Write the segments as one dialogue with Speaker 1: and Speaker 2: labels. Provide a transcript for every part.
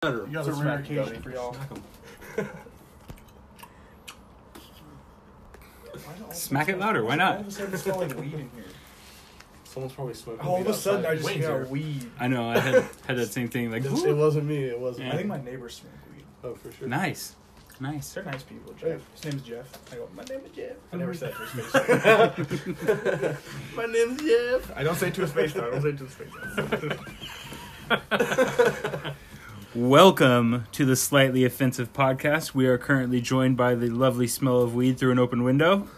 Speaker 1: better.
Speaker 2: You got a
Speaker 3: It's a rare
Speaker 2: smack you,
Speaker 3: occasion
Speaker 2: Cody.
Speaker 3: for y'all.
Speaker 1: Smack 'em.
Speaker 4: Smack it louder, why
Speaker 3: All of
Speaker 4: not?
Speaker 3: a sudden, it's smelling weed in here.
Speaker 1: Someone's probably smoking.
Speaker 2: All of
Speaker 1: weed
Speaker 2: a sudden,
Speaker 1: outside.
Speaker 2: I just
Speaker 1: Wayne's here.
Speaker 2: got weed.
Speaker 4: I know, I had, had that same thing. Like,
Speaker 2: It's- It
Speaker 4: "Ooh,
Speaker 2: wasn't me. It wasn't.
Speaker 3: I
Speaker 4: Yeah.
Speaker 3: think my neighbors smoke weed.
Speaker 1: Oh, for sure.
Speaker 4: nice. Nice.
Speaker 3: They're nice people. Jeff. His name's Jeff. I go, my name is Jeff. I never said to his face.
Speaker 2: My name's Jeff. I don't say to his face though. I don't say to his face.
Speaker 4: Welcome to the Slightly Offensive Podcast. We are currently joined by the lovely smell of weed through an open window.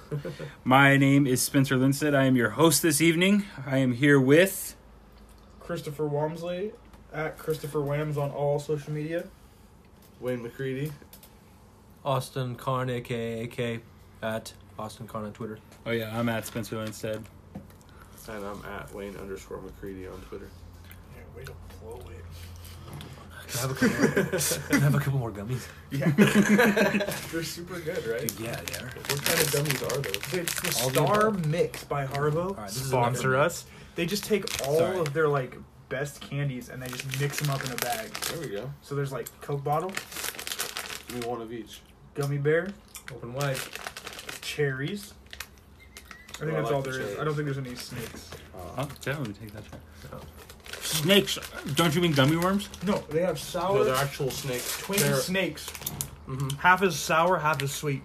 Speaker 4: My name is Spencer Linstead. I am your host this evening. I am here with.
Speaker 3: Christopher Walmsley at Christopher Whams on all social media.
Speaker 2: Wayne McCready.
Speaker 1: Austin Karn, aka AK, at Austin Karn on Twitter.
Speaker 4: Oh, yeah, I'm at Spencer Linstead.
Speaker 2: And I'm at Wayne underscore McCready on Twitter.
Speaker 3: Yeah, way to blow it.
Speaker 1: Can I have a couple, can I have a couple more gummies?
Speaker 3: They're super good, right?
Speaker 1: Dude, yeah, they are.
Speaker 2: What kind of dummies are those?
Speaker 3: It's the
Speaker 1: All the
Speaker 3: Star
Speaker 1: above.
Speaker 3: Mix by Harbo.
Speaker 1: right, this is
Speaker 3: Sponsor
Speaker 1: another-
Speaker 3: us. They just take all
Speaker 4: Sorry.
Speaker 3: of their like best candies and they just mix them up in a bag.
Speaker 2: There we go.
Speaker 3: So there's like Coke bottle,
Speaker 2: Give me one of each.
Speaker 3: gummy bear,
Speaker 1: Open wide.
Speaker 3: cherries. I
Speaker 2: Oh, I
Speaker 3: think that's
Speaker 2: like
Speaker 3: all
Speaker 2: the
Speaker 3: there is.
Speaker 2: cherries.
Speaker 3: I don't think there's any snakes.
Speaker 4: I'll definitely take that back. Snakes. Don't you mean gummy worms?
Speaker 3: No, they have sour
Speaker 2: No, they're actual snakes.
Speaker 3: twin
Speaker 2: They're-
Speaker 3: snakes.
Speaker 2: Mhm.
Speaker 3: Half is sour, half is sweet.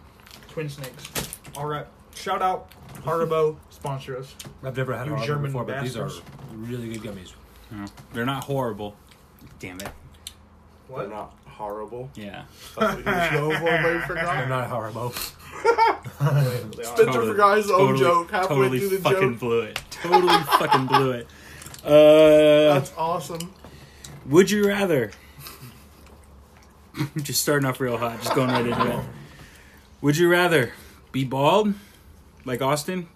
Speaker 3: Twin snakes. All right. Shout out Haribo sponsor us.
Speaker 1: I've never had
Speaker 3: You
Speaker 1: a Harvard
Speaker 3: German
Speaker 1: before, but these
Speaker 3: bastards.
Speaker 1: are really good gummies.
Speaker 4: No, they're not horrible. Damn it.
Speaker 2: They're
Speaker 3: What?
Speaker 2: not horrible.
Speaker 4: Yeah.
Speaker 2: That's what he was going for, but he
Speaker 1: They're
Speaker 2: forgot.
Speaker 1: not horrible.
Speaker 3: They are.
Speaker 2: Spencer forgot his own joke halfway
Speaker 4: totally
Speaker 2: through the
Speaker 4: fucking
Speaker 2: joke.
Speaker 4: blew it. Totally fucking blew it. Uh,
Speaker 2: That's awesome.
Speaker 4: would you rather? just starting off real hot, just going right into it. Would you rather be bald, like Austin,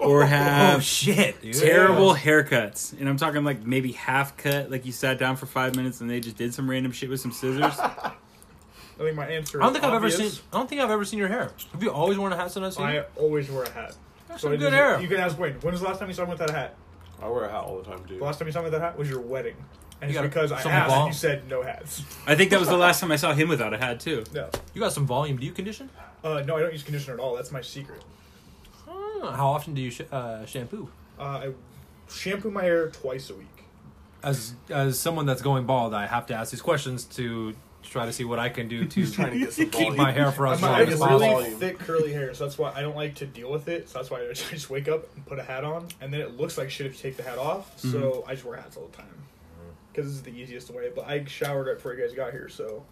Speaker 4: or
Speaker 1: Oh
Speaker 4: have
Speaker 1: shit! dude.
Speaker 4: terrible haircuts? And I'm talking like maybe half cut, like you sat down for five minutes and they just did some random shit with some scissors.
Speaker 3: I think my answer.
Speaker 1: I don't
Speaker 3: is
Speaker 1: think I've ever seen.
Speaker 3: obvious.
Speaker 1: I don't think I've ever seen your hair. Have you always worn a hat since I've seen?
Speaker 3: I
Speaker 1: you?
Speaker 3: always wear a hat.
Speaker 1: That's
Speaker 3: it
Speaker 1: some good
Speaker 3: doesn't-
Speaker 1: hair.
Speaker 3: You can ask Wayne. When was the last time you saw me with that hat?
Speaker 2: I wear a hat all the time, dude.
Speaker 3: The last time you saw me with that hat was your wedding, and it's
Speaker 1: You got
Speaker 3: because I
Speaker 1: some
Speaker 3: asked and
Speaker 1: ball.
Speaker 3: you said no hats.
Speaker 4: I think that was the last time I saw him without a hat too.
Speaker 3: No.
Speaker 1: You got some volume. Do you condition?
Speaker 3: Uh, no, I don't use conditioner at all. That's my secret.
Speaker 1: Hmm, How often do you sh- uh, shampoo?
Speaker 3: Uh, I shampoo my hair twice a week.
Speaker 1: As as someone that's going bald, I have to ask these questions to try to see what I can do
Speaker 2: trying to
Speaker 1: to
Speaker 2: get some
Speaker 1: keep my hair for
Speaker 3: I'm
Speaker 1: us
Speaker 2: not-
Speaker 3: I
Speaker 1: long
Speaker 2: I
Speaker 1: as
Speaker 3: have
Speaker 2: just
Speaker 1: possible.
Speaker 3: really
Speaker 2: volume.
Speaker 3: thick curly hair, so that's why I don't like to deal with it. So that's why I just, I just wake up and put a hat on, and then it looks like shit if you take the hat off. So
Speaker 1: Mm-hmm.
Speaker 3: I just wear hats all the time because this is the easiest way. But I showered right before you guys got here, so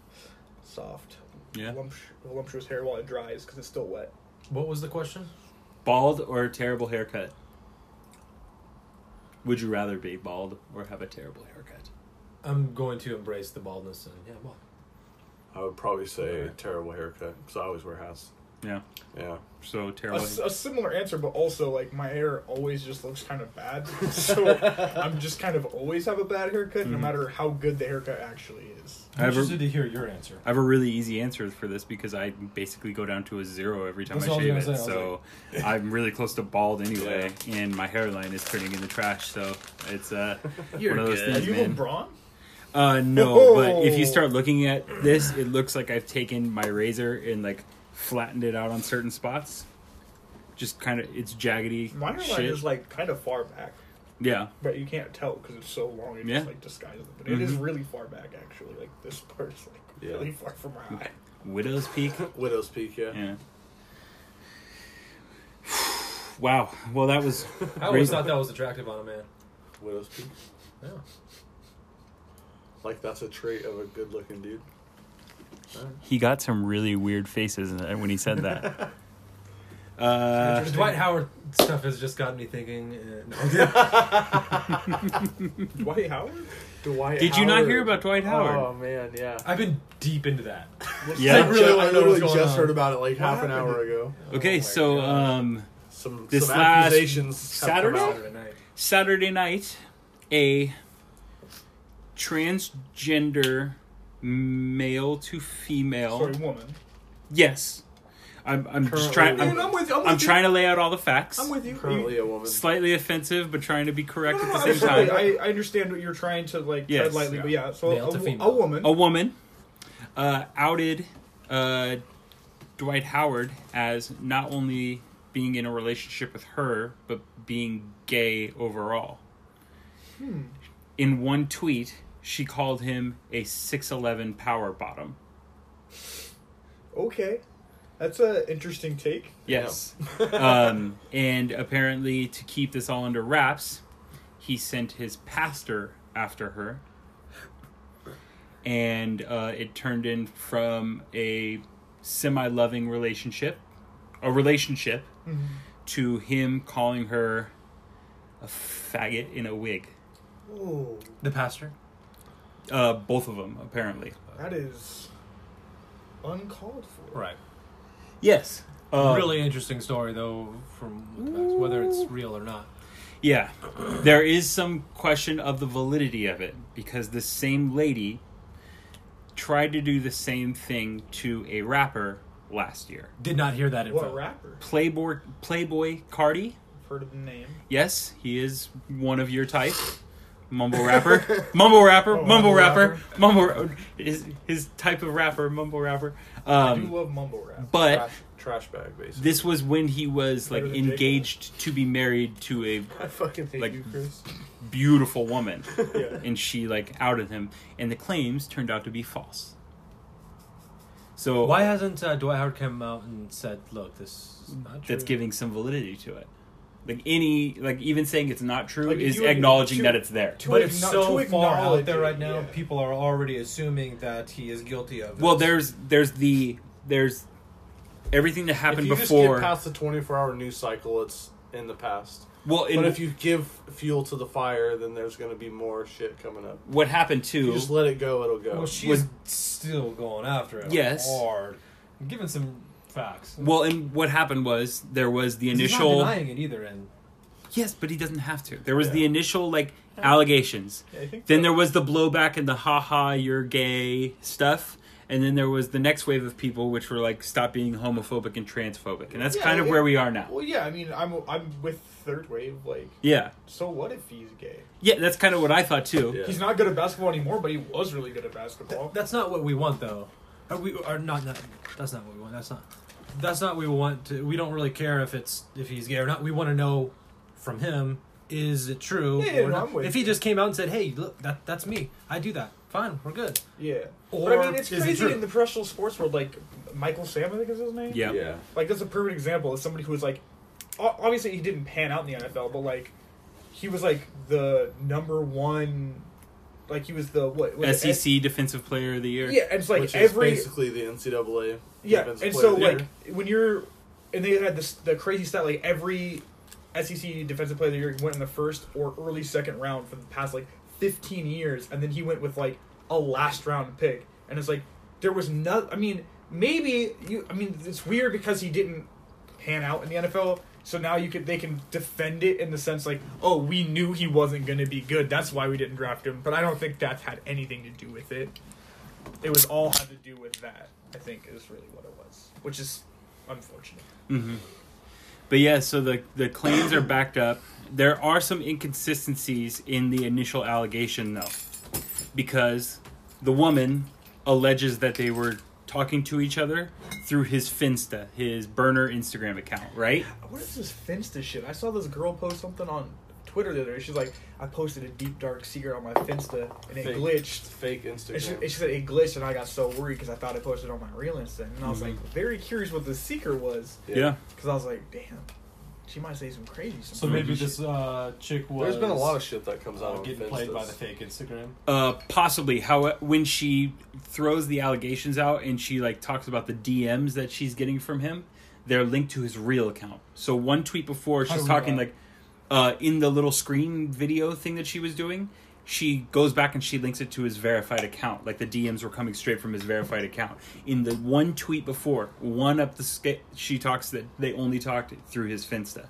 Speaker 3: soft,
Speaker 4: Yeah.
Speaker 3: Lump- voluptuous hair while it dries because it's still wet.
Speaker 1: What was the question?
Speaker 4: Bald or a terrible haircut? Would you rather be bald or have a terrible haircut?
Speaker 1: I'm going to embrace the baldness and yeah, well,
Speaker 2: I would probably say terrible haircut because I always wear hats.
Speaker 4: Yeah.
Speaker 2: Yeah.
Speaker 4: So
Speaker 3: A,
Speaker 4: terrible.
Speaker 3: s- a similar answer, but also like my hair always just looks kind of bad, so I'm just kind of always have a bad haircut,
Speaker 4: Mm-hmm.
Speaker 3: no matter how good the haircut actually is.
Speaker 4: I
Speaker 1: I'm
Speaker 4: have, a,
Speaker 1: interested to hear your answer.
Speaker 4: I have a really easy answer for this because I basically go down to a zero every time
Speaker 1: That's
Speaker 4: I
Speaker 1: what I
Speaker 4: shave
Speaker 1: was
Speaker 4: it.
Speaker 1: gonna say, I
Speaker 4: So I'm really close to bald anyway, and my hairline is turning in the trash. So it's uh, one of those
Speaker 3: Are
Speaker 4: things,
Speaker 3: you
Speaker 4: man.
Speaker 3: LeBron?
Speaker 4: Uh, no, but if you start looking at this, it looks like I've taken my razor and like flattened it out on certain spots. Just kind of, it's jaggedy.
Speaker 3: My hairline
Speaker 4: shit.
Speaker 3: is like kind of far back.
Speaker 4: yeah.
Speaker 3: But you can't tell because it's so long. It
Speaker 4: Yeah.
Speaker 3: just like disguises it. But it is
Speaker 4: Mhm.
Speaker 3: really far back, actually. Like this part's like
Speaker 2: Yeah.
Speaker 3: really far from my
Speaker 4: Mm.
Speaker 3: eye.
Speaker 4: Widow's Peak.
Speaker 2: Widow's Peak, yeah.
Speaker 4: Yeah. Wow. Well, that was
Speaker 1: I always thought that was attractive on a man.
Speaker 2: Widow's Peak.
Speaker 1: Yeah.
Speaker 2: Like, that's a trait of a good looking dude.
Speaker 4: he got some really weird faces when he said that. Uh,
Speaker 1: The Dwight Howard stuff has just gotten me thinking. Uh, no.
Speaker 3: Dwight Howard?
Speaker 2: Dwight
Speaker 4: did you not hear about Dwight
Speaker 2: Oh,
Speaker 4: Howard?
Speaker 2: man, yeah.
Speaker 1: I've been deep into that.
Speaker 4: Yeah.
Speaker 2: I really
Speaker 1: I
Speaker 2: I
Speaker 1: know
Speaker 2: literally
Speaker 1: what's going
Speaker 2: just
Speaker 1: on.
Speaker 2: heard about it like half an
Speaker 3: happened?
Speaker 2: hour ago.
Speaker 1: Oh
Speaker 4: Okay,
Speaker 1: my
Speaker 4: so
Speaker 1: God.
Speaker 4: um,
Speaker 2: Some,
Speaker 4: This
Speaker 2: some
Speaker 4: last
Speaker 2: accusations have come
Speaker 4: Saturday?
Speaker 2: out.
Speaker 1: Saturday night.
Speaker 4: Saturday night, a transgender male to female. Oh.
Speaker 3: Sorry, woman.
Speaker 4: Yes. I'm, I'm just
Speaker 1: Currently
Speaker 4: trying.
Speaker 1: a
Speaker 4: I'm,
Speaker 3: Man, I'm with. I'm, with
Speaker 4: I'm
Speaker 3: you.
Speaker 4: trying to lay out all the facts.
Speaker 3: I'm with you. You-
Speaker 2: Currently a woman.
Speaker 4: Slightly offensive, but trying to be correct
Speaker 3: No, no,
Speaker 4: at
Speaker 3: no,
Speaker 4: the
Speaker 3: I'm
Speaker 4: same
Speaker 3: sorry.
Speaker 4: time.
Speaker 3: I, I understand what you're trying to like
Speaker 4: Yes. Oh.
Speaker 3: tread lightly, but
Speaker 1: Yeah.
Speaker 3: yeah. So
Speaker 1: Male
Speaker 3: a,
Speaker 1: to
Speaker 3: wo-
Speaker 1: female.
Speaker 3: a woman.
Speaker 4: A woman uh, outed uh, Dwight Howard as not only being in a relationship with her, but being gay overall. In one tweet, she called him a 6'11 power bottom.
Speaker 3: Okay, that's a interesting take.
Speaker 4: Yes. um, and apparently, to keep this all under wraps, he sent his pastor after her. And uh, it turned in from a semi loving relationship, a relationship, to him calling her a faggot in a wig.
Speaker 3: Oh,
Speaker 1: The pastor.
Speaker 4: Uh, both of them, apparently.
Speaker 3: that is uncalled for.
Speaker 1: Right.
Speaker 4: Yes. Uh,
Speaker 1: really interesting story though, from whether it's real or not.
Speaker 4: Yeah. There is some question of the validity of it because the same lady tried to do the same thing to a rapper last year.
Speaker 1: Did not hear that info.
Speaker 3: What rapper?
Speaker 4: Playboy Playboy Cardi.
Speaker 3: I've heard of the name.
Speaker 4: Yes, he is one of your type. Mumble rapper, mumble rapper,
Speaker 3: Oh,
Speaker 4: mumble
Speaker 3: mumble
Speaker 4: rapper,
Speaker 3: rapper.
Speaker 4: mumble his his type of rapper, mumble rapper.
Speaker 3: I do
Speaker 4: Um,
Speaker 3: love mumble rap.
Speaker 4: but
Speaker 2: trash, trash bag, basically.
Speaker 4: this was when he was like
Speaker 3: Better than J. Cole.
Speaker 4: engaged to be married to a
Speaker 2: I fucking hate
Speaker 4: like-
Speaker 2: you, Chris.
Speaker 4: beautiful woman.
Speaker 3: yeah.
Speaker 4: and she like outed him and the claims turned out to be false so
Speaker 1: Why hasn't uh, Dwight Howard come out and said, "Look, this is not true"?
Speaker 4: that's giving some validity to it like any like even saying it's not true
Speaker 3: Like,
Speaker 4: is
Speaker 3: you-
Speaker 4: acknowledging
Speaker 3: you-
Speaker 4: that it's there
Speaker 3: to
Speaker 1: But it's
Speaker 3: acknow-
Speaker 1: so
Speaker 3: to
Speaker 1: far
Speaker 3: acknowledge
Speaker 1: out there
Speaker 3: it,
Speaker 1: right now.
Speaker 3: yeah.
Speaker 1: People are already assuming that he is guilty of.
Speaker 4: well
Speaker 1: this.
Speaker 4: there's there's the there's everything that
Speaker 2: If
Speaker 4: happened
Speaker 2: you just
Speaker 4: before
Speaker 2: get past the 24-hour news cycle, it's in the past.
Speaker 4: well in,
Speaker 2: but if you give fuel to the fire, then there's going to be more shit coming up.
Speaker 4: what happened
Speaker 2: You
Speaker 4: too
Speaker 2: just let it go; it'll go.
Speaker 4: Oh,
Speaker 1: Well, she's
Speaker 4: was-
Speaker 1: still going after him.
Speaker 4: Yes.
Speaker 1: hard. I'm giving some facts.
Speaker 4: well and what happened was there was the
Speaker 1: He's
Speaker 4: initial
Speaker 1: not denying it either, and
Speaker 4: yes but he doesn't have to there was
Speaker 2: Yeah.
Speaker 4: the initial like allegations
Speaker 3: Yeah, I think
Speaker 4: Then
Speaker 3: that-
Speaker 4: there was the blowback and the "ha ha, you're gay stuff. And then there was the next wave of people, which were like, stop being homophobic and transphobic. And that's
Speaker 3: Yeah,
Speaker 4: kind of
Speaker 3: yeah.
Speaker 4: where we are now.
Speaker 3: Well, yeah. I mean, I'm I'm with third wave. Like,
Speaker 4: Yeah.
Speaker 3: so what if he's gay?
Speaker 4: Yeah, that's kind of what I thought too.
Speaker 2: Yeah.
Speaker 3: He's not good at basketball anymore, but he was really good at basketball.
Speaker 1: that's not what we want, though. Are we are not, not? That's not what we want. That's not. That's not what we want. To, we don't really care if it's if he's gay or not. We want to know from him is it true
Speaker 3: Yeah, yeah,
Speaker 1: or
Speaker 3: no,
Speaker 1: not.
Speaker 3: I'm with
Speaker 1: if he
Speaker 3: you.
Speaker 1: just came out and said, "Hey, look, that that's me. I do that. Fine, we're good."
Speaker 3: yeah.
Speaker 1: Or
Speaker 3: but I mean, it's
Speaker 1: is it
Speaker 3: crazy
Speaker 1: true?
Speaker 3: in the professional sports world. Like Michael Sam, I think is his name.
Speaker 4: Yeah.
Speaker 3: Like that's a perfect example of somebody who was like, o- obviously he didn't pan out in the NFL, but like he was like the number one, like he was the what was it,
Speaker 4: SEC E Defensive Player of the Year.
Speaker 3: yeah, and it's like
Speaker 2: E Which
Speaker 3: every
Speaker 2: is basically the NCAA.
Speaker 3: yeah,
Speaker 2: defensive player
Speaker 3: and so
Speaker 2: of the year.
Speaker 3: like when you're and they had this the crazy stat like every SEC defensive player of the year went in the first or early second round for the past like 15 years, and then he went with like a last round pick, and it's like there was no. I mean, maybe you. I mean, it's weird because he didn't pan out in the NFL. So now you could they can defend it in the sense like, oh, we knew he wasn't going to be good. That's why we didn't draft him. But I don't think that's had anything to do with it it was all had to do with that. I think is really what it was, which is unfortunate.
Speaker 4: hmm But yeah, so the, the claims are backed up. There are some inconsistencies in the initial allegation, though, because the woman alleges that they were talking to each other through his Finsta, his burner Instagram account, right?
Speaker 3: What is this Finsta shit? I saw this girl post something on Twitter the other day. She's like, I posted a deep dark secret on my Finsta and it
Speaker 2: Fake.
Speaker 3: glitched.
Speaker 2: fake
Speaker 3: And she,
Speaker 2: Instagram.
Speaker 3: and she said it glitched, and I got so worried because I thought I posted it on my real Insta, and I was like very curious what the secret was
Speaker 4: yeah.
Speaker 3: because I was like, damn, she might say some crazy. Some
Speaker 4: So maybe
Speaker 3: crazy
Speaker 4: this,
Speaker 3: shit.
Speaker 1: uh, chick uh,
Speaker 2: There's been a lot of shit that comes out on Finstas.
Speaker 1: fake Instagram.
Speaker 4: Uh, possibly. How when she throws the allegations out and she like talks about the DMs that she's getting from him, they're linked to his real account. So one tweet before
Speaker 1: How
Speaker 4: she's
Speaker 1: do we
Speaker 4: talking
Speaker 1: know?
Speaker 4: like, uh, in the little screen video thing that she was doing, she goes back and she links it to his verified account. Like the DMs were coming straight from his verified account. In the one tweet before, one up the sca- she talks that they only talked through his Finsta.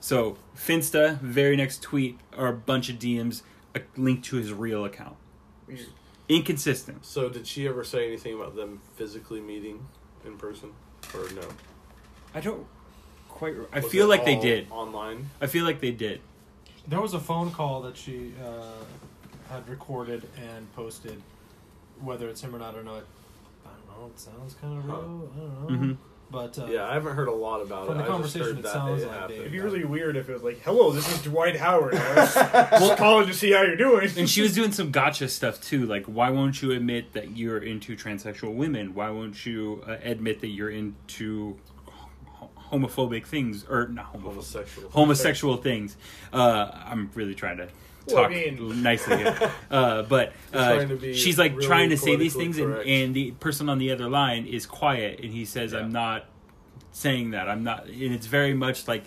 Speaker 4: So Finsta, very next tweet are a bunch of DMs uh, linked to his real account
Speaker 3: Weird.
Speaker 4: inconsistent.
Speaker 2: So did she ever say anything about them physically meeting in person, or no?
Speaker 4: I don't quite. re- I
Speaker 2: Was
Speaker 4: feel
Speaker 2: it
Speaker 4: like they
Speaker 2: all
Speaker 4: did.
Speaker 2: online.
Speaker 4: I feel like they did.
Speaker 1: There was a phone call that she uh, had recorded and posted. Whether it's him or not or not, I don't know. It sounds kind of
Speaker 2: Huh.
Speaker 1: real. I don't know.
Speaker 4: hmm
Speaker 1: But uh,
Speaker 2: Yeah, I haven't heard a lot about
Speaker 1: From
Speaker 2: it.
Speaker 1: the
Speaker 2: I
Speaker 1: conversation, it
Speaker 2: just heard that
Speaker 1: sounds
Speaker 2: it
Speaker 1: like
Speaker 2: happened.
Speaker 1: they-
Speaker 3: It'd be really weird if it was like, "Hello, this is Dwight Howard. I was just calling to see how you're doing."
Speaker 4: And she was doing some gotcha stuff too, like why won't you admit that you're into transsexual women? Why won't you uh, admit that you're into ho- homophobic things or not homophobic,
Speaker 2: homosexual.
Speaker 4: homosexual things? Uh, I'm really trying to
Speaker 3: Well, I
Speaker 4: talk
Speaker 3: mean-
Speaker 4: nicely here, uh, but uh,
Speaker 2: trying to be
Speaker 4: she's like
Speaker 2: really
Speaker 4: trying to say these
Speaker 2: politically
Speaker 4: things, and,
Speaker 2: correct.
Speaker 4: and the person on the other line is quiet, and he says,
Speaker 2: Yeah.
Speaker 4: "I'm not saying that. I'm not." And it's very much like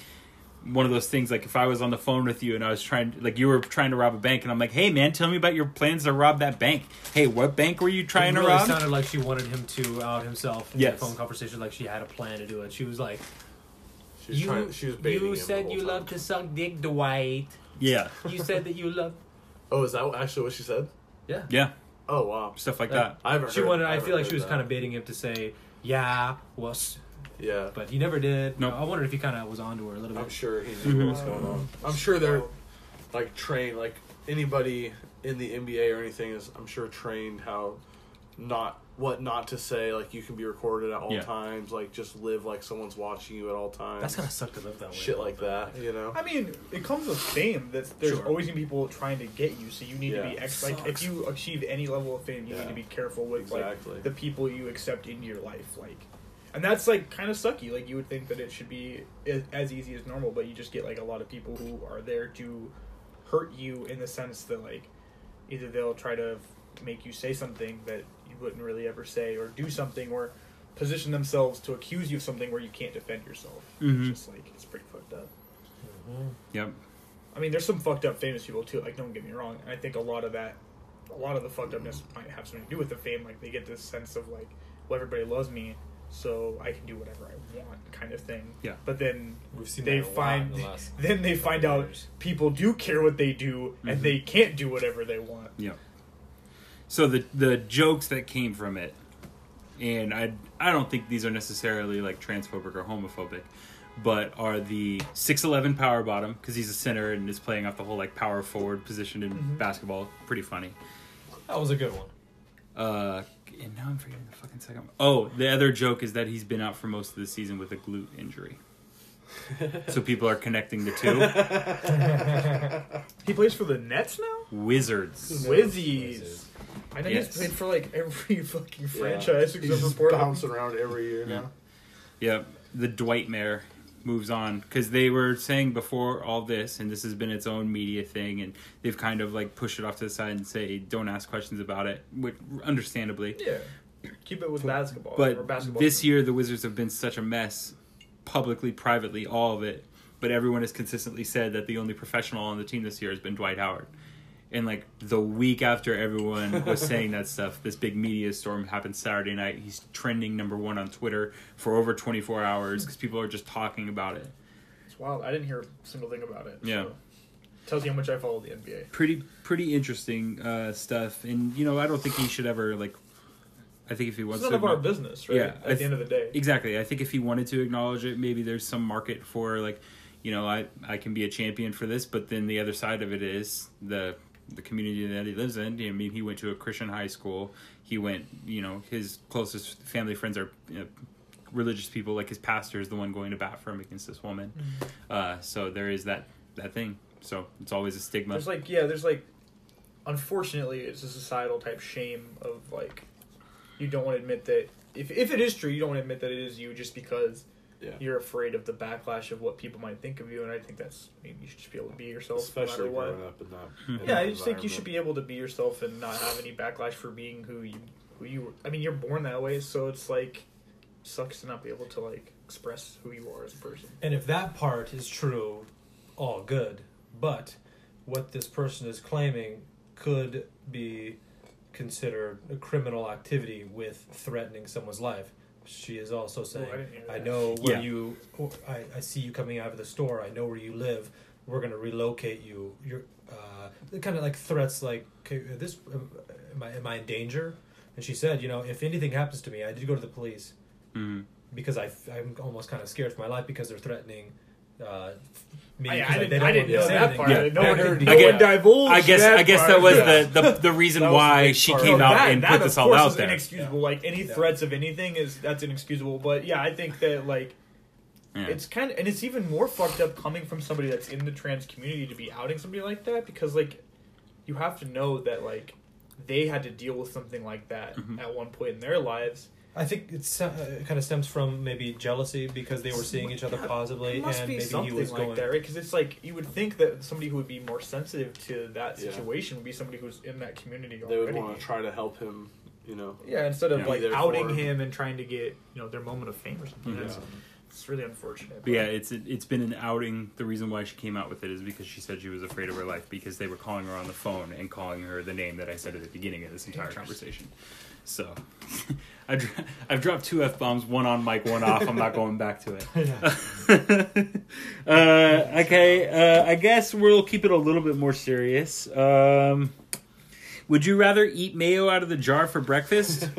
Speaker 4: one of those things like if I was on the phone with you and I was trying like you were trying to rob a bank and I'm like, "Hey man, tell me about your plans to rob that bank. Hey, what bank were you
Speaker 1: it
Speaker 4: trying
Speaker 1: really
Speaker 4: to rob?"
Speaker 1: sounded like she wanted him to out himself in
Speaker 4: Yes.
Speaker 1: the phone conversation. Like she had a plan to do it. She was like,
Speaker 2: She was trying. She was baiting him the whole time.
Speaker 1: to suck dick, Dwight.
Speaker 4: yeah.
Speaker 1: You said that you love."
Speaker 2: Oh, is that actually what she said?
Speaker 1: Yeah.
Speaker 4: Yeah,
Speaker 2: Oh wow,
Speaker 4: stuff like
Speaker 1: Like-
Speaker 4: that.
Speaker 2: I haven't.
Speaker 1: She
Speaker 2: heard,
Speaker 1: wanted. I
Speaker 2: haven't
Speaker 1: feel like
Speaker 2: heard
Speaker 1: she was
Speaker 2: that.
Speaker 1: kind of baiting him to say, "Yeah, was,"
Speaker 2: Yeah,
Speaker 1: but he never did.
Speaker 4: Nope.
Speaker 1: I wondered if he kind of was onto her a little
Speaker 2: I'm
Speaker 1: bit.
Speaker 2: sure he knew what was going on. I'm sure they're like trained, like anybody in the NBA or anything is. I'm sure trained how not what not to say. Like you can be recorded at all
Speaker 4: Yeah.
Speaker 2: times. Like just live like someone's watching you at all times.
Speaker 1: That's kind of sucked to live that way.
Speaker 2: shit like that. You know.
Speaker 3: I mean, it comes with fame. That there's
Speaker 1: Sure.
Speaker 3: always gonna be people trying to get you, so you need
Speaker 2: Yeah.
Speaker 3: to be ex- like
Speaker 1: Sucks.
Speaker 3: if you achieve any level of fame, you
Speaker 2: Yeah.
Speaker 3: need to be careful with
Speaker 2: Exactly.
Speaker 3: like the people you accept into your life, like. And that's like kind of sucky. Like you would think that it should be a- as easy as normal, but you just get like a lot of people who are there to hurt you in the sense that like either they'll try to make you say something that you wouldn't really ever say, or do something, or position themselves to accuse you of something where you can't defend yourself. It's
Speaker 4: Mhm.
Speaker 3: just like it's pretty fucked up.
Speaker 4: Yep.
Speaker 3: I mean, there's some fucked up famous people too. Like, don't get me wrong. And I think a lot of that, a lot of the fucked upness might have something to do with the fame. Like, they get this sense of like, well, everybody loves me, so I can do whatever I want, kind of thing.
Speaker 4: Yeah.
Speaker 3: But then
Speaker 1: We've seen
Speaker 3: they
Speaker 1: that a lot
Speaker 3: find,
Speaker 1: in the last
Speaker 3: then they
Speaker 1: couple
Speaker 3: find out
Speaker 1: years.
Speaker 3: people do care what they do, and
Speaker 4: Mm-hmm.
Speaker 3: they can't do whatever they want.
Speaker 4: Yeah. So the the jokes that came from it, and I I don't think these are necessarily like transphobic or homophobic, but are the six eleven power bottom because he's a center and is playing off the whole like power forward position in basketball. Pretty funny.
Speaker 1: That was a good one.
Speaker 4: Uh, and now I'm forgetting the fucking second. One. Oh, the other joke is that he's been out for most of the season with a glute injury. so people are connecting the two
Speaker 3: He plays for the Nets now.
Speaker 4: wizards.
Speaker 3: Wizzies. I know
Speaker 4: Yes.
Speaker 3: he's played for like every fucking
Speaker 2: Yeah.
Speaker 3: franchise
Speaker 2: He's
Speaker 3: except for
Speaker 2: just
Speaker 3: Portland.
Speaker 2: bouncing around every year now.
Speaker 4: Yep, the Dwight Mare moves on because they were saying before all this, and this has been its own media thing, and they've kind of like pushed it off to the side and say don't ask questions about it, which understandably.
Speaker 3: Yeah. Keep it with basketball. or
Speaker 4: But
Speaker 3: basketball
Speaker 4: this year, the Wizards have been such a mess, publicly, privately, all of it. But everyone has consistently said that the only professional on the team this year has been Dwight Howard. And like the week after everyone was saying that stuff, this big media storm happened Saturday night. He's trending number one on Twitter for over 24 hours because people are just talking about it.
Speaker 3: It's wild. I didn't hear a single thing about it.
Speaker 4: Yeah.
Speaker 3: so. Tells you how much I follow the NBA.
Speaker 4: pretty pretty interesting uh, stuff. And you know, I don't think he should ever like. I think if he
Speaker 3: It's
Speaker 4: wants
Speaker 3: none
Speaker 4: to,
Speaker 3: of our
Speaker 4: acknow-
Speaker 3: business, right?
Speaker 4: Yeah,
Speaker 3: At
Speaker 4: I th-
Speaker 3: the end of the day.
Speaker 4: exactly. I think if he wanted to acknowledge it, maybe there's some market for like, you know, I I can be a champion for this. But then the other side of it is the the community that he lives in. I mean, he went to a Christian high school. He went, you know, his closest family friends are. You know, religious people like his pastor is the one going to bat for him against this woman
Speaker 3: Mm-hmm.
Speaker 4: uh, so there is that that thing so it's always a stigma
Speaker 3: There's like, yeah, there's like, unfortunately, it's a societal type shame of like, you don't want to admit that, if, if it is true, you don't want to admit that it is you just because
Speaker 2: Yeah.
Speaker 3: you're afraid of the backlash of what people might think of you. And I think that's, I mean, you should just be able to be yourself
Speaker 2: Especially
Speaker 3: no matter what.
Speaker 2: growing up in that. in
Speaker 3: Yeah,
Speaker 2: that
Speaker 3: I just think you
Speaker 2: environment.
Speaker 3: should be able to be yourself and not have any backlash for being who you who you. I mean, you're born that way, so it's like sucks to not be able to like express who you are as a person.
Speaker 1: And if that part is true, all good. But what this person is claiming could be considered a criminal activity with threatening someone's life. She is also saying,
Speaker 3: I didn't hear
Speaker 1: I,
Speaker 3: that."
Speaker 1: know where
Speaker 4: Yeah.
Speaker 1: you, I, I see you coming out of the store. I know where you live. We're going to relocate you. You're uh, kind of like threats like, "Okay, this, am I, am I in danger? And she said, you know, if anything happens to me, I did go to the police.
Speaker 4: Mhm.
Speaker 1: because I I'm almost kind of scared for my life because they're threatening. Uh, me
Speaker 3: I,
Speaker 1: 'cause
Speaker 3: I,
Speaker 1: I-
Speaker 3: didn't, I
Speaker 1: want
Speaker 3: didn't
Speaker 1: me to
Speaker 3: know
Speaker 1: say
Speaker 3: that
Speaker 1: anything.
Speaker 3: part.
Speaker 4: Yeah.
Speaker 3: No one,
Speaker 1: That-
Speaker 3: no one
Speaker 2: yeah.
Speaker 3: divulged.
Speaker 4: I guess
Speaker 3: That
Speaker 4: I guess
Speaker 3: part.
Speaker 4: that was
Speaker 2: Yeah.
Speaker 4: the, the the reason
Speaker 2: That was the
Speaker 4: why
Speaker 2: big
Speaker 4: she
Speaker 2: part.
Speaker 4: came
Speaker 2: No,
Speaker 4: out
Speaker 3: Oh, that,
Speaker 4: and
Speaker 3: that,
Speaker 4: put
Speaker 3: of
Speaker 4: this all
Speaker 3: course,
Speaker 4: out
Speaker 3: is
Speaker 4: there.
Speaker 3: Inexcusable. Like any
Speaker 1: Yeah.
Speaker 3: threats of anything is that's inexcusable. But yeah, I think that like
Speaker 4: Yeah.
Speaker 3: it's kind of and it's even more fucked up coming from somebody that's in the trans community to be outing somebody like that because like you have to know that like they had to deal with something like that
Speaker 4: Mm-hmm.
Speaker 3: at one point in their lives.
Speaker 1: I think it's uh, it kind of stems from maybe jealousy because they were seeing each other
Speaker 3: Yeah,
Speaker 1: positively
Speaker 3: It must
Speaker 1: and
Speaker 3: be
Speaker 1: maybe
Speaker 3: something
Speaker 1: he was
Speaker 3: like
Speaker 1: going
Speaker 3: that, right? Because it's like you would think that somebody who would be more sensitive to that
Speaker 2: Yeah.
Speaker 3: situation would be somebody who's in that community
Speaker 2: They
Speaker 3: already.
Speaker 2: would want to try to help him, you know.
Speaker 3: yeah, instead of
Speaker 4: Yeah.
Speaker 3: like
Speaker 2: Be there
Speaker 3: outing
Speaker 2: for him.
Speaker 3: him and trying to get you know their moment of fame or something. That's- It's really unfortunate.
Speaker 4: But yeah, it's it's been an outing. The reason why she came out with it is because she said she was afraid of her life because they were calling her on the phone and calling her the name that I said at the beginning of this entire conversation. So, I dr- I've dropped two f bombs, one on mic, one off. I'm not going back to it. uh, okay, uh, I guess we'll keep it a little bit more serious. Um, would you rather eat mayo out of the jar for breakfast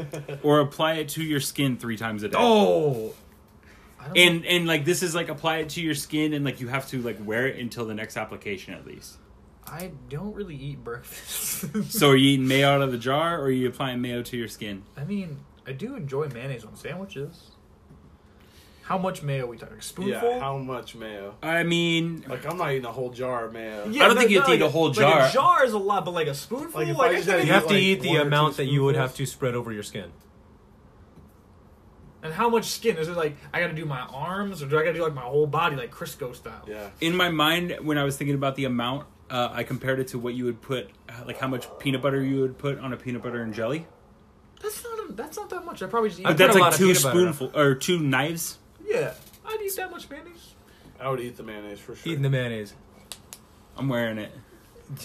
Speaker 4: or apply it to your skin three times a day?
Speaker 1: Oh,
Speaker 4: and and like this is like apply it to your skin and like you have to like wear it until the next application at least
Speaker 3: I don't really eat breakfast.
Speaker 4: so are you eating mayo out of the jar or are you applying mayo to your skin
Speaker 3: I mean, I do enjoy mayonnaise on sandwiches. How much mayo are we talking? Spoonful?
Speaker 2: Yeah, how much mayo?
Speaker 4: i mean
Speaker 2: Like I'm not eating a whole jar of mayo.
Speaker 4: I don't think you have to eat a whole jar.
Speaker 3: Like a jar is a lot, but like a spoonful.
Speaker 2: Like,
Speaker 3: Like,
Speaker 2: if I
Speaker 3: I
Speaker 2: just
Speaker 3: think
Speaker 2: had
Speaker 1: you
Speaker 2: You
Speaker 3: I-
Speaker 1: have to
Speaker 2: like
Speaker 1: eat the
Speaker 2: one or two
Speaker 1: amount that you would have to
Speaker 2: spoonfuls?
Speaker 1: spread over your skin.
Speaker 3: and how much skin is it? Like I got to do my arms, or do I got to do like my whole body, like Crisco style?
Speaker 2: Yeah.
Speaker 4: in my mind when i was thinking about the amount uh, i compared it to what you would put uh, like how much peanut butter you would put on a peanut butter and jelly
Speaker 3: That's not. A, that's not that much. I probably just eat.
Speaker 4: but
Speaker 1: But put a
Speaker 4: that's
Speaker 1: lot
Speaker 4: like
Speaker 1: of
Speaker 4: two
Speaker 1: peanut butter.
Speaker 4: spoonful or two knives
Speaker 3: yeah. I'd eat that much mayonnaise.
Speaker 2: I would eat the mayonnaise for sure.
Speaker 1: Eating the mayonnaise.
Speaker 4: i'm wearing it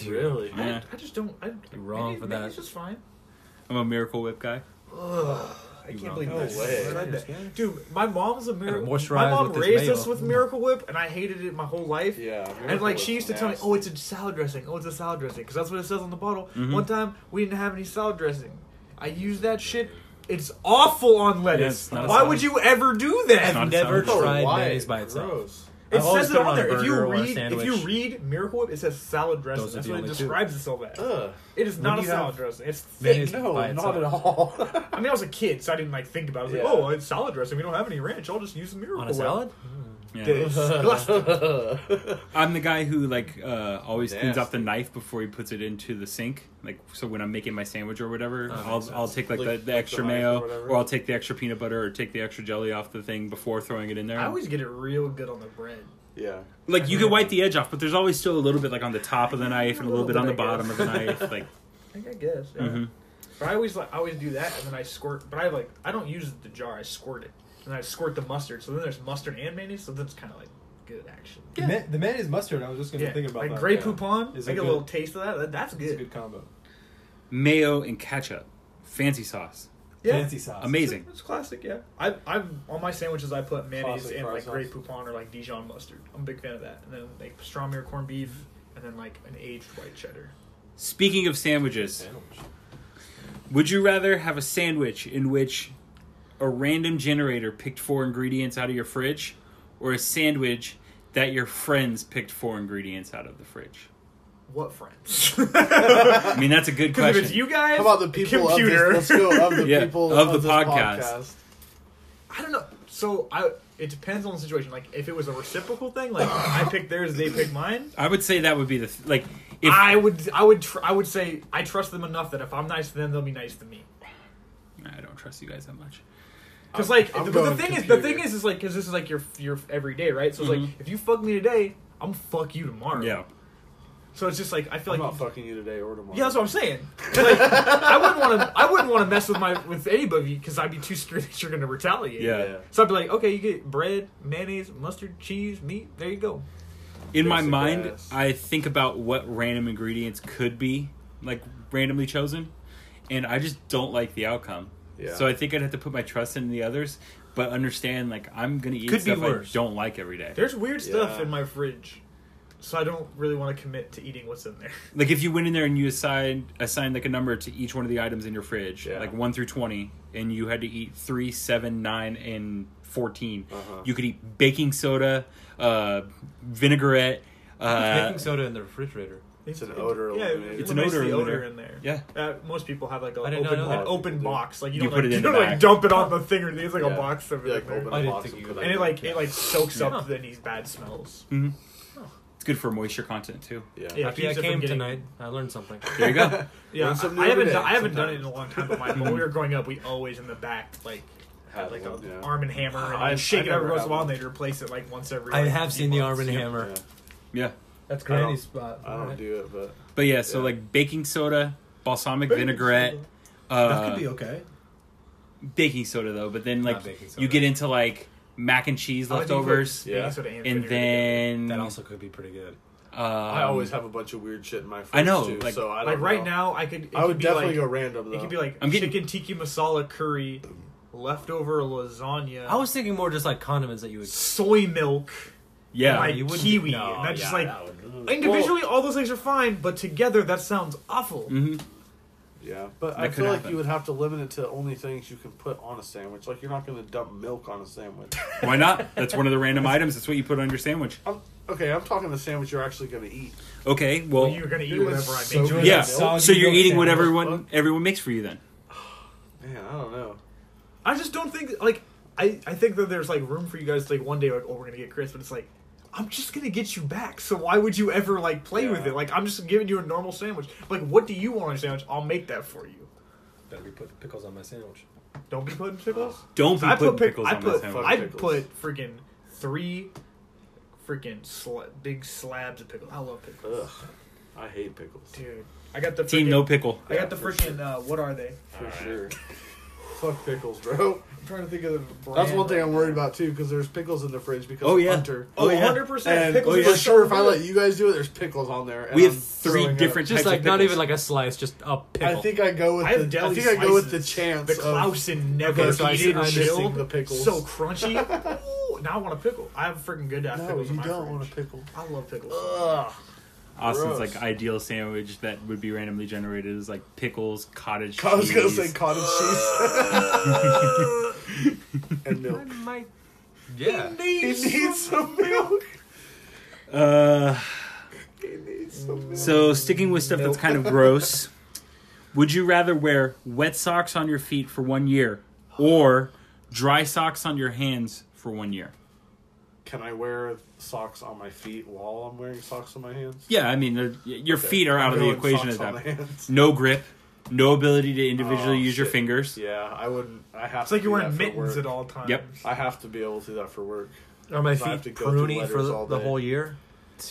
Speaker 2: really?
Speaker 4: Yeah.
Speaker 3: I, I just don't. I,
Speaker 1: You're wrong
Speaker 3: maybe-
Speaker 1: for
Speaker 3: maybe
Speaker 1: that.
Speaker 3: It's just fine.
Speaker 4: i'm a miracle whip guy
Speaker 3: Ugh, I
Speaker 1: wrong.
Speaker 3: can't believe
Speaker 2: No
Speaker 3: this.
Speaker 2: way.
Speaker 3: Dude, my mom's a
Speaker 1: Gotta
Speaker 3: miracle.
Speaker 1: moisturize
Speaker 3: My mom
Speaker 1: with this
Speaker 3: raised
Speaker 1: mayo.
Speaker 3: us with Miracle Whip, and I hated it my whole life.
Speaker 2: Yeah.
Speaker 3: And
Speaker 2: Miracle
Speaker 3: like
Speaker 2: Whip's
Speaker 3: she used to tell me,
Speaker 2: nasty.
Speaker 3: "Oh, it's a salad dressing. Oh, it's a salad dressing," because that's what it says on the bottle.
Speaker 1: Mm-hmm.
Speaker 3: One time we didn't have any salad dressing. I used that shit. It's awful on lettuce.
Speaker 4: it's not a
Speaker 3: Why
Speaker 4: salad.
Speaker 3: would you ever do that?
Speaker 4: not a
Speaker 1: Never
Speaker 4: salad
Speaker 2: Oh,
Speaker 1: tried
Speaker 2: why?
Speaker 1: mayonnaise by itself.
Speaker 2: Gross.
Speaker 3: It
Speaker 1: I've always
Speaker 3: says it
Speaker 1: put it
Speaker 3: on
Speaker 1: on a
Speaker 3: there. If
Speaker 1: burger
Speaker 3: you
Speaker 1: or a
Speaker 3: read, if you
Speaker 1: sandwich.
Speaker 3: read Miracle Whip, it says salad dressing.
Speaker 1: Those are
Speaker 3: That's
Speaker 1: the
Speaker 3: what it
Speaker 1: only two.
Speaker 3: describes itself as.
Speaker 2: Ugh.
Speaker 3: It is
Speaker 1: When
Speaker 3: not a
Speaker 1: do you have-
Speaker 3: salad dressing. It's thick.
Speaker 1: Mayonnaise
Speaker 2: No,
Speaker 1: by
Speaker 2: not
Speaker 1: itself.
Speaker 2: at all.
Speaker 3: I mean, I was a kid, so I didn't like think about. it. I was
Speaker 2: Yeah.
Speaker 3: like, "Oh, it's salad dressing. We don't have any ranch. I'll just use the Miracle
Speaker 1: On a
Speaker 3: Whip."
Speaker 1: salad?
Speaker 4: yeah.
Speaker 3: Disgusting.
Speaker 4: i'm the guy who like uh, always cleans off
Speaker 2: Nasty.
Speaker 4: the knife before he puts it into the sink like so when i'm making my sandwich or whatever
Speaker 1: that
Speaker 4: I'll,
Speaker 1: makes sense.
Speaker 4: I'll take like,
Speaker 2: Like-
Speaker 4: the,
Speaker 2: like
Speaker 4: the
Speaker 2: the
Speaker 4: extra
Speaker 2: knife or
Speaker 4: mayo or,
Speaker 2: whatever.
Speaker 4: i'll take the extra peanut butter or take the extra jelly off the thing before throwing it in there
Speaker 3: I always get it real good on the bread.
Speaker 2: yeah.
Speaker 4: like you can wipe the edge off but there's always still a little bit like on the top of the knife and a little bit on the
Speaker 3: I
Speaker 4: bottom
Speaker 3: guess.
Speaker 4: of the knife like
Speaker 3: I think I guess. Yeah. But I always like I always do that, and then I squirt. But I like I don't use the jar. I squirt it, and I squirt the mustard. So then there's mustard and mayonnaise. So then it's kind of like good action.
Speaker 5: The, ma- the mayonnaise mustard. I was just gonna
Speaker 3: Yeah,
Speaker 5: think about
Speaker 3: like
Speaker 5: that.
Speaker 3: Grey
Speaker 2: yeah.
Speaker 3: Poupon.
Speaker 5: Is
Speaker 3: I
Speaker 5: it
Speaker 3: get a
Speaker 5: good?
Speaker 3: little taste of that. that that's
Speaker 5: It's a good
Speaker 3: good.
Speaker 5: combo.
Speaker 4: mayo and ketchup fancy sauce
Speaker 3: Yeah.
Speaker 5: Fancy sauce.
Speaker 4: amazing
Speaker 3: It's classic, yeah. I, I'm on my sandwiches. I put mayonnaise
Speaker 2: Classic
Speaker 3: and
Speaker 2: fry
Speaker 3: like
Speaker 2: sauce.
Speaker 3: Grey Poupon or like Dijon mustard. I'm a big fan of that. And then like pastrami or corned beef, and then like an aged white cheddar.
Speaker 4: speaking of sandwiches would you rather have a sandwich in which a random generator picked four ingredients out of your fridge or a sandwich that your friends picked four ingredients out of the fridge
Speaker 3: What friends? Because
Speaker 4: i mean that's a good
Speaker 3: if
Speaker 4: question
Speaker 3: it's you guys,
Speaker 2: How about the people
Speaker 3: computer.
Speaker 2: of this? Let's go of the
Speaker 4: Yeah,
Speaker 2: people
Speaker 4: of the
Speaker 2: this
Speaker 4: podcast.
Speaker 3: I don't know. So I it depends on the situation. Like if it was a reciprocal thing, like I pick theirs, they pick mine.
Speaker 4: i would say that would be the th- like if
Speaker 3: I would I would tr- I would say I trust them enough that if I'm nice to them, they'll be nice to me.
Speaker 4: I don't trust you guys that much.
Speaker 3: Because like,
Speaker 2: I'm
Speaker 3: the, but the
Speaker 2: going
Speaker 3: thing is, the
Speaker 2: computer. Mm-hmm.
Speaker 3: thing is, is like, because this is like your your everyday, right? So it's like if you fuck me today, I'm fuck you tomorrow.
Speaker 4: Yeah.
Speaker 3: So it's just like I feel
Speaker 2: I'm
Speaker 3: like.
Speaker 2: not fucking you today or tomorrow.
Speaker 3: Yeah, that's what I'm saying. Like, I wouldn't want to. I wouldn't want to mess with my with anybody because I'd be too scared that you're gonna retaliate.
Speaker 4: Yeah.
Speaker 2: Yeah.
Speaker 3: So I'd be like, okay, you get bread, mayonnaise, mustard, cheese, meat. There you go.
Speaker 4: In my
Speaker 2: Basic
Speaker 4: mind,
Speaker 2: ass.
Speaker 4: I think about what random ingredients could be, like randomly chosen, and I just don't like the outcome.
Speaker 2: Yeah.
Speaker 4: So I think I'd have to put my trust in the others, but understand like I'm gonna eat
Speaker 1: Could be
Speaker 4: stuff I
Speaker 1: worse.
Speaker 4: don't like every day.
Speaker 3: There's weird stuff
Speaker 2: Yeah.
Speaker 3: in my fridge. so I don't really want to commit to eating what's in there.
Speaker 4: Like if you went in there and you assigned assigned like a number to each one of the items in your fridge,
Speaker 2: Yeah.
Speaker 4: like one through twenty, and you had to eat three, seven, nine, and 14
Speaker 1: Uh-huh.
Speaker 4: You could eat baking soda, uh, vinaigrette. Uh,
Speaker 1: baking soda in the refrigerator.
Speaker 2: It's an odor
Speaker 3: Yeah,
Speaker 2: eliminator.
Speaker 3: it
Speaker 4: It's an
Speaker 3: eliminates
Speaker 4: odor
Speaker 3: the odor
Speaker 4: eliminator.
Speaker 3: in there.
Speaker 4: yeah,
Speaker 3: Uh, most people have like a
Speaker 1: I did not
Speaker 3: open,
Speaker 1: know that.
Speaker 3: an open
Speaker 2: Yeah.
Speaker 3: box. Like you, don't
Speaker 4: You put
Speaker 3: like,
Speaker 4: it
Speaker 3: you
Speaker 4: in
Speaker 3: don't
Speaker 4: the
Speaker 3: like
Speaker 4: back.
Speaker 3: dump it on the thing or it's like
Speaker 2: Yeah.
Speaker 3: a box of it.
Speaker 2: Yeah,
Speaker 3: in
Speaker 2: like
Speaker 3: there.
Speaker 2: open
Speaker 1: I
Speaker 2: a
Speaker 1: didn't
Speaker 2: box
Speaker 1: think
Speaker 2: and
Speaker 1: you
Speaker 2: put
Speaker 1: would
Speaker 2: it
Speaker 3: and
Speaker 2: in.
Speaker 3: it like it like soaks up
Speaker 1: Huh.
Speaker 3: the these bad smells.
Speaker 4: it's good for moisture content too.
Speaker 2: yeah.
Speaker 3: Yeah, it
Speaker 1: Happy I
Speaker 3: keeps it from
Speaker 1: came
Speaker 3: getting-
Speaker 1: tonight. I learned something.
Speaker 4: There you go.
Speaker 3: Yeah,
Speaker 2: Learn something new
Speaker 3: I haven't
Speaker 2: every
Speaker 3: done,
Speaker 2: day
Speaker 3: I haven't done it in a
Speaker 2: sometimes.
Speaker 3: long time. But my, when we were growing up, we always in the back like had
Speaker 2: Had
Speaker 3: like
Speaker 2: one,
Speaker 3: an
Speaker 2: yeah.
Speaker 3: arm and hammer and
Speaker 2: I-
Speaker 3: you'd shake
Speaker 2: I
Speaker 3: it every
Speaker 2: never
Speaker 3: once
Speaker 2: had
Speaker 3: in a while, and
Speaker 2: one.
Speaker 3: they'd replace it like once every.
Speaker 1: I
Speaker 3: like,
Speaker 1: have
Speaker 3: few
Speaker 1: seen the
Speaker 3: months.
Speaker 1: Arm and
Speaker 3: Yeah.
Speaker 1: Hammer.
Speaker 4: Yeah,
Speaker 1: That's
Speaker 2: I don't-
Speaker 1: Granny's spot.
Speaker 2: I don't do it, but
Speaker 4: but yeah, so
Speaker 2: Yeah.
Speaker 4: like baking soda, balsamic
Speaker 3: Baking
Speaker 4: vinaigrette.
Speaker 3: soda.
Speaker 4: Uh,
Speaker 5: that could be okay.
Speaker 4: baking soda though, but then
Speaker 1: Not
Speaker 4: like
Speaker 1: baking soda.
Speaker 4: you get into like mac and cheese
Speaker 3: I would do
Speaker 4: leftovers,
Speaker 3: baking
Speaker 2: Yeah.
Speaker 3: soda and,
Speaker 4: and
Speaker 3: vinegar.
Speaker 4: then
Speaker 1: That also could be pretty good.
Speaker 4: um,
Speaker 2: I always have a bunch of weird shit in my fridge
Speaker 4: I know,
Speaker 2: too.
Speaker 4: like-
Speaker 2: so I don't
Speaker 3: like right
Speaker 2: know.
Speaker 3: now, I could. It
Speaker 2: I
Speaker 3: could
Speaker 2: would
Speaker 3: be
Speaker 2: definitely
Speaker 3: like,
Speaker 2: go random though.
Speaker 3: It could be like
Speaker 4: I'm getting-
Speaker 3: chicken tiki masala curry, leftover lasagna,
Speaker 1: I was thinking more just like condiments that you would.
Speaker 3: soy milk,
Speaker 4: yeah.
Speaker 3: like
Speaker 1: you wouldn't-
Speaker 3: kiwi.
Speaker 1: no,
Speaker 3: and that's just
Speaker 1: Oh, yeah,
Speaker 3: like
Speaker 1: that
Speaker 3: individually, all those things are fine, but together, that sounds awful.
Speaker 4: hmm
Speaker 2: yeah, but
Speaker 4: That
Speaker 2: I
Speaker 4: could
Speaker 2: feel like
Speaker 4: happen.
Speaker 2: you would have to limit it to only things you can put on a sandwich. Like you're not going to dump milk on a sandwich.
Speaker 4: Why not? That's one of the random items. That's what you put on your sandwich.
Speaker 2: I'm, okay, I'm talking the sandwich you're actually going to eat.
Speaker 4: Okay, well,
Speaker 3: You're gonna eat
Speaker 2: Dude,
Speaker 3: whatever I
Speaker 2: that's
Speaker 3: make.
Speaker 2: so
Speaker 3: you.
Speaker 2: good.
Speaker 4: yeah.
Speaker 2: So
Speaker 4: So you're eating what
Speaker 5: whatever.
Speaker 4: everyone everyone makes for you then.
Speaker 2: Man, I don't know.
Speaker 3: I just don't think like I, I think that there's like room for you guys to like one day like oh we're gonna get Chris, but it's like I'm just gonna get you back. So why would you ever like play with
Speaker 2: Yeah.
Speaker 3: it? Like I'm just giving you a normal sandwich. Like what do you want on a sandwich? I'll make that for you.
Speaker 1: Better be putting pickles on my sandwich.
Speaker 3: Don't be putting pickles.
Speaker 4: Don't be
Speaker 3: I
Speaker 4: putting
Speaker 3: put pic-
Speaker 4: pickles
Speaker 3: I
Speaker 4: on
Speaker 3: put,
Speaker 4: my sandwich.
Speaker 3: I
Speaker 2: Pickles.
Speaker 3: put freaking three freaking sla- big slabs of pickles. I love pickles,
Speaker 2: Ugh, I hate pickles
Speaker 3: dude. I got the
Speaker 4: Team
Speaker 3: frickin-
Speaker 4: no pickle.
Speaker 3: I got the freaking uh, what are they?
Speaker 2: for sure. Fuck pickles, bro.
Speaker 3: I'm trying to think of the brand.
Speaker 2: That's one thing I'm worried about too, because there's pickles in the fridge because
Speaker 4: Oh,
Speaker 2: of
Speaker 4: yeah.
Speaker 2: Hunter.
Speaker 3: Oh,
Speaker 4: Oh, yeah.
Speaker 3: 100 percent
Speaker 2: And
Speaker 3: pickles.
Speaker 2: for
Speaker 3: are
Speaker 2: sure, if I
Speaker 3: so
Speaker 2: let you guys do it, there's pickles on there. and
Speaker 4: We have
Speaker 2: I'm
Speaker 4: three
Speaker 2: throwing up.
Speaker 4: different
Speaker 1: Just
Speaker 4: types of
Speaker 1: like not
Speaker 4: pickles.
Speaker 1: even like a slice, just a pickle.
Speaker 2: I think I go with
Speaker 3: I
Speaker 2: the.
Speaker 3: have deli
Speaker 2: I think I go with the
Speaker 3: slices.
Speaker 2: chance.
Speaker 3: The
Speaker 2: of-
Speaker 3: Klausen never
Speaker 2: Okay, so I
Speaker 3: heated
Speaker 1: see- I
Speaker 3: chilled.
Speaker 2: understand the pickles.
Speaker 3: So crunchy. Ooh, now I want a pickle. I have freaking good ass
Speaker 2: No,
Speaker 3: pickles in
Speaker 2: you
Speaker 3: my
Speaker 2: don't
Speaker 3: fridge.
Speaker 2: want a pickle.
Speaker 3: I love pickles.
Speaker 2: Ugh.
Speaker 4: Austin's
Speaker 2: Gross.
Speaker 4: like ideal sandwich that would be randomly generated is like pickles, cottage
Speaker 2: I was gonna
Speaker 4: cheese.
Speaker 2: say cottage cheese and milk.
Speaker 1: yeah.
Speaker 2: He needs some milk.
Speaker 4: uh,
Speaker 2: He needs some milk.
Speaker 4: So sticking with stuff that's kind of gross, would you rather wear wet socks on your feet for one year or dry socks on your hands for one year?
Speaker 2: Can I wear socks on my feet while I'm wearing socks on my hands?
Speaker 4: Yeah, I mean they're- your feet are out
Speaker 2: I'm
Speaker 4: of the
Speaker 2: going
Speaker 4: equation
Speaker 2: socks
Speaker 4: at that.
Speaker 2: on
Speaker 4: point.
Speaker 2: my hands.
Speaker 4: No grip, no ability to individually
Speaker 2: Oh,
Speaker 4: use your
Speaker 2: shit.
Speaker 4: fingers.
Speaker 2: Yeah, I wouldn't. I have.
Speaker 3: It's like
Speaker 2: to
Speaker 3: you're
Speaker 2: do
Speaker 3: wearing
Speaker 2: that for
Speaker 3: mittens
Speaker 2: work.
Speaker 3: at all times.
Speaker 4: Yep.
Speaker 2: I have to be able to do that for work.
Speaker 1: Are my
Speaker 2: So I have to
Speaker 1: feet
Speaker 2: go through
Speaker 1: pruny for
Speaker 2: letters
Speaker 1: the,
Speaker 2: all
Speaker 1: the
Speaker 2: day.
Speaker 1: whole year?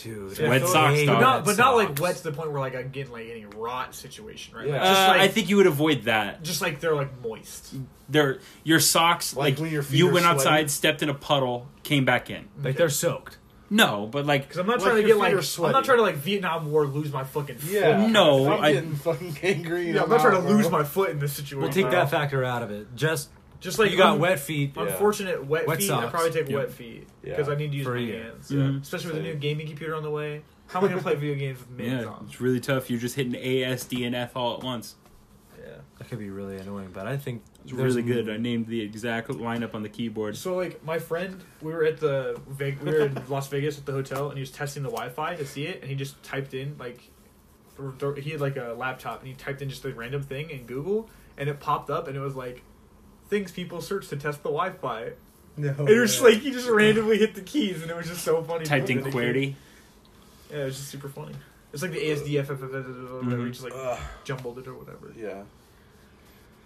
Speaker 1: Dude,
Speaker 3: Yeah,
Speaker 4: Wet
Speaker 1: I
Speaker 3: so-
Speaker 4: socks,
Speaker 1: hate
Speaker 4: though.
Speaker 3: But
Speaker 1: wet
Speaker 3: not, but not like
Speaker 1: socks.
Speaker 3: wet to the point where like I'm getting like any rot situation, right?
Speaker 2: Yeah.
Speaker 3: Like,
Speaker 4: Uh,
Speaker 3: just like
Speaker 4: I think you would avoid that.
Speaker 3: just like they're like moist.
Speaker 4: They're, your socks,
Speaker 2: Like
Speaker 4: like,
Speaker 2: when your feet
Speaker 4: you
Speaker 2: are
Speaker 4: went
Speaker 2: sweaty?
Speaker 4: outside, stepped in a puddle, came back in.
Speaker 1: Like they're soaked.
Speaker 4: No, but like
Speaker 3: Because I'm not
Speaker 2: Like
Speaker 3: trying to
Speaker 2: your
Speaker 3: get
Speaker 2: feet
Speaker 3: like
Speaker 2: are
Speaker 3: I'm
Speaker 2: sweaty.
Speaker 3: not trying to like Vietnam War lose my fucking
Speaker 2: Yeah.
Speaker 3: foot.
Speaker 4: No,
Speaker 2: If I'm
Speaker 4: I-
Speaker 2: getting fucking angry.
Speaker 3: Yeah, I'm not trying to lose my foot in this situation.
Speaker 1: We'll take
Speaker 2: bro.
Speaker 1: that factor out of it. Just
Speaker 3: Just like
Speaker 1: like
Speaker 3: um,
Speaker 1: you got
Speaker 3: un-
Speaker 1: wet feet.
Speaker 2: Yeah.
Speaker 3: Unfortunate wet,
Speaker 1: Wet
Speaker 3: feet. I
Speaker 1: socks.
Speaker 3: probably take
Speaker 4: Yep.
Speaker 3: wet feet because
Speaker 2: Yeah.
Speaker 3: I need to use
Speaker 1: For
Speaker 3: my
Speaker 1: you.
Speaker 3: hands.
Speaker 4: Mhm.
Speaker 3: Especially with the new
Speaker 2: Same.
Speaker 3: gaming computer on the way. How am I gonna play video games with mittens
Speaker 4: yeah,
Speaker 3: on?
Speaker 4: it's really tough. You're just hitting A, S, D, and F all at once.
Speaker 3: Yeah.
Speaker 1: that could be really annoying, but I think
Speaker 4: It's really good. I named the exact lineup on the keyboard.
Speaker 3: So like my friend, we were at the Ve- we were in Las Vegas at the hotel, and he was testing the Wi-Fi to see it, and he just typed in like or- or- he had like a laptop, and he typed in just a random thing in Google, and it popped up, and it was like things people search to test the Wi-Fi. And
Speaker 5: No,
Speaker 3: it was just like he just randomly hit the keys, and it was just so funny.
Speaker 4: Oh, Typed in
Speaker 3: Dedicated.
Speaker 4: QWERTY.
Speaker 3: Yeah, it was just super funny. It's like the ASDF, whatever, you just like
Speaker 2: Ugh.
Speaker 3: jumbled it or whatever.
Speaker 2: Yeah.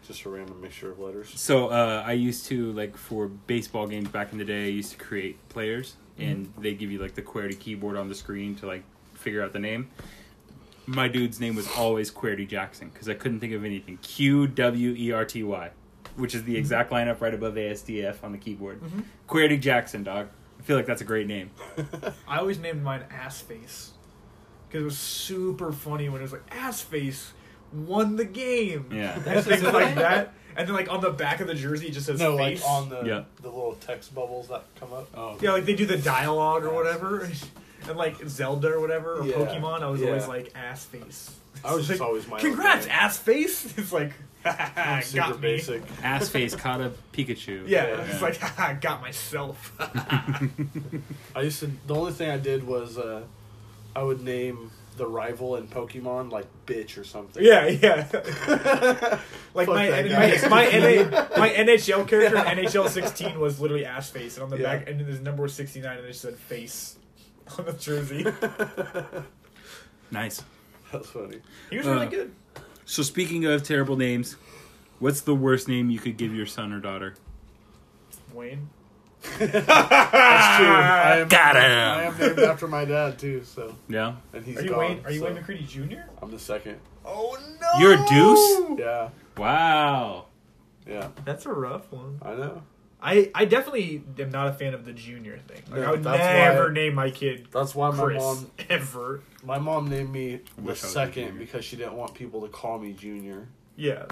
Speaker 2: Just a random mixture of letters.
Speaker 4: So uh, I used to like for baseball games back in the day. I used to create players, and they give you like the QWERTY keyboard on the screen to like figure out the name. My dude's name was always QWERTY Jackson because I couldn't think of anything. Q W E R T Y, which is the exact lineup right above ASDF on the keyboard. QWERTY Jackson, dog. I feel like that's a great name.
Speaker 3: I always named mine Ass Face because it was super funny when it was like Ass Face won the game.
Speaker 4: Yeah.
Speaker 3: And things like that. And then like on the back of the jersey, it just says
Speaker 2: No,
Speaker 3: face.
Speaker 2: like on the
Speaker 4: Yeah.
Speaker 2: the little text bubbles that come up. Oh,
Speaker 3: yeah, like they do the dialogue or whatever. And like Zelda or whatever or
Speaker 2: Yeah.
Speaker 3: Pokemon, I was
Speaker 2: Yeah.
Speaker 3: always like ass face.
Speaker 2: I was
Speaker 3: It's
Speaker 2: just
Speaker 3: like,
Speaker 2: always my own
Speaker 3: Congrats,
Speaker 2: man.
Speaker 3: ass face. It's like "Ha,
Speaker 2: I'm
Speaker 3: ha,
Speaker 2: super
Speaker 3: got me.
Speaker 2: basic.
Speaker 4: Ass face caught a Pikachu.
Speaker 3: Yeah, it's like "Ha, ha, got myself.
Speaker 2: I used to. The only thing I did was uh, I would name the rival in Pokemon like bitch or something.
Speaker 3: yeah, yeah. Like
Speaker 2: Fuck
Speaker 3: my
Speaker 2: that
Speaker 3: my,
Speaker 2: guy.
Speaker 3: my, NA, my NHL character in NHL 16 was literally ass face, and on the
Speaker 2: Yeah.
Speaker 3: back and his number was 69, and it said face on the jersey.
Speaker 4: Nice.
Speaker 2: That's funny.
Speaker 3: He was
Speaker 4: Uh.
Speaker 3: really good.
Speaker 4: So speaking of terrible names, what's the worst name you could give your son or daughter?
Speaker 3: Wayne.
Speaker 2: That's true.
Speaker 3: Ah,
Speaker 2: I am,
Speaker 4: Got
Speaker 2: I
Speaker 4: him.
Speaker 2: am named after my dad too. So
Speaker 4: Yeah.
Speaker 2: and he's
Speaker 3: Are you
Speaker 2: gone.
Speaker 3: Wayne? Are you
Speaker 2: so
Speaker 3: Wayne McCready Jr.?
Speaker 2: I'm the second.
Speaker 3: Oh no!
Speaker 4: You're a deuce?
Speaker 2: Yeah.
Speaker 4: Wow.
Speaker 2: Yeah.
Speaker 3: That's a rough one.
Speaker 2: I know.
Speaker 3: I, I definitely am not a fan of the junior thing. Like,
Speaker 2: No,
Speaker 3: I would
Speaker 2: that's
Speaker 3: never
Speaker 2: why-
Speaker 3: name my kid
Speaker 2: That's why my
Speaker 3: Chris
Speaker 2: mom
Speaker 3: ever.
Speaker 2: my mom named me
Speaker 4: Wish I
Speaker 2: the
Speaker 4: was a
Speaker 2: second
Speaker 4: junior.
Speaker 2: because she didn't want people to call me junior.
Speaker 3: Yeah,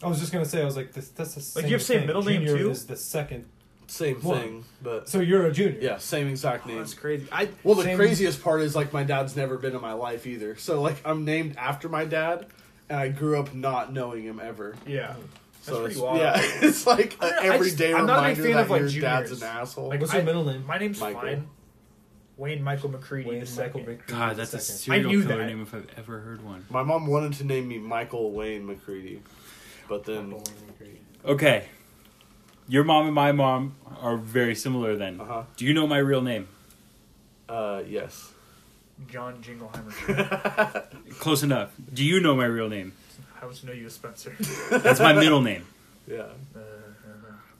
Speaker 5: I was just gonna say, I was like, this, that's the same
Speaker 3: Like, you have same
Speaker 5: thing.
Speaker 3: middle name,
Speaker 5: Junior
Speaker 3: too?
Speaker 5: Is the second.
Speaker 2: Same
Speaker 5: What?
Speaker 2: thing, but
Speaker 5: So you're a junior.
Speaker 2: yeah, same exact
Speaker 3: oh,
Speaker 2: name.
Speaker 3: that's crazy. I
Speaker 2: Well, the
Speaker 5: Same-
Speaker 2: craziest part is like my dad's never been in my life either. So like I'm named after my dad, and I grew up not knowing him ever.
Speaker 3: yeah.
Speaker 2: so
Speaker 3: pretty
Speaker 2: it's,
Speaker 3: wild.
Speaker 2: yeah, it's like
Speaker 3: I
Speaker 2: an
Speaker 3: don't know, I just-
Speaker 2: everyday
Speaker 3: I'm not a big
Speaker 2: reminder
Speaker 3: fan
Speaker 2: that
Speaker 3: of, like,
Speaker 2: your dad's
Speaker 3: juniors.
Speaker 2: an asshole.
Speaker 3: Like,
Speaker 5: What's your
Speaker 3: I-
Speaker 5: middle name?
Speaker 3: My name's
Speaker 2: Michael.
Speaker 3: fine. Wayne Michael McCready
Speaker 5: Wayne
Speaker 3: the
Speaker 5: Michael
Speaker 3: second.
Speaker 5: Baker.
Speaker 4: God, that's a
Speaker 5: second.
Speaker 4: serial
Speaker 3: I knew
Speaker 4: killer
Speaker 3: that.
Speaker 4: name if I've ever heard one.
Speaker 2: my mom wanted to name me Michael Wayne McCready, but then
Speaker 5: Michael Wayne
Speaker 4: Okay. Your mom and my mom are very similar then.
Speaker 2: Uh-huh.
Speaker 4: Do you know my real name?
Speaker 2: uh yes,
Speaker 3: John Jingleheimer.
Speaker 4: Close enough. Do you know my real name?
Speaker 3: I always know you as Spencer.
Speaker 4: That's my middle name.
Speaker 2: yeah,
Speaker 3: Uh,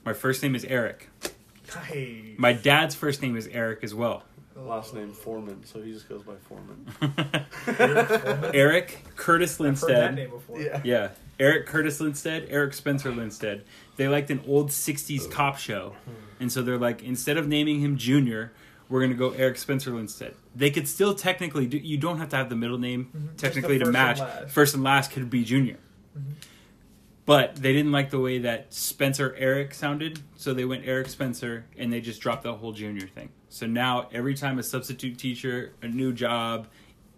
Speaker 4: My first name is Eric.
Speaker 3: hey. Oh.
Speaker 4: My dad's first name is Eric as well.
Speaker 2: last name Foreman, so he just goes by Foreman.
Speaker 4: Eric Curtis
Speaker 3: I've heard that
Speaker 4: Lindstead.
Speaker 3: name before.
Speaker 4: Yeah. Eric Curtis Lindstead, Eric Spencer Lindstead. They liked an old
Speaker 3: Oh.
Speaker 4: 60s cop show. And so they're like, instead of naming him Junior, we're going to go Eric Spencer Lindstead. They could still technically, do, you don't have to have the middle name technically
Speaker 3: Mm-hmm. Just the first
Speaker 4: to match.
Speaker 3: and last. Mm-hmm.
Speaker 4: First and last could be Junior. But they didn't like the way that Spencer Eric sounded, so they went Eric Spencer and they just dropped the whole junior thing. So now every time a substitute teacher, a new job,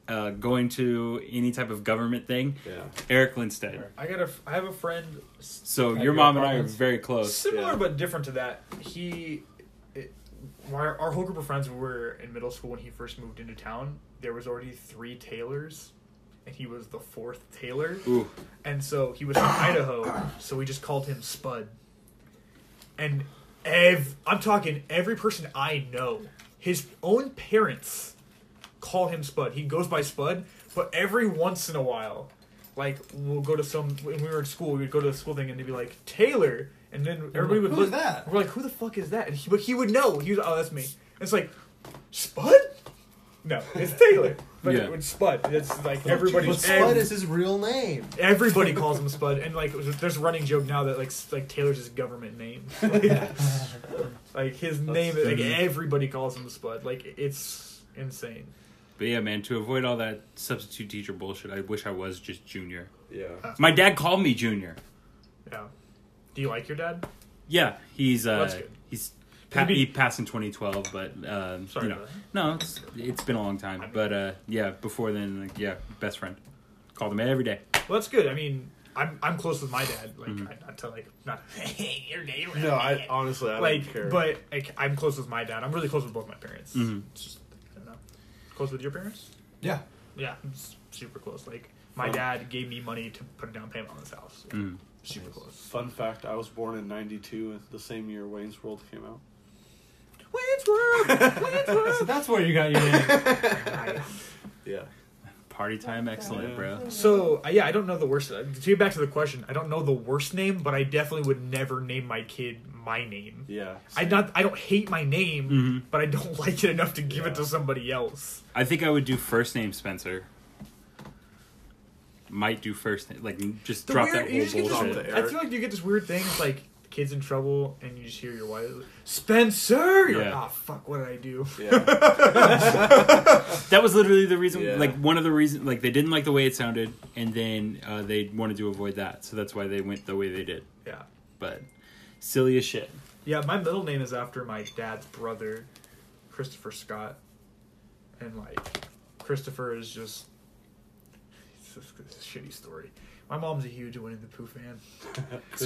Speaker 4: uh, going to any type of government thing,
Speaker 2: Yeah,
Speaker 4: Eric Lindstedt.
Speaker 3: I got a. f- I have a friend s-
Speaker 4: So
Speaker 5: At
Speaker 4: your
Speaker 5: your
Speaker 4: mom and I are
Speaker 5: apartments?
Speaker 4: very close.
Speaker 3: similar
Speaker 2: yeah.
Speaker 3: but different to that. He, it, our, our whole group of friends when we were in middle school when he first moved into town. There was already three tailors, and he was the fourth tailor.
Speaker 4: Ooh,
Speaker 3: And so he was from Idaho, so we just called him Spud. And ev- I'm talking every person I know, his own parents call him Spud. He goes by Spud, but every once in a while, like we'll go to some when we were in school, we'd go to the school thing and they'd be like Taylor, and then everybody would
Speaker 5: "Who's
Speaker 3: look.
Speaker 5: that?"
Speaker 3: We're like, who the fuck is that? And he, but he would know. He was oh, that's me. And it's like Spud. No, it's Taylor. But
Speaker 4: Yeah.
Speaker 3: it's Spud. That's like
Speaker 5: But
Speaker 3: everybody's
Speaker 5: Spud is his real name.
Speaker 3: Everybody calls him Spud, and like there's a running joke now that like s- like Taylor's his government name. like his name, is- like everybody calls him Spud. Like it's insane.
Speaker 4: but yeah, man. To avoid all that substitute teacher bullshit, I wish I was just junior.
Speaker 2: yeah.
Speaker 4: My dad called me junior.
Speaker 3: Yeah. Do you like your dad?
Speaker 4: Yeah, he's uh,
Speaker 3: That's good.
Speaker 4: he's pa-
Speaker 3: Maybe-
Speaker 4: he passed in 2012, but um,
Speaker 3: Sorry
Speaker 4: you know,
Speaker 3: about that.
Speaker 4: no, it's it's been a long time.
Speaker 3: mean-
Speaker 4: but uh, yeah, before then, like, yeah, best friend. Called him every day.
Speaker 3: Well, that's good. I mean, I'm I'm close with my dad. Like I'm not to like not hey your name.
Speaker 2: No, I honestly I don't
Speaker 3: like,
Speaker 2: care.
Speaker 3: but like I'm close with my dad. I'm really close with both my parents. It's just, I don't know. Close with your parents?
Speaker 5: Yeah.
Speaker 3: Yeah, I'm s- super close. Like my dad gave me money to put a down payment on this house.
Speaker 4: Mm-hmm.
Speaker 3: Super close.
Speaker 2: Fun fact: I was born in '92, the same year Wayne's World came out.
Speaker 3: Wayne's World. Wayne's
Speaker 5: So
Speaker 3: World.
Speaker 5: that's where you got your name.
Speaker 2: Yeah,
Speaker 4: Party time, excellent,
Speaker 2: Yeah.
Speaker 4: bro.
Speaker 3: So uh, yeah, I don't know the worst. Uh, to get back to the question, I don't know the worst name, but I definitely would never name my kid my name.
Speaker 2: yeah.
Speaker 3: I not I don't hate my name, but I don't like it enough to give
Speaker 2: Yeah.
Speaker 3: it to somebody else.
Speaker 4: I think I would do first name Spencer. Might do first name, like just
Speaker 3: The
Speaker 4: drop
Speaker 3: weird-
Speaker 4: that
Speaker 3: you just get
Speaker 4: whole
Speaker 3: this-
Speaker 2: bullshit.
Speaker 4: bullshit.
Speaker 2: Drop
Speaker 3: I feel like you get this weird thing. It's like kids in trouble, and you just hear your wife, Spencer. You're like,
Speaker 4: Yeah.
Speaker 3: oh fuck, what did I do?
Speaker 2: Yeah,
Speaker 4: That was literally the reason,
Speaker 2: Yeah.
Speaker 4: like one of the reasons, like they didn't like the way it sounded, and then uh, they wanted to avoid that, so that's why they went the way they did.
Speaker 3: Yeah,
Speaker 4: But silly as shit.
Speaker 3: yeah. My middle name is after my dad's brother, Christopher Scott. and like Christopher is just it's just it's a shitty story. My mom's a huge Winnie the Pooh fan.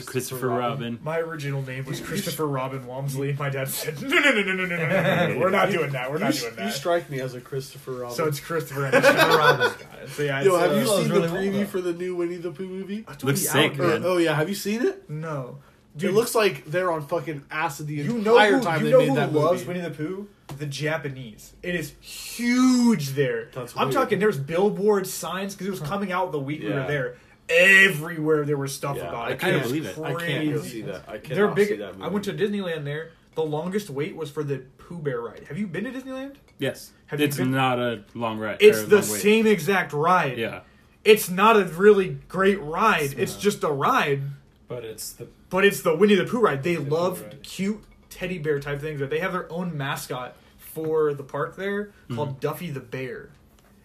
Speaker 4: Christopher, Robin.
Speaker 3: My original name was Christopher Robin Walmsley. My dad said, "No, no, no, no, no, no, no, no, no, no. we're not doing that. We're
Speaker 2: You,
Speaker 3: not
Speaker 2: s-
Speaker 3: doing
Speaker 2: you
Speaker 3: that."
Speaker 2: strike me as a Christopher Robin.
Speaker 3: So it's Christopher and Christopher Robin. Got it. So yeah,
Speaker 2: Yo,
Speaker 3: it's,
Speaker 2: have
Speaker 3: uh,
Speaker 2: you seen
Speaker 5: really
Speaker 2: the
Speaker 5: well,
Speaker 2: preview
Speaker 5: though.
Speaker 2: for the new Winnie the Pooh movie?
Speaker 3: I told
Speaker 4: Looks
Speaker 3: you
Speaker 4: sick,
Speaker 3: out,
Speaker 2: Or-
Speaker 4: man.
Speaker 2: oh yeah, have you seen it?
Speaker 3: No, dude,
Speaker 2: it looks like they're on fucking acid the
Speaker 3: You know
Speaker 2: entire
Speaker 3: who,
Speaker 2: time
Speaker 3: you
Speaker 2: they
Speaker 3: know
Speaker 2: made
Speaker 3: who
Speaker 2: that
Speaker 3: loves
Speaker 2: movie.
Speaker 3: Winnie the Pooh? The Japanese. It is huge there.
Speaker 2: That's
Speaker 3: I'm
Speaker 2: weird.
Speaker 3: talking. There's billboard signs because it was coming out the week we
Speaker 2: Yeah.
Speaker 3: were there. Everywhere there was stuff
Speaker 2: Yeah,
Speaker 3: about
Speaker 2: I
Speaker 3: it.
Speaker 2: can't
Speaker 3: was
Speaker 4: believe it.
Speaker 2: I can't go
Speaker 3: crazy.
Speaker 2: see that. I cannot
Speaker 3: They're big.
Speaker 2: see that movie.
Speaker 3: I went to Disneyland there. The longest wait was for the Pooh Bear ride. Have you been to Disneyland?
Speaker 4: Yes.
Speaker 3: Have you
Speaker 4: it's
Speaker 3: been-
Speaker 4: not a long ride. or
Speaker 3: It's
Speaker 4: a
Speaker 3: the
Speaker 4: long wait.
Speaker 3: same exact ride.
Speaker 4: Yeah.
Speaker 3: It's not a really great ride. it's just a ride.
Speaker 1: But it's the
Speaker 3: But it's the Winnie the Pooh ride. They
Speaker 1: Pooh
Speaker 3: love
Speaker 1: ride.
Speaker 3: cute teddy bear type things. They have their own mascot for the park there called
Speaker 2: Mm-hmm.
Speaker 3: Duffy the Bear.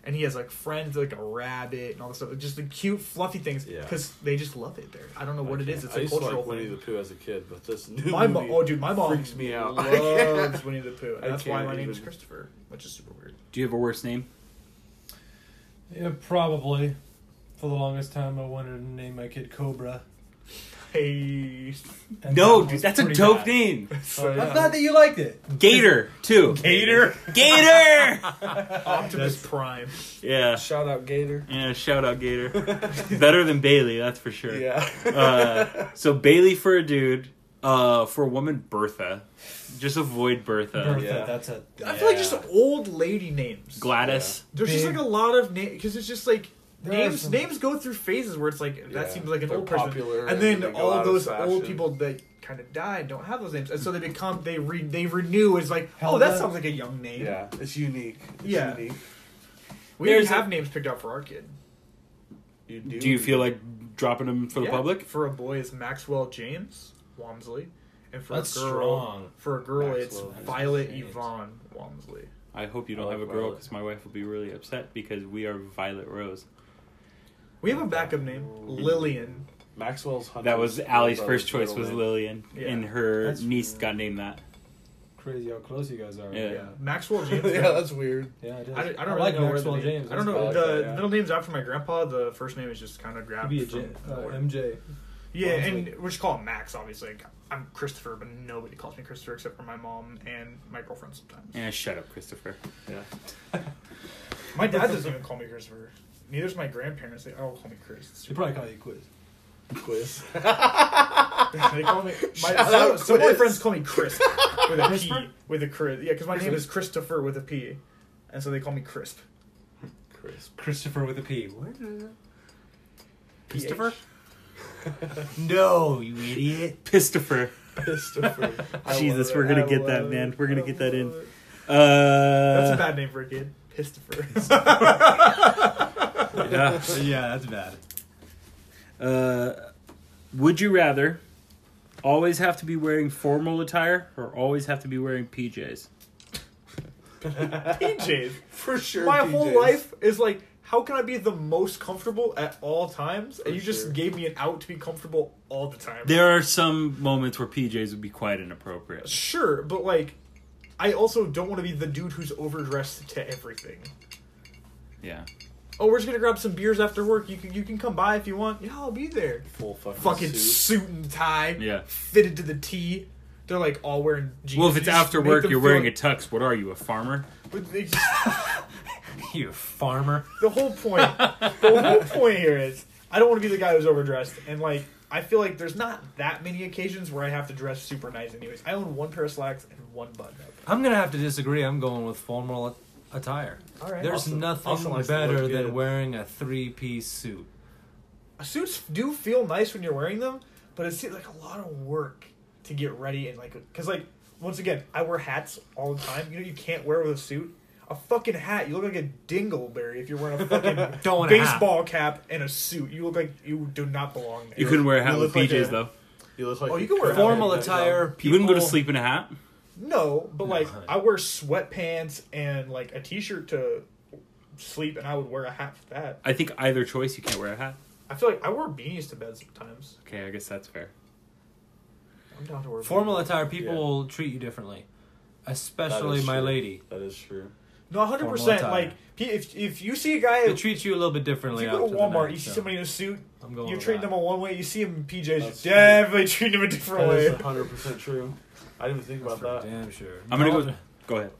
Speaker 3: And he has like friends like a rabbit and all this stuff. Just the cute fluffy things
Speaker 2: Yeah.
Speaker 3: because they just love it there. I don't know what it is. It's
Speaker 2: I
Speaker 3: a
Speaker 2: used to
Speaker 3: cultural
Speaker 2: like Winnie the
Speaker 3: thing.
Speaker 2: Pooh as a kid, but this new
Speaker 3: my mom,
Speaker 2: movie
Speaker 3: oh dude, my mom
Speaker 2: freaks me out. I can't-
Speaker 3: Loves Winnie the Pooh. and
Speaker 2: I
Speaker 3: That's why
Speaker 2: can't
Speaker 3: my name is
Speaker 2: even.
Speaker 3: Christopher, which is super weird.
Speaker 4: Do you have a worse name?
Speaker 5: Yeah, probably. For the longest time, I wanted to name my kid Cobra.
Speaker 3: Hey, Oh,
Speaker 5: and
Speaker 4: no,
Speaker 5: that
Speaker 4: dude,
Speaker 5: was
Speaker 4: that's a
Speaker 5: pretty
Speaker 4: dope
Speaker 5: bad.
Speaker 4: name.
Speaker 5: So, I'm glad that you liked it.
Speaker 4: Gator too.
Speaker 5: Gator.
Speaker 4: Gator.
Speaker 3: Optimus Prime.
Speaker 4: yeah.
Speaker 2: Shout out Gator.
Speaker 4: Yeah. Shout out Gator. Better than Bailey, that's for sure.
Speaker 2: Yeah.
Speaker 4: Uh, so Bailey for a dude, uh, for a woman Bertha. Just avoid Bertha.
Speaker 5: Bertha,
Speaker 2: yeah.
Speaker 5: That's a.
Speaker 3: I feel like just old lady names.
Speaker 4: Gladys.
Speaker 3: There's just
Speaker 5: Big-
Speaker 3: like a lot of names because it's just like
Speaker 5: There are
Speaker 3: names.
Speaker 5: some-
Speaker 3: Names go through phases where it's like that
Speaker 2: Yeah,
Speaker 3: seems like an
Speaker 2: they're
Speaker 3: old person,
Speaker 2: popular
Speaker 3: and
Speaker 2: and
Speaker 3: then
Speaker 2: they go out
Speaker 3: all
Speaker 2: of
Speaker 3: those
Speaker 2: fashion.
Speaker 3: old people that kind of died don't have those names, and so they become they re, they renew as like oh
Speaker 5: Helga?
Speaker 3: that sounds like a young name.
Speaker 2: yeah, it's unique. It's
Speaker 3: Yeah.
Speaker 2: unique.
Speaker 3: We already
Speaker 4: There's a-
Speaker 3: have names picked out for our kid.
Speaker 2: You
Speaker 4: Do you feel like dropping them for the
Speaker 3: Yeah.
Speaker 4: public?
Speaker 3: for a boy is Maxwell James Walmsley, and for
Speaker 1: That's
Speaker 3: a girl
Speaker 1: strong.
Speaker 3: for a girl
Speaker 2: Maxwell
Speaker 3: it's
Speaker 2: James.
Speaker 3: Violet
Speaker 1: James.
Speaker 3: Yvonne Walmsley.
Speaker 4: I hope you
Speaker 2: I
Speaker 4: don't
Speaker 2: like
Speaker 4: have a girl
Speaker 2: Violet.
Speaker 4: because my wife will be really upset because we are Violet Rose.
Speaker 3: We have a backup name Lillian.
Speaker 2: Maxwell's Hunter?
Speaker 4: That was Allie's first choice was Lillian,
Speaker 3: Yeah.
Speaker 4: and her
Speaker 5: That's-
Speaker 4: niece got named that.
Speaker 5: Crazy how close you guys are.
Speaker 4: Yeah.
Speaker 3: Yeah, Maxwell James.
Speaker 2: yeah, that's weird.
Speaker 5: Yeah, it is.
Speaker 3: I don't, I don't
Speaker 5: I
Speaker 3: really
Speaker 5: like
Speaker 3: know where
Speaker 5: Maxwell
Speaker 3: the name-
Speaker 5: James.
Speaker 3: I don't
Speaker 5: That's
Speaker 3: know.
Speaker 2: like
Speaker 3: the
Speaker 2: that, yeah.
Speaker 3: middle name's after my grandpa. The first name is just kind of
Speaker 5: Could
Speaker 3: grabbed
Speaker 5: be a
Speaker 3: from
Speaker 5: J- uh,
Speaker 3: nowhere.
Speaker 5: MJ.
Speaker 3: Yeah,
Speaker 5: Probably.
Speaker 3: and we just call him Max. Obviously, Like, I'm Christopher, but nobody calls me Christopher except for my mom and my girlfriend sometimes.
Speaker 4: Yeah, shut up, Christopher.
Speaker 2: Yeah.
Speaker 3: My dad doesn't even call me Christopher. Neither's my grandparents. They all call me Chris. It's
Speaker 5: She probably call you Quiz.
Speaker 2: Quiz.
Speaker 3: they call me my,
Speaker 2: Shout
Speaker 3: some,
Speaker 2: out,
Speaker 3: some of my
Speaker 2: Chris.
Speaker 3: friends call me Chris with a P
Speaker 5: Christopher?
Speaker 3: with a Chris. Yeah, because my name is Christopher with a P, and so they call me Crisp.
Speaker 2: Crisp.
Speaker 5: Christopher with a P. What?
Speaker 4: Christopher?
Speaker 5: No, you idiot.
Speaker 4: Christopher.
Speaker 2: Christopher.
Speaker 3: I
Speaker 4: Jesus,
Speaker 3: love
Speaker 4: we're
Speaker 3: it.
Speaker 4: gonna
Speaker 3: I
Speaker 4: get that,
Speaker 3: love
Speaker 4: man.
Speaker 3: it.
Speaker 4: We're gonna
Speaker 3: I
Speaker 4: get that in.
Speaker 3: love it. That's
Speaker 4: Uh,
Speaker 3: a bad name for a kid. Christopher.
Speaker 4: yeah.
Speaker 5: yeah, that's bad.
Speaker 4: Uh, would you rather always have to be wearing formal attire or always have to be wearing PJs?
Speaker 3: PJs.
Speaker 2: For sure.
Speaker 3: My
Speaker 2: PJs.
Speaker 3: whole life is like, how can I be the most comfortable at all times? And you just
Speaker 2: sure.
Speaker 3: gave me an out to be comfortable all the time.
Speaker 4: There are some moments where PJs would be quite inappropriate.
Speaker 3: sure, but like, I also don't want to be the dude who's overdressed to everything.
Speaker 4: Yeah.
Speaker 3: Oh, we're just gonna grab some beers after work. You can you can come by if you want. Yeah, I'll be there.
Speaker 2: Full fucking,
Speaker 3: Fucking suit,
Speaker 2: suit.
Speaker 3: and tie.
Speaker 4: Yeah.
Speaker 3: Fitted to the T. They're like all wearing jeans.
Speaker 4: Well, if it's
Speaker 3: You just
Speaker 4: after
Speaker 3: make
Speaker 4: work,
Speaker 3: them
Speaker 4: you're
Speaker 3: feel
Speaker 4: wearing a
Speaker 3: like-
Speaker 4: tux. What are you, a farmer?
Speaker 3: but they just-
Speaker 5: You farmer.
Speaker 3: the whole point the whole point here is i don't want to be the guy who's overdressed and like i feel like there's not that many occasions where i have to dress super nice anyways i own one pair of slacks and one button up
Speaker 5: I'm gonna have to disagree. I'm going with formal a- attire.
Speaker 3: all right
Speaker 5: There's
Speaker 2: Also-
Speaker 5: nothing
Speaker 2: also likes to
Speaker 5: better
Speaker 2: look
Speaker 5: than
Speaker 2: good.
Speaker 5: wearing a three-piece suit.
Speaker 3: suits do feel nice when you're wearing them but it seems like a lot of work to get ready and like because like once again i wear hats all the time you know you can't wear with a suit a fucking hat. You look like a dingleberry if you're wearing a fucking
Speaker 5: Don't want a hat.
Speaker 3: baseball cap and a suit. You look like you do not belong there.
Speaker 4: You couldn't wear a hat
Speaker 2: You
Speaker 4: with
Speaker 2: look like
Speaker 4: PJs
Speaker 2: a-
Speaker 4: though.
Speaker 2: You look like
Speaker 3: Oh, you
Speaker 2: you
Speaker 3: can wear a
Speaker 2: could have
Speaker 5: Formal
Speaker 2: been-
Speaker 5: attire. People,
Speaker 4: You wouldn't go to sleep in a hat.
Speaker 3: No, but like I wear sweatpants and like a t-shirt to sleep, and I would wear a hat for that.
Speaker 4: I think either choice, you can't wear a hat.
Speaker 3: I feel like I wear beanies to bed sometimes.
Speaker 4: Okay, I guess that's fair.
Speaker 3: I'm down to wear
Speaker 5: Formal
Speaker 3: beanies.
Speaker 5: attire. People
Speaker 2: Yeah.
Speaker 5: will treat you differently, especially my
Speaker 2: true.
Speaker 5: lady.
Speaker 2: That is true.
Speaker 3: No, hundred percent.
Speaker 1: Formal
Speaker 3: Like
Speaker 1: attire.
Speaker 3: pe- if if you see a guy,
Speaker 1: They
Speaker 3: if you
Speaker 1: treat you a little bit differently.
Speaker 3: go to
Speaker 1: after the
Speaker 3: Walmart,
Speaker 1: night,
Speaker 3: you see
Speaker 1: so
Speaker 3: somebody in a suit,
Speaker 1: I'm going
Speaker 3: you
Speaker 1: with
Speaker 3: treat
Speaker 1: that.
Speaker 3: them a one way. You see him in PJs, you
Speaker 2: That's true.
Speaker 3: definitely treat him a different
Speaker 2: That is
Speaker 3: way.
Speaker 2: 100% true. I didn't think about
Speaker 1: For
Speaker 2: that.
Speaker 1: damn sure.
Speaker 4: I'm gonna go. Go ahead.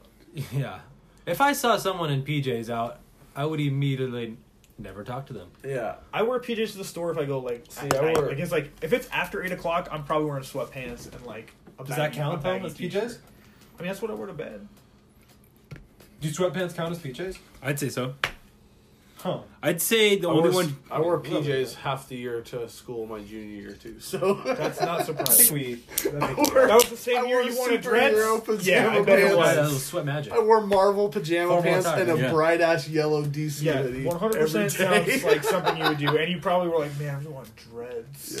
Speaker 1: Yeah. If I saw someone in PJs out, I would immediately never talk to them.
Speaker 2: Yeah.
Speaker 3: I wear PJs to the store if I go like.
Speaker 2: See,
Speaker 3: at
Speaker 2: I
Speaker 3: night.
Speaker 2: wear-
Speaker 3: like it's like if it's after eight o'clock, I'm probably wearing sweatpants and like. A
Speaker 5: Does that
Speaker 3: baggy-
Speaker 5: count
Speaker 3: a
Speaker 5: though
Speaker 3: baggy
Speaker 5: as
Speaker 3: t-shirt.
Speaker 5: PJs?
Speaker 3: I mean, that's what I wear to bed.
Speaker 5: Do sweatpants count as PJs?
Speaker 4: I'd say so.
Speaker 5: Huh.
Speaker 4: I'd say the
Speaker 2: I
Speaker 4: only
Speaker 2: wore,
Speaker 4: one.
Speaker 2: I wore PJs half the year to school my junior year too. So
Speaker 3: That's not
Speaker 5: I think
Speaker 3: surprising.
Speaker 5: we.
Speaker 3: that was the same
Speaker 2: I
Speaker 3: year
Speaker 2: wore
Speaker 3: you wanted
Speaker 2: superhero
Speaker 3: dreads. Yeah, I
Speaker 2: pajama
Speaker 3: bet
Speaker 2: pants.
Speaker 3: it
Speaker 1: That
Speaker 3: was.
Speaker 1: was sweat magic.
Speaker 2: I wore Marvel pajama
Speaker 1: Formal
Speaker 2: pants
Speaker 1: attire,
Speaker 2: and a
Speaker 4: yeah.
Speaker 2: bright ass yellow DC
Speaker 3: Yeah,
Speaker 2: hoodie.
Speaker 3: one hundred
Speaker 2: every
Speaker 3: percent
Speaker 2: day.
Speaker 3: sounds like something you would do, and you probably were like, "Man, I'm going dreads."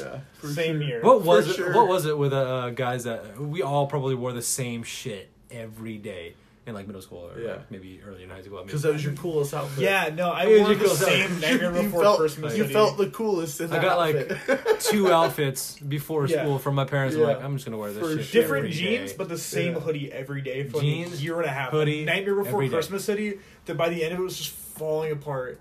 Speaker 2: yeah. for
Speaker 3: Same
Speaker 2: sure.
Speaker 3: year.
Speaker 1: What was
Speaker 2: For
Speaker 1: it,
Speaker 2: sure.
Speaker 1: what was it with uh, guys that we all probably wore the same shit every day in like middle school or
Speaker 2: Yeah.
Speaker 1: like maybe early in high school? I mean,
Speaker 2: Because that was your coolest outfit.
Speaker 3: Yeah, no, I
Speaker 1: It
Speaker 3: wore
Speaker 1: was
Speaker 3: the
Speaker 1: just-
Speaker 3: same nightmare
Speaker 2: You
Speaker 3: before
Speaker 2: felt,
Speaker 3: Christmas.
Speaker 2: you
Speaker 3: hoodie.
Speaker 2: felt the coolest in
Speaker 1: I
Speaker 2: that
Speaker 1: got, like,
Speaker 2: outfit.
Speaker 1: two outfits before
Speaker 3: Yeah.
Speaker 1: school from my parents. I'm
Speaker 2: Yeah.
Speaker 1: like, I'm just gonna wear this
Speaker 2: For
Speaker 1: shit.
Speaker 2: sure.
Speaker 3: different
Speaker 1: every
Speaker 3: jeans,
Speaker 1: day.
Speaker 3: but the same
Speaker 2: Yeah.
Speaker 3: hoodie every day for like a
Speaker 1: Jeans,
Speaker 3: year and a half.
Speaker 1: hoodie,
Speaker 3: nightmare before
Speaker 1: every day.
Speaker 3: Christmas hoodie. That by the end of it was just falling apart,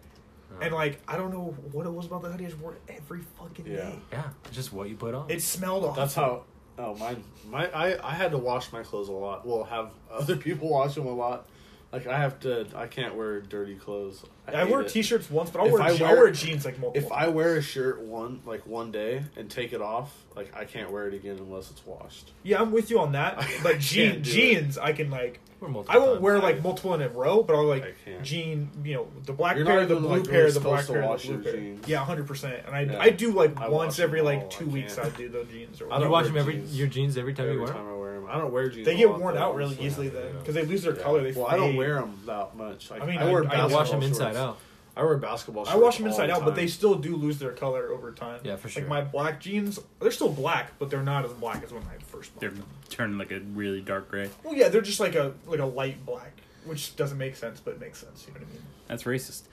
Speaker 1: Oh.
Speaker 3: and like I don't know what it was about the hoodie. I just wore it every fucking
Speaker 2: Yeah.
Speaker 3: day.
Speaker 1: yeah, just what you put on.
Speaker 3: It smelled awful.
Speaker 2: That's how. Oh my my I I had to wash my clothes a lot. Well, have other people wash them a lot. Like I have to. I can't wear dirty clothes.
Speaker 3: I,
Speaker 2: hate
Speaker 3: wore
Speaker 2: it.
Speaker 3: t-shirts once, but I
Speaker 2: If
Speaker 3: wear,
Speaker 2: I
Speaker 3: je- I
Speaker 2: wear-
Speaker 3: wear jeans like multiple.
Speaker 2: If I wear a shirt one like one day and take it off, like I can't wear it again unless it's washed.
Speaker 3: yeah, I'm with you on that. But
Speaker 2: can't
Speaker 3: jean,
Speaker 2: do it.
Speaker 3: jeans, I can like.
Speaker 1: Wear multiple
Speaker 3: I won't
Speaker 1: times.
Speaker 3: wear like multiple in a row, but I'll
Speaker 2: I
Speaker 3: like
Speaker 2: can't.
Speaker 3: jean, you know, the black
Speaker 2: You're
Speaker 3: pair,
Speaker 2: not
Speaker 3: the
Speaker 2: even,
Speaker 3: blue
Speaker 2: like,
Speaker 3: pair,
Speaker 2: really
Speaker 3: the black
Speaker 2: supposed to
Speaker 3: pair,
Speaker 2: wash
Speaker 3: the blue
Speaker 2: your
Speaker 3: pair.
Speaker 2: jeans.
Speaker 3: Yeah, hundred percent. And I,
Speaker 2: Yeah.
Speaker 3: I do like
Speaker 2: I wash
Speaker 3: once every
Speaker 2: them
Speaker 3: like
Speaker 2: all, I
Speaker 3: two weeks.
Speaker 2: can't.
Speaker 3: I'll do the jeans or
Speaker 2: I
Speaker 1: you
Speaker 2: don't
Speaker 3: whatever.
Speaker 1: wash
Speaker 2: wear
Speaker 1: them every
Speaker 2: jeans.
Speaker 1: your jeans every time
Speaker 2: Every
Speaker 1: you wear.
Speaker 2: time
Speaker 1: them?
Speaker 2: I wear them, I don't wear jeans.
Speaker 3: They
Speaker 2: a
Speaker 3: get
Speaker 2: lot,
Speaker 3: worn
Speaker 2: though,
Speaker 3: out really
Speaker 2: so-
Speaker 3: easily then
Speaker 1: yeah.
Speaker 3: because they lose their
Speaker 2: Yeah.
Speaker 3: color. They
Speaker 2: well, I don't
Speaker 3: fade.
Speaker 2: wear them that much. Like,
Speaker 3: I
Speaker 2: I
Speaker 3: mean,
Speaker 2: mean,
Speaker 3: I-
Speaker 2: I wear.
Speaker 3: I
Speaker 1: I wash
Speaker 2: basketball
Speaker 1: them inside
Speaker 2: shorts.
Speaker 1: out.
Speaker 2: I wear basketball.
Speaker 3: I
Speaker 2: shorts
Speaker 3: wash them
Speaker 2: all
Speaker 3: inside
Speaker 2: the
Speaker 3: out, but
Speaker 2: time.
Speaker 3: they still do lose their color over time.
Speaker 1: Yeah, for sure.
Speaker 3: Like my black jeans, they're still black, but they're not as black as when I first bought
Speaker 4: They're
Speaker 3: them.
Speaker 4: turning like a really dark gray.
Speaker 3: Well, yeah, they're just like a like a light black, which doesn't make sense, but it makes sense. You know what I mean?
Speaker 4: That's racist.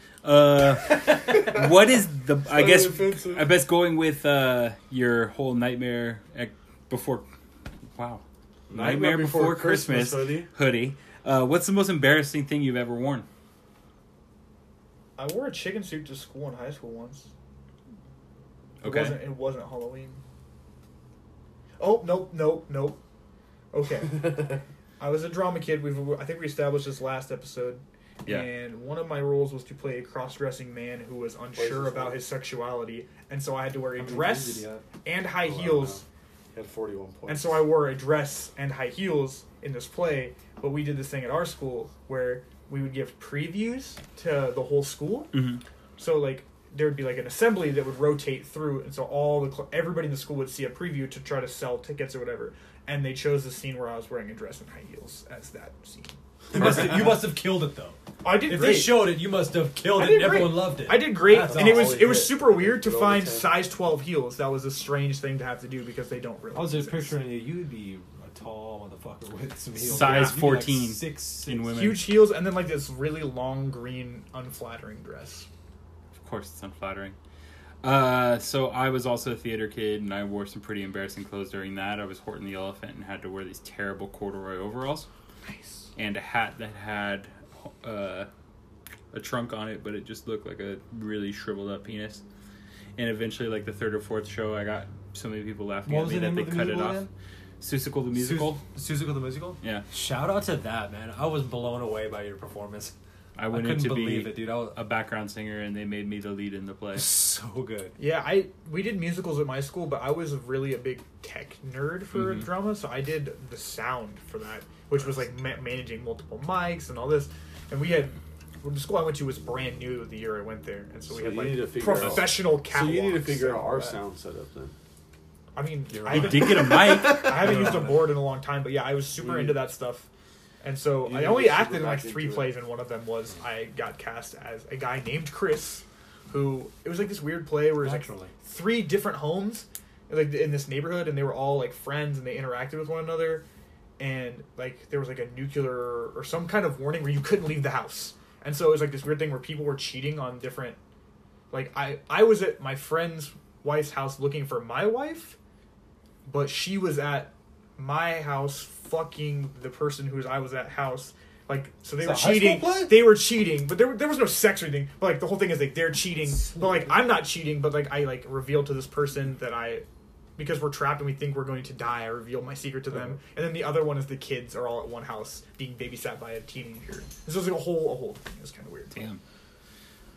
Speaker 4: Uh, what is the? I guess
Speaker 2: offensive.
Speaker 4: I guess going with uh, your whole nightmare ec- before. Wow, nightmare, before, Christmas,
Speaker 2: hoodie.
Speaker 4: hoodie. Uh, what's the most embarrassing thing you've ever worn?
Speaker 3: I wore a chicken suit to school in high school once. It
Speaker 4: Okay,
Speaker 3: wasn't, it wasn't Halloween. Oh nope nope nope. Okay, I was a drama kid. We've I think we established this last episode.
Speaker 4: Yeah.
Speaker 3: And one of my roles was to play a cross-dressing man who was unsure
Speaker 2: this
Speaker 3: about
Speaker 2: one?
Speaker 3: his sexuality, and so I had to wear a
Speaker 5: many jeans did
Speaker 3: dress
Speaker 5: he have?
Speaker 3: and high
Speaker 2: Oh, I
Speaker 3: heels.
Speaker 2: He had forty-one points.
Speaker 3: And so I wore a dress and high heels in this play, but we did this thing at our school where we would give previews to the whole school.
Speaker 5: Mm-hmm.
Speaker 4: Mhm.
Speaker 3: So like there would be like an assembly that would rotate through, and so all the cl- everybody in the school would see a preview to try to sell tickets or whatever. And they chose the scene where I was wearing a dress and high heels as that scene.
Speaker 5: You must, have, you must have killed it though.
Speaker 3: I did
Speaker 5: If
Speaker 3: great.
Speaker 5: they showed it, you must have killed
Speaker 3: I
Speaker 5: it. and
Speaker 3: did great.
Speaker 5: Everyone loved it.
Speaker 3: I did great,
Speaker 5: That's
Speaker 3: and it was
Speaker 2: awesome.
Speaker 3: it was super weird to
Speaker 2: Roll the
Speaker 3: find
Speaker 2: tape.
Speaker 3: size twelve heels. That was a strange thing to have to do because they don't really.
Speaker 5: I was just
Speaker 3: exist.
Speaker 5: picturing you. You'd be a tall motherfucker with some heels.
Speaker 4: Size
Speaker 5: You'd be
Speaker 4: 14
Speaker 5: six, six
Speaker 4: in women.
Speaker 3: huge heels and then like this really long green unflattering dress
Speaker 4: Of course, it's unflattering. Uh, so I was also a theater kid, and I wore some pretty embarrassing clothes during that. I was Horton the Elephant and had to wear these terrible corduroy overalls. Nice. And a hat that had uh, a trunk on it, but it just looked like a really shriveled up penis. And eventually, like the third or fourth show, I got so many people laughing
Speaker 5: What
Speaker 4: at
Speaker 5: was
Speaker 4: me
Speaker 5: the
Speaker 4: that
Speaker 5: name
Speaker 4: they
Speaker 5: of the
Speaker 4: cut it
Speaker 5: musical
Speaker 4: off.
Speaker 5: again?
Speaker 4: Susicle the musical.
Speaker 1: Sus- Susicle the musical.
Speaker 4: yeah,
Speaker 1: Shout out to that man. I was blown away by your performance.
Speaker 4: I
Speaker 1: I,
Speaker 4: went in to
Speaker 1: couldn't believe
Speaker 4: be
Speaker 1: it, dude. I was
Speaker 4: a background singer, and they made me the lead in the play.
Speaker 1: so good.
Speaker 3: yeah i we did musicals at my school but i was really a big tech nerd for
Speaker 2: Mm-hmm.
Speaker 4: Mhm.
Speaker 3: drama so i did the sound for that which was like ma- managing multiple mics and all this and we had the school i went to was brand new the year i went there and so, we
Speaker 2: So
Speaker 3: had
Speaker 2: you need to
Speaker 3: like
Speaker 2: figure out-
Speaker 3: professional catwalks.
Speaker 2: So you need to figure out
Speaker 3: and
Speaker 2: our
Speaker 3: all that.
Speaker 2: sound setup then.
Speaker 3: i mean
Speaker 1: You're
Speaker 3: I
Speaker 1: right.
Speaker 4: You
Speaker 3: haven't,
Speaker 4: did get a mic.
Speaker 3: I haven't used a
Speaker 1: Yeah.
Speaker 3: board in a long time but yeah i was super
Speaker 2: We-
Speaker 3: into that stuff and so
Speaker 2: You
Speaker 3: i
Speaker 2: need
Speaker 3: only
Speaker 2: to super
Speaker 3: acted in like
Speaker 2: back
Speaker 3: three
Speaker 2: into it.
Speaker 3: plays and one of them was i got cast as a guy named chris who it was like this weird play where it was like
Speaker 1: Naturally.
Speaker 3: three different homes like in this neighborhood and they were all like friends and they interacted with one another and like there was like a nuclear or some kind of warning where you couldn't leave the house and so it was like this weird thing where people were cheating on different like i i was at my friend's wife's house looking for my wife but she was at my house fucking the person whose i was at house Like so they
Speaker 5: Is
Speaker 3: were
Speaker 5: that high school
Speaker 3: cheating.
Speaker 5: play?
Speaker 3: They were cheating, but there there was no sex or anything. But like the whole thing is like they're cheating, but like I'm not cheating, but like I like revealed to this person that I because we're trapped and we think we're going to die, I reveal my secret to them.
Speaker 5: Mm-hmm.
Speaker 3: And then the other one is the kids are all at one house being babysat by a teenager. This was like a whole a whole thing. It was kind of weird.
Speaker 4: Damn.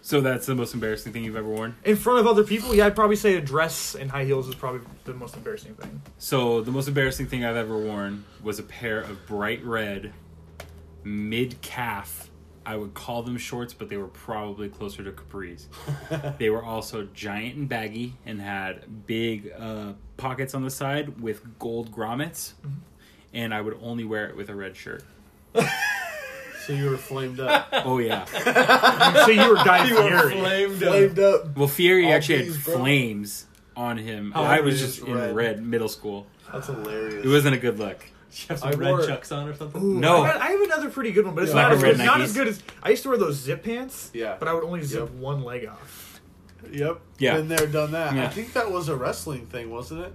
Speaker 4: So that's the most embarrassing thing you've ever worn.
Speaker 3: In front of other people, yeah, I'd probably say a dress and high heels is probably the most embarrassing thing.
Speaker 4: So the most embarrassing thing I've ever worn was a pair of bright red mid calf. I would call them shorts, but they were probably closer to capris. they were also giant and baggy and had big uh, pockets on the side with gold grommets.
Speaker 2: Mm-hmm.
Speaker 4: And I would only wear it with a red shirt.
Speaker 2: So you were flamed up.
Speaker 4: Oh yeah.
Speaker 3: So you were Guy Fieri.
Speaker 5: flamed
Speaker 2: flamed up.
Speaker 4: Well, Fury
Speaker 2: All
Speaker 4: actually had
Speaker 2: these bro-
Speaker 4: flames on him.
Speaker 2: Oh,
Speaker 4: I
Speaker 2: it
Speaker 4: was
Speaker 2: was
Speaker 4: just
Speaker 2: just
Speaker 4: in
Speaker 2: red.
Speaker 4: red middle school.
Speaker 2: That's hilarious.
Speaker 4: It wasn't a good look.
Speaker 5: She have some
Speaker 2: I
Speaker 5: red
Speaker 2: wore-
Speaker 5: chucks on or something.
Speaker 3: Ooh,
Speaker 4: No.
Speaker 3: I, got- I have another pretty good one, but it's
Speaker 4: Black
Speaker 3: not, as,
Speaker 4: and red
Speaker 3: it's not
Speaker 4: Nikes.
Speaker 3: as good as I used to wear those zip pants.
Speaker 2: Yeah.
Speaker 3: but I would only zip
Speaker 2: Yep.
Speaker 3: one leg off.
Speaker 2: Yep.
Speaker 4: Yeah.
Speaker 2: Been there, done that.
Speaker 4: Yeah.
Speaker 2: I think that was a wrestling thing, wasn't it?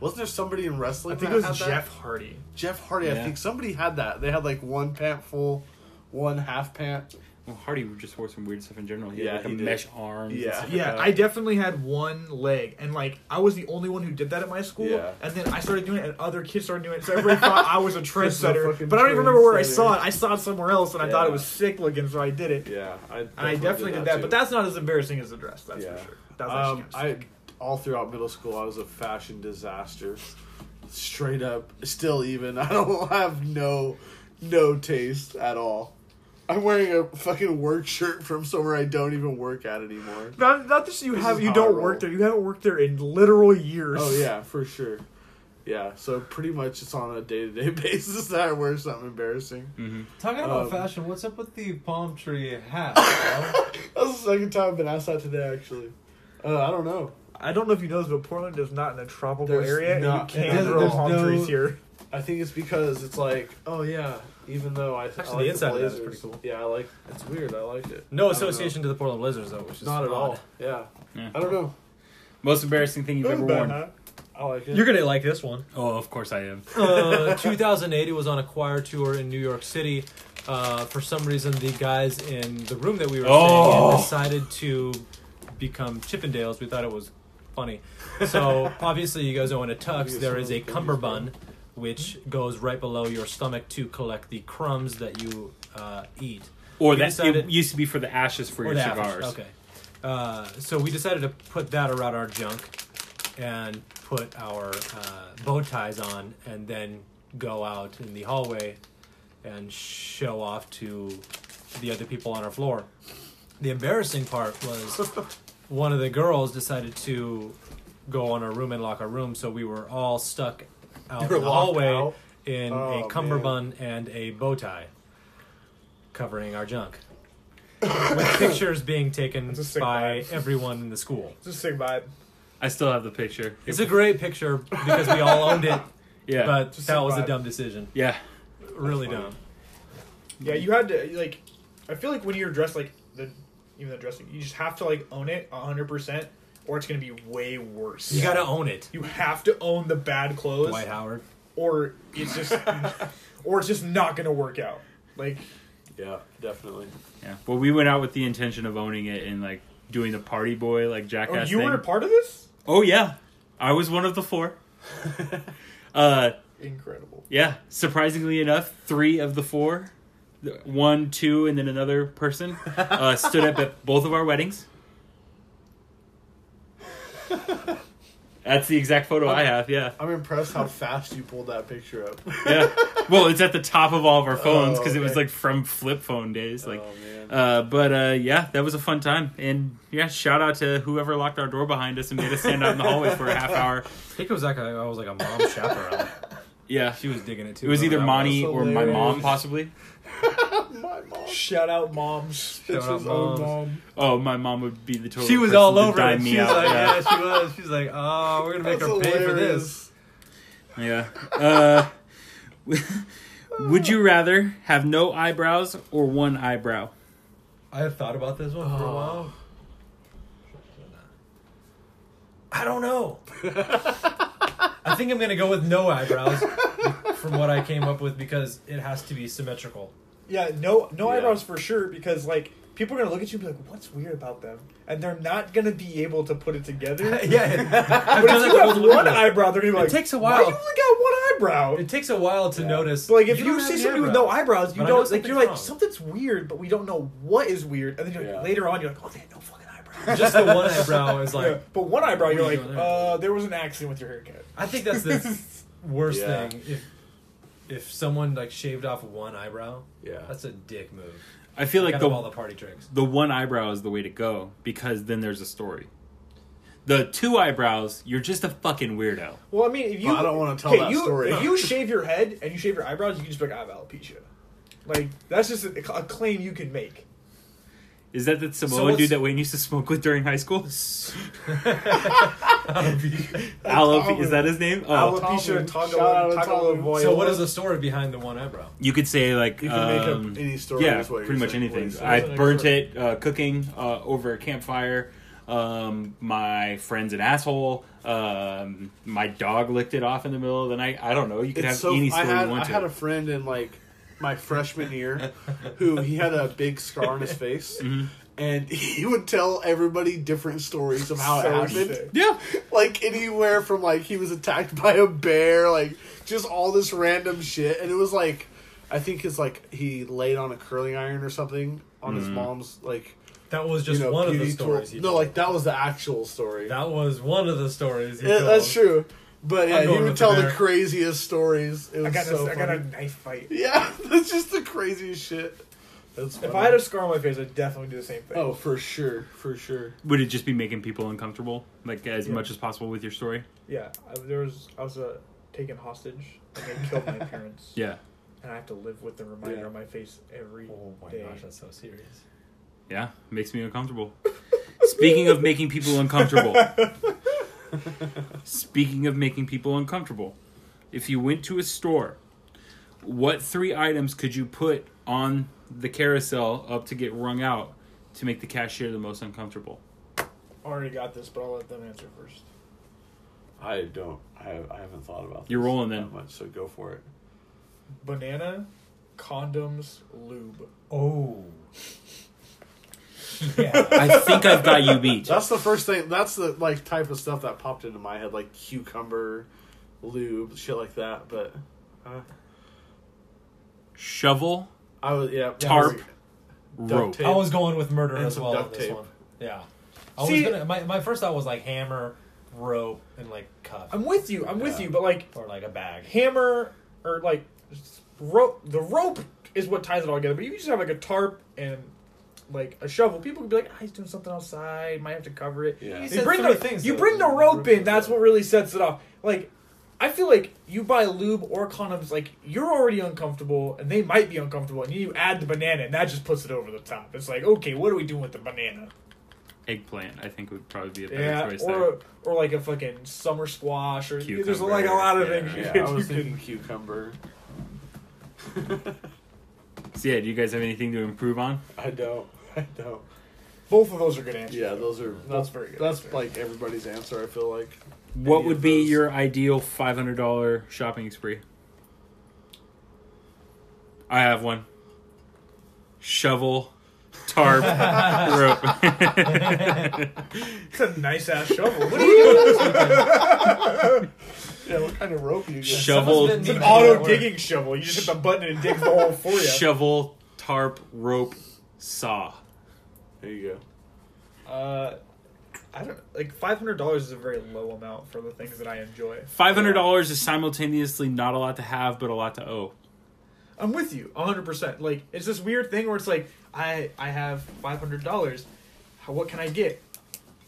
Speaker 2: Wasn't there somebody in wrestling?
Speaker 3: I think it
Speaker 2: that
Speaker 3: was
Speaker 2: had that?
Speaker 3: Jeff Hardy.
Speaker 2: Jeff Hardy.
Speaker 4: Yeah.
Speaker 2: I think somebody had that. They had like one pant full, one half pant.
Speaker 4: Well, Hardy just wore some weird stuff in general. He
Speaker 2: Yeah,
Speaker 4: had like a
Speaker 2: he did.
Speaker 4: mesh arm.
Speaker 2: Yeah.
Speaker 3: Yeah, I definitely had one leg, and like I was the only one who did that at my school.
Speaker 2: Yeah.
Speaker 3: And then I started doing it, and other kids started doing it, so everybody thought I was a
Speaker 2: Just a
Speaker 3: trendsetter.
Speaker 2: fucking
Speaker 3: But I don't even remember where I
Speaker 2: trendsetter.
Speaker 3: saw it. I saw it somewhere else, and I thought it
Speaker 2: Yeah.
Speaker 3: was sick looking, so I did it.
Speaker 2: Yeah, I.
Speaker 3: And I definitely did that, but that's not as embarrassing as the dress. That's
Speaker 2: Yeah.
Speaker 3: for sure. That's actually
Speaker 2: Um,
Speaker 3: kinda
Speaker 2: I all throughout middle school, I was a fashion disaster. Straight up, still even. I don't have no, no taste at all. I'm wearing a fucking work shirt from somewhere I don't even work at anymore.
Speaker 3: Not, not just you
Speaker 2: This
Speaker 3: have
Speaker 2: is
Speaker 3: you
Speaker 2: how I
Speaker 3: don't
Speaker 2: roll.
Speaker 3: work there. You haven't worked there in literal years.
Speaker 2: Oh yeah, for sure. Yeah, so pretty much it's on a day to day basis that I wear something embarrassing.
Speaker 1: Hmm.
Speaker 5: Talking about
Speaker 2: Um,
Speaker 5: fashion, what's up with the palm tree hat? bro?
Speaker 2: That's the second time I've been asked that today, actually. Uh, I don't know.
Speaker 3: I don't know if you know this, but Portland is not in a tropical
Speaker 2: There's
Speaker 3: area. and
Speaker 2: not-
Speaker 3: you
Speaker 5: it
Speaker 3: can't
Speaker 5: doesn't-
Speaker 3: grow
Speaker 5: there's
Speaker 3: palm
Speaker 5: no-
Speaker 3: trees here.
Speaker 2: I think it's because it's like, oh yeah, even though I
Speaker 1: Actually,
Speaker 2: I
Speaker 1: the
Speaker 2: like
Speaker 1: inside of that is
Speaker 2: Blazers.
Speaker 1: pretty cool.
Speaker 2: Yeah, I like. It's weird. I liked it. I
Speaker 1: No
Speaker 2: don't know.
Speaker 1: association to the Portland Blazers though, which is
Speaker 2: Not at
Speaker 1: odd.
Speaker 2: all. Yeah.
Speaker 4: Yeah.
Speaker 2: I don't know.
Speaker 4: Most embarrassing thing you've ever worn.
Speaker 3: uh,
Speaker 2: I like it.
Speaker 1: You're gonna like this one.
Speaker 4: Oh, of course I am.
Speaker 1: Uh, 2008, it was on a choir tour in New York City. Uh, for some reason, the guys in the room that we were staying
Speaker 4: Oh.
Speaker 1: in decided to become Chippendales. We thought it was funny. So obviously, you guys know in a tux there is a cummerbund, which goes right below your stomach to collect the crumbs that you uh, eat.
Speaker 4: Or
Speaker 1: We
Speaker 4: that
Speaker 1: decided-
Speaker 4: it used to be for the ashes for your
Speaker 1: the
Speaker 4: cigars.
Speaker 1: apples, Okay. Uh, so we decided to put that around our junk and put our uh, bow ties on and then go out in the hallway and show off to the other people on our floor. The embarrassing part was one of the girls decided to go on our room and lock our room, so we were all stuck out
Speaker 2: were
Speaker 1: in the
Speaker 2: locked
Speaker 1: hallway
Speaker 2: out?
Speaker 1: in
Speaker 2: Oh, man.
Speaker 1: a cummerbund and a bow tie covering our junk. With pictures being taken
Speaker 3: That's a sick
Speaker 1: by
Speaker 3: vibe.
Speaker 1: everyone in the school.
Speaker 3: It's a sick vibe.
Speaker 4: I still have the picture.
Speaker 1: It's a great picture because we all owned it,
Speaker 4: yeah.
Speaker 1: but
Speaker 3: Just
Speaker 1: that
Speaker 3: sick
Speaker 1: was a
Speaker 3: vibe.
Speaker 1: dumb decision.
Speaker 4: yeah.
Speaker 1: Really
Speaker 2: funny.
Speaker 1: dumb.
Speaker 3: Yeah, you had to like. I feel like when you're dressed like the even the dressing, you just have to like own it hundred percent, or it's gonna be way worse.
Speaker 1: You gotta own it,
Speaker 3: You have to own the bad clothes,
Speaker 1: Dwight Howard.
Speaker 3: or it's just, or it's just not gonna work out. Like
Speaker 2: Yeah, definitely.
Speaker 4: Yeah. Well, we went out with the intention of owning it and like doing the party boy like
Speaker 3: oh,
Speaker 4: jackass
Speaker 3: you
Speaker 4: thing.
Speaker 3: were a part of this.
Speaker 4: oh yeah. I was one of the four. uh
Speaker 3: Incredible.
Speaker 4: yeah, surprisingly enough, 3 of the 4 th- one, two, and then another person uh, stood up at both of our weddings. That's the exact photo I have. Yeah,
Speaker 2: I'm impressed how fast you pulled that picture up.
Speaker 4: yeah. Well, it's at the top of all of our phones because it was
Speaker 1: Oh,
Speaker 2: okay.
Speaker 4: like from flip phone days. Like,
Speaker 2: Oh, man.
Speaker 4: uh, but uh, yeah, that was a fun time. And yeah, shout out to whoever locked our door behind us and made us stand out in the hallway for a half hour.
Speaker 1: I think it was like a, I was like a mom chaperone.
Speaker 4: Yeah,
Speaker 1: She was digging it too.
Speaker 4: it was either
Speaker 1: whoever Oh, that
Speaker 4: Monty
Speaker 2: was
Speaker 4: or my mom,
Speaker 2: hilarious.
Speaker 4: possibly.
Speaker 2: My mom.
Speaker 3: Shout out moms.
Speaker 2: It's
Speaker 1: out
Speaker 2: his own
Speaker 1: moms.
Speaker 2: mom.
Speaker 4: Oh, my mom would be the total.
Speaker 1: She was
Speaker 4: person
Speaker 1: all
Speaker 4: to
Speaker 1: over it.
Speaker 4: dime
Speaker 1: She
Speaker 4: me
Speaker 1: was
Speaker 4: out,
Speaker 1: like,
Speaker 4: yeah.
Speaker 1: yeah. she was. She was like, oh, we're gonna make
Speaker 2: That's
Speaker 1: her pay for this.
Speaker 2: hilarious.
Speaker 4: Yeah. Uh, would you rather have no eyebrows or one eyebrow?
Speaker 5: I have thought about this one for a while.
Speaker 1: I don't know. I think I'm gonna go with no eyebrows from what I came up with because it has to be symmetrical.
Speaker 3: Yeah, no, no
Speaker 2: Yeah.
Speaker 3: eyebrows for sure because like people are gonna look at you and be like, "What's weird about them?" And they're not gonna be able to put it together.
Speaker 1: yeah, I've
Speaker 3: But
Speaker 1: done
Speaker 3: if
Speaker 1: that
Speaker 3: you
Speaker 1: to
Speaker 3: have
Speaker 1: multiple
Speaker 3: one
Speaker 1: people.
Speaker 3: eyebrow, they're gonna be
Speaker 1: It
Speaker 3: like,
Speaker 1: takes a
Speaker 3: "Why
Speaker 1: while.
Speaker 3: you only got one eyebrow?"
Speaker 1: It takes a while to notice.
Speaker 3: So, like if
Speaker 1: You
Speaker 3: you,
Speaker 1: don't have
Speaker 3: see
Speaker 1: any
Speaker 3: somebody with
Speaker 1: eyebrows.
Speaker 3: no eyebrows, you
Speaker 1: But I know
Speaker 3: don't like you're
Speaker 1: something's
Speaker 3: like
Speaker 1: wrong.
Speaker 3: something's weird, but we don't know what is weird. And then you're like
Speaker 2: Yeah.
Speaker 3: later on, you're like, "Oh, they had no fucking eyebrows."
Speaker 1: just the one eyebrow is
Speaker 3: Yeah,
Speaker 1: like.
Speaker 3: but one eyebrow,
Speaker 1: What
Speaker 3: you're
Speaker 1: are you
Speaker 3: like,
Speaker 1: doing there?
Speaker 3: "Uh, there was an accident with your haircut."
Speaker 1: I think that's the worst
Speaker 2: Yeah.
Speaker 1: thing. If if someone like shaved off one eyebrow,
Speaker 2: Yeah.
Speaker 1: that's a dick move.
Speaker 4: I feel like
Speaker 1: Out
Speaker 4: the
Speaker 1: of all the party tricks.
Speaker 4: the one eyebrow is the way to go because then there's a story. The two eyebrows, you're just a fucking weirdo.
Speaker 3: Well, I mean, if you
Speaker 2: Well, I don't wanna tell
Speaker 3: okay,
Speaker 2: that
Speaker 3: you,
Speaker 2: story.
Speaker 3: If you shave your head and you shave your eyebrows, you can just be like, "I have alopecia." Like that's just a, a claim you can make.
Speaker 4: Is that the Samoan
Speaker 1: what's-
Speaker 4: dude that Wayne used to smoke with during high school?
Speaker 2: Tamu.
Speaker 4: Alope, is that his name? Oh,
Speaker 2: Alope.
Speaker 3: Alopecia
Speaker 2: Shout out to Tamu.
Speaker 3: tongalovoyola.
Speaker 1: So what is the story behind the one eyebrow?
Speaker 4: you could say like
Speaker 2: You can make
Speaker 4: um,
Speaker 2: up any story.
Speaker 4: Yeah,
Speaker 2: is what you're
Speaker 4: pretty much
Speaker 2: saying, what
Speaker 4: anything.
Speaker 2: you're
Speaker 4: I
Speaker 2: saying.
Speaker 3: That's
Speaker 4: burnt
Speaker 3: an
Speaker 4: it uh, cooking uh, over a campfire. Um, my friend's an asshole. Um, my dog licked it off in the middle of the night. I don't know. You could
Speaker 2: It's
Speaker 4: have
Speaker 2: so,
Speaker 4: any story
Speaker 2: I had,
Speaker 4: you want
Speaker 2: I
Speaker 4: to.
Speaker 2: had a friend in like my freshman year who he had a big scar on his face.
Speaker 4: Mm-hmm.
Speaker 2: And he would tell everybody different stories of how
Speaker 3: So
Speaker 2: it happened.
Speaker 3: sick.
Speaker 4: yeah,
Speaker 2: like anywhere from like he was attacked by a bear, like just all this random shit, and it was like I think it's like he laid on a curling iron or something on
Speaker 4: Mm-hmm.
Speaker 2: his mom's like
Speaker 1: That was just
Speaker 2: you know
Speaker 1: one of the
Speaker 2: beauty
Speaker 1: stories.
Speaker 2: tool.
Speaker 1: he
Speaker 2: No,
Speaker 1: told.
Speaker 2: like that was the actual story.
Speaker 1: that was one of the stories. he
Speaker 2: Yeah,
Speaker 1: told.
Speaker 2: that's true, but yeah, he
Speaker 1: going
Speaker 2: would
Speaker 1: with the
Speaker 2: tell the,
Speaker 1: bear.
Speaker 2: craziest stories. It was
Speaker 3: I got,
Speaker 2: so
Speaker 3: a, I got a
Speaker 2: funny.
Speaker 3: knife fight.
Speaker 2: Yeah, that's just the craziest shit. That's
Speaker 3: If
Speaker 2: funny.
Speaker 3: I had a scar on my face, I'd definitely do the same thing.
Speaker 2: oh for sure, for sure.
Speaker 4: would it just be making people uncomfortable, like as
Speaker 3: Yeah.
Speaker 4: much as possible with your story?
Speaker 3: Yeah, I, there was I was uh, taken hostage and they killed my parents.
Speaker 4: Yeah,
Speaker 3: and I have to live with the reminder
Speaker 2: Yeah.
Speaker 3: on my face every day.
Speaker 1: Oh my gosh, that's so serious.
Speaker 4: yeah, makes me uncomfortable. Speaking of making people uncomfortable, speaking of making people uncomfortable, if you went to a store, what three items could you put on the carousel up to get wrung out to make the cashier the most uncomfortable?
Speaker 3: I already got this, but I'll let them answer first.
Speaker 2: I don't. I, I haven't thought about.
Speaker 4: You're
Speaker 2: this
Speaker 4: rolling
Speaker 2: that
Speaker 4: then.
Speaker 2: much, so go for it.
Speaker 3: Banana, condoms, lube.
Speaker 1: Oh. Yeah.
Speaker 4: I think I've got you beat.
Speaker 2: That's the first thing. That's the like type of stuff that popped into my head, like cucumber, lube, shit like that. But uh,
Speaker 4: Shovel,
Speaker 2: I was yeah
Speaker 4: Tarp. rope.
Speaker 2: Duct tape.
Speaker 1: I was going with murder
Speaker 2: And
Speaker 1: as
Speaker 2: some
Speaker 1: well
Speaker 2: duct
Speaker 1: with this
Speaker 2: tape.
Speaker 1: one. Yeah. I
Speaker 3: See-
Speaker 1: was gonna, my, my first thought was like hammer, rope, and like cuff.
Speaker 3: I'm with you. I'm with
Speaker 2: Yeah.
Speaker 3: you. But like
Speaker 1: or like a bag.
Speaker 3: hammer or like s- rope. The rope is what ties it all together. But if you just have like a tarp and like a shovel, people could be like, ah, "He's doing something outside. Might have to cover it."
Speaker 2: Yeah.
Speaker 1: You
Speaker 3: You
Speaker 1: said
Speaker 3: bring
Speaker 1: three
Speaker 3: the
Speaker 1: things,
Speaker 3: you
Speaker 1: though.
Speaker 3: bring the rope in.
Speaker 1: Rope.
Speaker 3: That's what really sets it off. Like, I feel like you buy lube or condoms. Like you're already uncomfortable, and they might be uncomfortable, and you add the banana, and that just puts it over the top. It's like, okay, what are we doing with the banana?
Speaker 4: Eggplant, I think would probably be a better
Speaker 3: Yeah,
Speaker 4: choice there.
Speaker 3: or or like a fucking summer squash, or there's
Speaker 4: Cucumber,
Speaker 3: like a lot of
Speaker 4: yeah,
Speaker 3: things.
Speaker 2: Yeah,
Speaker 3: you
Speaker 2: I was
Speaker 3: could-
Speaker 2: thinking cucumber.
Speaker 4: So yeah, do you guys have anything to improve on?
Speaker 2: I don't. I don't.
Speaker 3: both of those are good answers.
Speaker 2: Yeah, those are
Speaker 3: That's
Speaker 2: that's
Speaker 3: very good.
Speaker 2: That's like everybody's answer. I feel like
Speaker 4: What
Speaker 2: Any
Speaker 4: would
Speaker 2: of
Speaker 4: be
Speaker 2: those.
Speaker 4: your ideal five hundred dollar shopping spree? I have one. Shovel, tarp, rope.
Speaker 3: It's a nice ass shovel. What are you doing?
Speaker 2: yeah. What kind of rope you get?
Speaker 4: shovel,
Speaker 3: It's
Speaker 1: Someone's been
Speaker 3: an
Speaker 1: to-
Speaker 3: auto digging shovel. You just hit the button and it digs the hole for you.
Speaker 4: shovel, tarp, rope, saw.
Speaker 2: There you go.
Speaker 3: Uh, I don't like five hundred dollars is a very low amount for the things that I enjoy.
Speaker 4: Five hundred dollars is simultaneously not a lot to have, but a lot to owe.
Speaker 3: I'm with you, hundred percent. Like it's this weird thing where it's like I I have five hundred dollars. What can I get?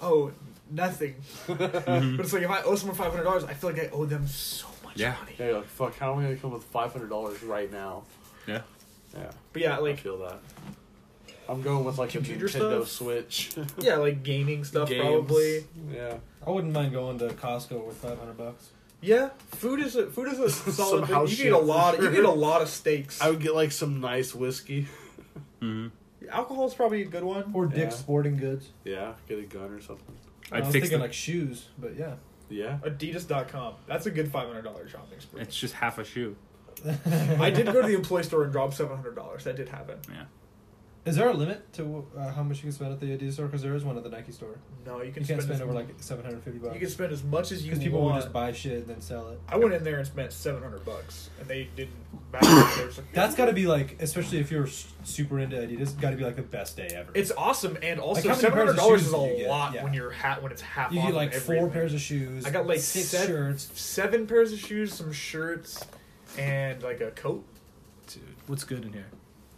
Speaker 3: Oh, nothing. But it's like if I owe someone five hundred dollars, I feel like I owe them so much
Speaker 4: Yeah.
Speaker 3: money.
Speaker 2: Yeah, you're like fuck. How am I gonna come with five hundred dollars right now?
Speaker 4: Yeah.
Speaker 2: Yeah,
Speaker 3: But yeah,
Speaker 2: I
Speaker 3: like
Speaker 2: feel that. I'm going with like
Speaker 3: Computer
Speaker 2: a Nintendo
Speaker 3: stuff?
Speaker 2: Switch.
Speaker 3: yeah, like gaming stuff
Speaker 2: Games.
Speaker 3: probably.
Speaker 2: Yeah.
Speaker 5: I wouldn't mind going to Costco with 500 bucks.
Speaker 3: Yeah, food is a, food is a
Speaker 2: Some
Speaker 3: solid. thing.
Speaker 2: house
Speaker 3: You
Speaker 2: shit
Speaker 3: get a
Speaker 2: for
Speaker 3: lot. You
Speaker 2: sure.
Speaker 3: get a lot of steaks.
Speaker 2: I would get like some nice whiskey.
Speaker 4: hmm
Speaker 3: Alcohol is probably a good one.
Speaker 5: Or
Speaker 2: Dick's
Speaker 5: Dick's Sporting Goods.
Speaker 2: Yeah, get a gun or something.
Speaker 5: I
Speaker 4: I'd
Speaker 5: was
Speaker 4: fix
Speaker 5: thinking
Speaker 4: it.
Speaker 5: like shoes, but yeah.
Speaker 2: Yeah.
Speaker 3: Adidas.com. That's a good five hundred dollars shopping spree.
Speaker 4: It's just half a shoe.
Speaker 3: I did go to the employee store and drop seven hundred dollars. That did happen.
Speaker 5: Is there a limit to uh, how much you can spend at the Adidas store? Because there is one at the Nike store.
Speaker 3: No, you can
Speaker 5: You can't
Speaker 3: spend,
Speaker 5: spend
Speaker 3: as,
Speaker 5: over like 750 bucks.
Speaker 3: you can spend as much as you
Speaker 5: Because people will
Speaker 3: want.
Speaker 5: just buy shit and then sell it.
Speaker 3: I went in there and spent seven hundred bucks, and they didn't. Back they were just like,
Speaker 5: That's got to be like, especially if you're s- super into Adidas, got to be like the best day ever.
Speaker 3: It's awesome, and also
Speaker 5: Like, how many
Speaker 3: seven
Speaker 5: pairs
Speaker 3: hundred
Speaker 5: of
Speaker 3: dollars
Speaker 5: shoes
Speaker 3: is
Speaker 5: do you
Speaker 3: a
Speaker 5: get?
Speaker 3: lot
Speaker 5: Yeah.
Speaker 3: when you're hat when it's half.
Speaker 5: you
Speaker 3: off
Speaker 5: get
Speaker 3: of
Speaker 5: like four
Speaker 3: everything.
Speaker 5: pairs of shoes.
Speaker 3: I got, like,
Speaker 5: six
Speaker 3: seven-
Speaker 5: shirts.
Speaker 3: seven pairs of shoes, some shirts, and like a coat.
Speaker 6: Dude, what's good in here?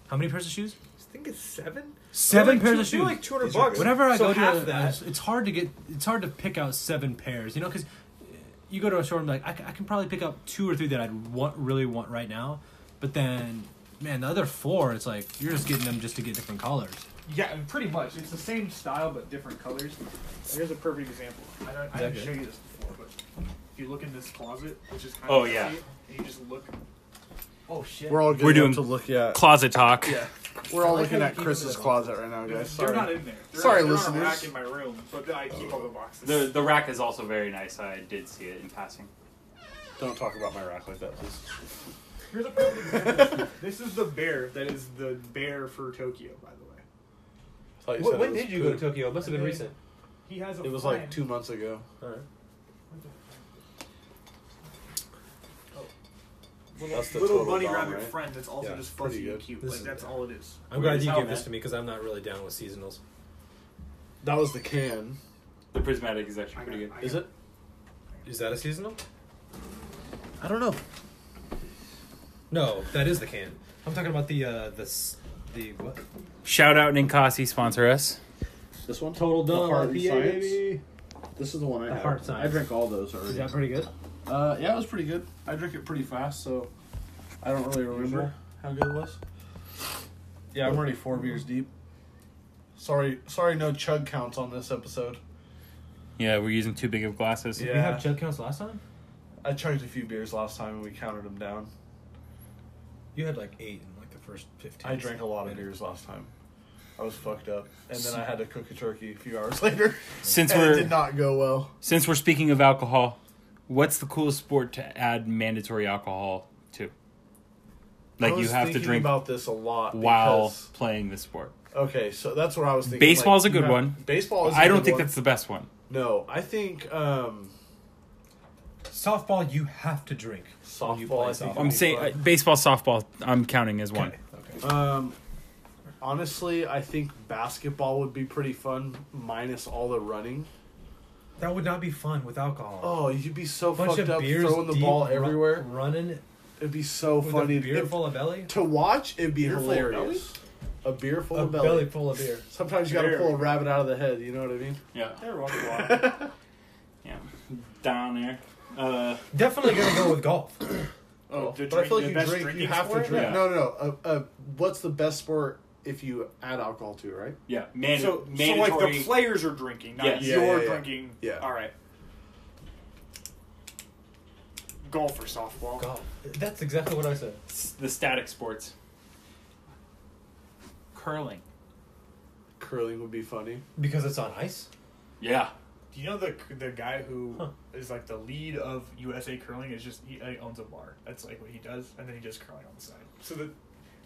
Speaker 6: How many pairs of shoes?
Speaker 3: I think it's seven.
Speaker 6: Seven
Speaker 3: They're like
Speaker 6: pairs
Speaker 3: two-
Speaker 6: of
Speaker 3: they're
Speaker 6: shoes.
Speaker 3: like two hundred bucks.
Speaker 6: Whenever I
Speaker 3: so
Speaker 6: go to,
Speaker 3: half
Speaker 6: a-
Speaker 3: that,
Speaker 6: it's hard to get. It's hard to pick out seven pairs, you know, because you go to a store and be like, I, c- I can probably pick up two or three that I'd want, really want right now, but then, man, the other four, it's like you're just getting them just to get different colors.
Speaker 3: yeah, and pretty much it's the same style but different colors. Here's a perfect example. I don't, I
Speaker 6: that
Speaker 3: didn't
Speaker 6: good?
Speaker 3: show you this before, but if you look in this closet, which is kind
Speaker 4: Oh,
Speaker 3: of
Speaker 4: yeah.
Speaker 3: and you just look.
Speaker 5: Oh shit!
Speaker 2: We're all good
Speaker 4: We're doing-
Speaker 2: to look at.
Speaker 4: Closet talk.
Speaker 2: We're all
Speaker 5: I like
Speaker 2: looking
Speaker 5: how
Speaker 2: at
Speaker 5: you keep
Speaker 2: Chris's
Speaker 5: it.
Speaker 2: closet right now, guys.
Speaker 3: They're
Speaker 2: Sorry.
Speaker 3: not in there. They're
Speaker 2: Sorry,
Speaker 3: they're On a
Speaker 2: listeners.
Speaker 3: rack in my room, but I keep all the boxes.
Speaker 4: The the rack is also very nice. I did see it in passing.
Speaker 2: Don't talk about my rack like that, please.
Speaker 3: Here's a perfect example. this is the bear that is the bear for Tokyo, by the way.
Speaker 2: I thought you said
Speaker 1: When,
Speaker 2: it
Speaker 1: when
Speaker 2: was
Speaker 1: did you go to
Speaker 2: poop.
Speaker 1: Tokyo? It must have been recent.
Speaker 3: He has a.
Speaker 2: It was
Speaker 3: friend.
Speaker 2: like two months ago. That's the
Speaker 3: little
Speaker 2: total
Speaker 3: bunny
Speaker 2: bomb,
Speaker 3: rabbit
Speaker 2: right?
Speaker 3: friend that's also
Speaker 2: Yeah,
Speaker 3: just
Speaker 2: pretty
Speaker 3: fuzzy and
Speaker 2: good.
Speaker 3: cute.
Speaker 1: This
Speaker 3: like
Speaker 1: is-
Speaker 3: that's all it is.
Speaker 1: I'm
Speaker 4: Weird
Speaker 1: glad
Speaker 4: as
Speaker 1: you
Speaker 4: hell,
Speaker 1: gave this
Speaker 4: man.
Speaker 1: to me because I'm not really down with seasonals.
Speaker 2: That was the can.
Speaker 4: The prismatic is actually
Speaker 3: I
Speaker 4: pretty good.
Speaker 3: got- I
Speaker 2: Is
Speaker 3: got-
Speaker 2: it?
Speaker 1: Is that a seasonal?
Speaker 2: I don't know.
Speaker 1: No, that is the can. I'm talking about the uh, the s- the what?
Speaker 4: Shout out Ninkasi sponsor us.
Speaker 2: This one?
Speaker 1: Total
Speaker 2: The
Speaker 1: Dawn
Speaker 2: Hard
Speaker 1: IPA,
Speaker 2: Science?
Speaker 1: baby.
Speaker 2: This is the one I
Speaker 1: The
Speaker 2: had.
Speaker 1: Hard Science.
Speaker 2: I drank all those already.
Speaker 1: pretty good?
Speaker 2: Uh, yeah, it was pretty good. I drank it pretty fast, so I don't really remember how good it was. Yeah, I'm already four beers deep. Sorry, sorry, no chug counts on this episode.
Speaker 4: Yeah, we're using too big of glasses.
Speaker 2: Yeah.
Speaker 1: Did we have chug counts last time?
Speaker 2: I chugged a few beers last time and we counted them down.
Speaker 1: You had like eight in like the first fifteen.
Speaker 2: I drank a lot of beers last time. I was fucked up, and then I had to cook a turkey a few hours later,
Speaker 4: Since
Speaker 2: and it
Speaker 4: we're
Speaker 2: did not go well.
Speaker 4: since we're speaking of alcohol, what's the coolest sport to add mandatory alcohol to?
Speaker 2: I
Speaker 4: Like you
Speaker 2: was
Speaker 4: have to
Speaker 2: thinking
Speaker 4: drink
Speaker 2: about this a lot.
Speaker 4: while
Speaker 2: because-
Speaker 4: playing the sport.
Speaker 2: okay, so that's what I was thinking.
Speaker 4: Baseball's
Speaker 2: like,
Speaker 4: a good
Speaker 2: you have-
Speaker 4: one.
Speaker 2: Baseball. Is a
Speaker 4: I don't
Speaker 2: good
Speaker 4: think
Speaker 2: one.
Speaker 4: that's the best one.
Speaker 2: no. I think um,
Speaker 1: softball. You have to drink. When you play
Speaker 2: softball. I think
Speaker 1: softball.
Speaker 4: I'm saying uh, baseball, softball. I'm counting as one.
Speaker 2: Um, honestly, I think basketball would be pretty fun, minus all the running.
Speaker 1: That would not be fun with alcohol.
Speaker 2: Oh, you'd be so
Speaker 1: bunch
Speaker 2: fucked
Speaker 1: of
Speaker 2: up
Speaker 1: beers,
Speaker 2: throwing the
Speaker 1: deep,
Speaker 2: ball
Speaker 1: ru-
Speaker 2: everywhere.
Speaker 1: running
Speaker 2: It'd be so
Speaker 1: with
Speaker 2: funny.
Speaker 1: a beer
Speaker 2: If-
Speaker 1: full of belly.
Speaker 2: to watch, it'd be
Speaker 1: Beer full of
Speaker 2: hilarious. A beer full
Speaker 1: a
Speaker 2: of belly.
Speaker 1: belly full of beer.
Speaker 2: Sometimes you gotta pull a rabbit out of the head. You know what I mean?
Speaker 4: Yeah,
Speaker 3: They're wrong a lot.
Speaker 4: yeah. Down there. Uh,
Speaker 1: Definitely gonna go with golf.
Speaker 3: Oh, the
Speaker 2: but I feel
Speaker 3: drink-
Speaker 2: like
Speaker 3: the
Speaker 2: you
Speaker 3: best
Speaker 2: drink. You
Speaker 3: drinking
Speaker 2: have to
Speaker 3: sport?
Speaker 2: drink.
Speaker 4: Yeah.
Speaker 2: No, no. no. Uh, uh, what's the best sport if you add alcohol to? it, Right?
Speaker 4: yeah. Man-
Speaker 3: so, so
Speaker 4: mandatory.
Speaker 3: like the players are drinking, not
Speaker 4: Yes.
Speaker 2: Yeah,
Speaker 3: you're
Speaker 2: yeah, yeah.
Speaker 3: drinking.
Speaker 2: Yeah.
Speaker 3: All right. Golf or softball?
Speaker 1: Golf. That's exactly what I said.
Speaker 4: the static sports. Curling.
Speaker 2: Curling would be funny.
Speaker 1: Because it's on ice.
Speaker 4: Yeah.
Speaker 3: Do you know the the guy who is
Speaker 1: Huh.
Speaker 3: like the lead of USA Curling is just he, he owns a bar. That's like what he does, and then he does curling on the side. So that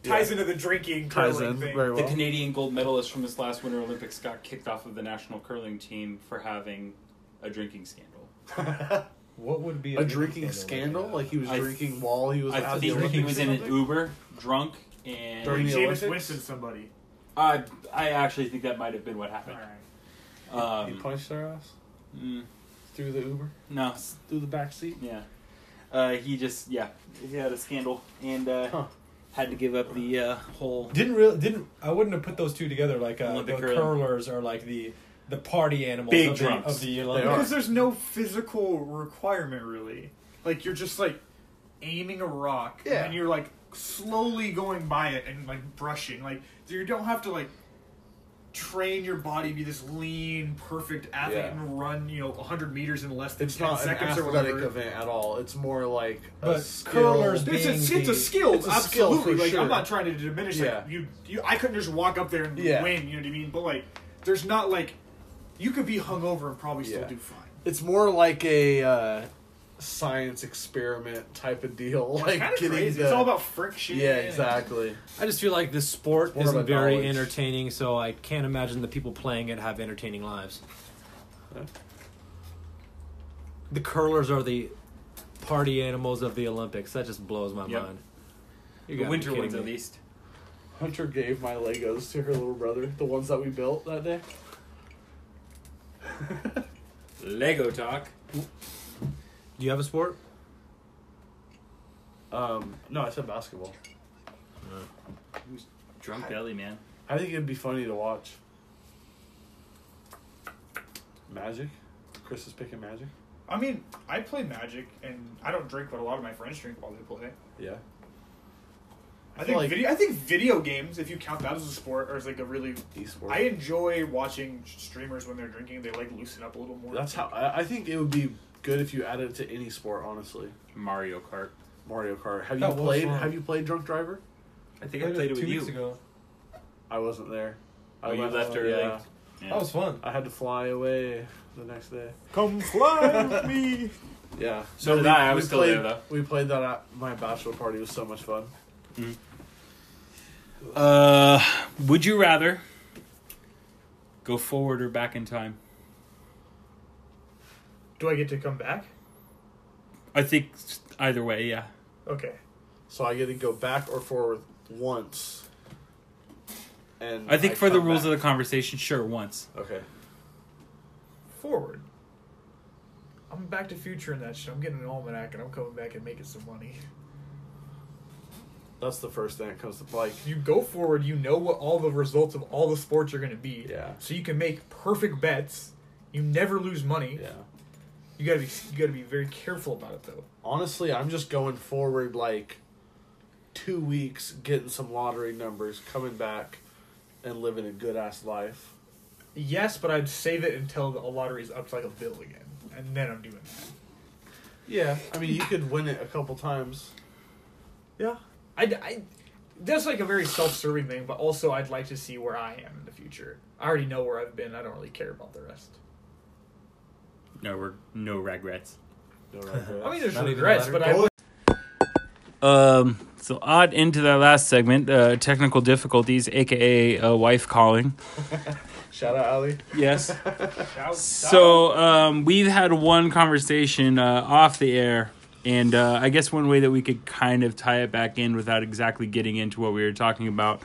Speaker 3: ties into the drinking
Speaker 2: Ties
Speaker 3: curling
Speaker 2: in
Speaker 3: thing.
Speaker 2: very
Speaker 4: The
Speaker 2: well.
Speaker 4: Canadian gold medalist from this last Winter Olympics got kicked off of the national curling team for having a drinking scandal.
Speaker 1: What would be
Speaker 2: a drinking scandal? Like uh, he was
Speaker 4: I-
Speaker 2: drinking while he was
Speaker 4: I
Speaker 2: at the
Speaker 4: think
Speaker 2: Olympics.
Speaker 4: he was
Speaker 2: or
Speaker 4: in an
Speaker 2: something?
Speaker 4: Uber, drunk, and
Speaker 2: During the
Speaker 3: James
Speaker 2: Olympics?
Speaker 3: Winston, somebody.
Speaker 4: I I actually think that might have been what
Speaker 3: All
Speaker 4: happened.
Speaker 3: right.
Speaker 2: He
Speaker 4: Um,
Speaker 2: punched their ass
Speaker 4: mm,
Speaker 2: through the Uber,
Speaker 4: no, s-
Speaker 2: through the back seat.
Speaker 4: yeah. Uh, he just yeah, he had a scandal and uh,
Speaker 2: Huh.
Speaker 4: had to give up the uh, whole.
Speaker 1: Didn't really didn't I wouldn't have put those two together. Like uh,
Speaker 4: Olympic
Speaker 1: the
Speaker 4: curling.
Speaker 1: curlers are like the the party animals
Speaker 4: Big
Speaker 1: of, the,
Speaker 4: drunks.
Speaker 1: of the
Speaker 2: are.
Speaker 1: Olympics.
Speaker 3: Because there's no physical requirement really. Like you're just like aiming a rock
Speaker 2: Yeah.
Speaker 3: and you're like slowly going by it and like brushing. Like you don't have to like train your body to be this lean, perfect athlete
Speaker 2: Yeah.
Speaker 3: and run, you know, 100 meters in less than
Speaker 2: It's
Speaker 3: 10
Speaker 2: not an
Speaker 3: seconds or
Speaker 2: athletic
Speaker 3: whatever.
Speaker 2: event at all. It's more like a
Speaker 1: But
Speaker 2: skill.
Speaker 1: curlers-
Speaker 3: It's a,
Speaker 1: being
Speaker 3: it's
Speaker 1: the-
Speaker 3: a skill,
Speaker 2: it's a skill
Speaker 3: absolutely.
Speaker 2: for
Speaker 3: like
Speaker 2: sure.
Speaker 3: I'm not trying to diminish it.
Speaker 2: Yeah.
Speaker 3: you, you, I couldn't just walk up there and
Speaker 2: Yeah.
Speaker 3: win. You know what I mean? But like, there's not like, you could be hungover and probably still
Speaker 2: Yeah.
Speaker 3: do fine.
Speaker 2: It's more like a uh, science experiment type of deal. like
Speaker 3: Kind of
Speaker 2: getting
Speaker 3: crazy.
Speaker 2: the-
Speaker 3: It's all about friction.
Speaker 2: yeah, exactly.
Speaker 6: I just feel like this sport
Speaker 2: more
Speaker 6: isn't
Speaker 2: about
Speaker 6: very
Speaker 2: knowledge.
Speaker 6: entertaining, so I can't imagine the people playing it have entertaining lives. The curlers are the party animals of the Olympics. That just blows my
Speaker 4: Yep.
Speaker 6: mind. You
Speaker 4: The
Speaker 6: gotta be
Speaker 4: winter
Speaker 6: kidding
Speaker 4: ones,
Speaker 6: me.
Speaker 4: at least.
Speaker 2: Hunter gave my Legos to her little brother, the ones that we built that day.
Speaker 4: Lego talk.
Speaker 6: Do you have a sport?
Speaker 2: Um, no, I said basketball.
Speaker 4: Drunk belly, man.
Speaker 2: I think it'd be funny to watch. Magic? Chris is picking magic?
Speaker 3: I mean, I play Magic, and I don't drink, but a lot of my friends drink while they play.
Speaker 2: Yeah.
Speaker 3: I,
Speaker 2: feel
Speaker 3: think
Speaker 2: like-
Speaker 3: video. I think video games, if you count that as a sport, or as like a really.
Speaker 2: Esports.
Speaker 3: I enjoy watching streamers when they're drinking. They like loosen up a little more.
Speaker 2: That's how I, I think it would be good if you added it to any sport, honestly.
Speaker 4: Mario Kart.
Speaker 2: Mario Kart. Have you
Speaker 5: That was
Speaker 2: played
Speaker 5: fun.
Speaker 2: have you played Drunk Driver?
Speaker 4: I think I played it
Speaker 5: two
Speaker 4: with you.
Speaker 5: weeks ago.
Speaker 2: I wasn't there. I
Speaker 4: Oh, you left early.
Speaker 2: Uh, Yeah. Oh,
Speaker 4: Yeah.
Speaker 5: That was fun.
Speaker 2: I had to fly away the next day.
Speaker 5: Come fly with me.
Speaker 2: Yeah.
Speaker 4: So did
Speaker 2: we-
Speaker 4: I. I
Speaker 2: we
Speaker 4: was still
Speaker 2: played,
Speaker 4: there, though.
Speaker 2: We played that at my bachelor party. It was so much fun.
Speaker 4: Uh, would you rather go forward or back in time?
Speaker 3: Do I get to come back?
Speaker 4: I think s- either way, yeah.
Speaker 3: Okay.
Speaker 2: So I get to go back or forward once. And
Speaker 4: I think for the
Speaker 2: come
Speaker 4: rules
Speaker 2: back.
Speaker 4: of the conversation, sure, once.
Speaker 2: Okay.
Speaker 3: Forward. I'm back to future in that shit. I'm getting an almanac and I'm coming back and making some money.
Speaker 2: That's the first thing that comes to like
Speaker 3: If you go forward, you know what all the results of all the sports are going to be.
Speaker 2: Yeah.
Speaker 3: So you can make perfect bets. You never lose money.
Speaker 2: yeah.
Speaker 3: You gotta be you gotta be very careful about it though.
Speaker 2: Honestly, I'm just going forward like two weeks, getting some lottery numbers, coming back and living a good ass life.
Speaker 3: Yes, but I'd save it until the lottery is up to like a bill again, and then I'm doing that.
Speaker 2: Yeah. I mean you could win it a couple times. Yeah.
Speaker 3: I'd, I that's like a very self-serving thing, but also I'd like to see where I am in the future. I already know where I've been. I don't really care about the rest.
Speaker 4: No, we're no regrets.
Speaker 2: No regrets.
Speaker 3: I mean, there's
Speaker 6: Not even
Speaker 3: regrets,
Speaker 6: better.
Speaker 3: but I would
Speaker 4: Um, so odd into that last segment, uh, technical difficulties, aka uh, wife calling.
Speaker 2: Shout out Ali.
Speaker 4: Yes.
Speaker 3: shout.
Speaker 4: So um, we've had one conversation uh, off the air, and uh, I guess one way that we could kind of tie it back in without exactly getting into what we were talking about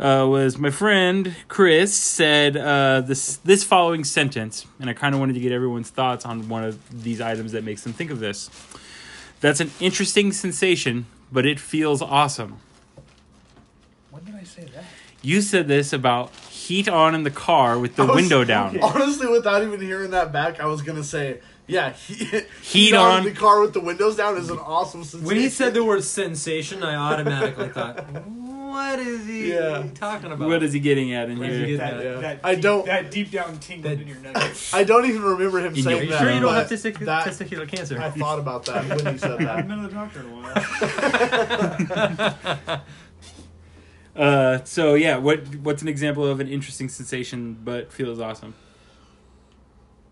Speaker 4: uh, was my friend Chris said uh, this this following sentence, and I kind of wanted to get everyone's thoughts on one of these items that makes them think of this. That's an interesting sensation, but it feels awesome.
Speaker 3: When did I say that?
Speaker 4: You said this about heat on in the car with the
Speaker 2: I was-
Speaker 4: window down.
Speaker 2: Honestly, without even hearing that back, I was gonna say, yeah, he, heat,
Speaker 4: on.
Speaker 2: the car with the windows down is an awesome sensation.
Speaker 6: When he said the word sensation, I automatically thought, what is he
Speaker 2: Yeah.
Speaker 6: talking about?
Speaker 4: What is he getting at in
Speaker 6: Where is
Speaker 4: here?
Speaker 6: he getting
Speaker 3: That,
Speaker 2: Yeah.
Speaker 3: that
Speaker 2: I
Speaker 3: deep,
Speaker 2: don't-
Speaker 3: That deep down tingle
Speaker 6: That-
Speaker 3: in your nuggets.
Speaker 2: I don't even remember him
Speaker 4: In
Speaker 2: saying
Speaker 4: your-
Speaker 2: that.
Speaker 6: Sure, you don't have
Speaker 2: but
Speaker 6: testic-
Speaker 2: that-
Speaker 6: testicular cancer.
Speaker 2: I thought about that when he said that.
Speaker 3: another doctor in a while.
Speaker 4: Uh, so yeah, what what's an example of an interesting sensation but feels awesome?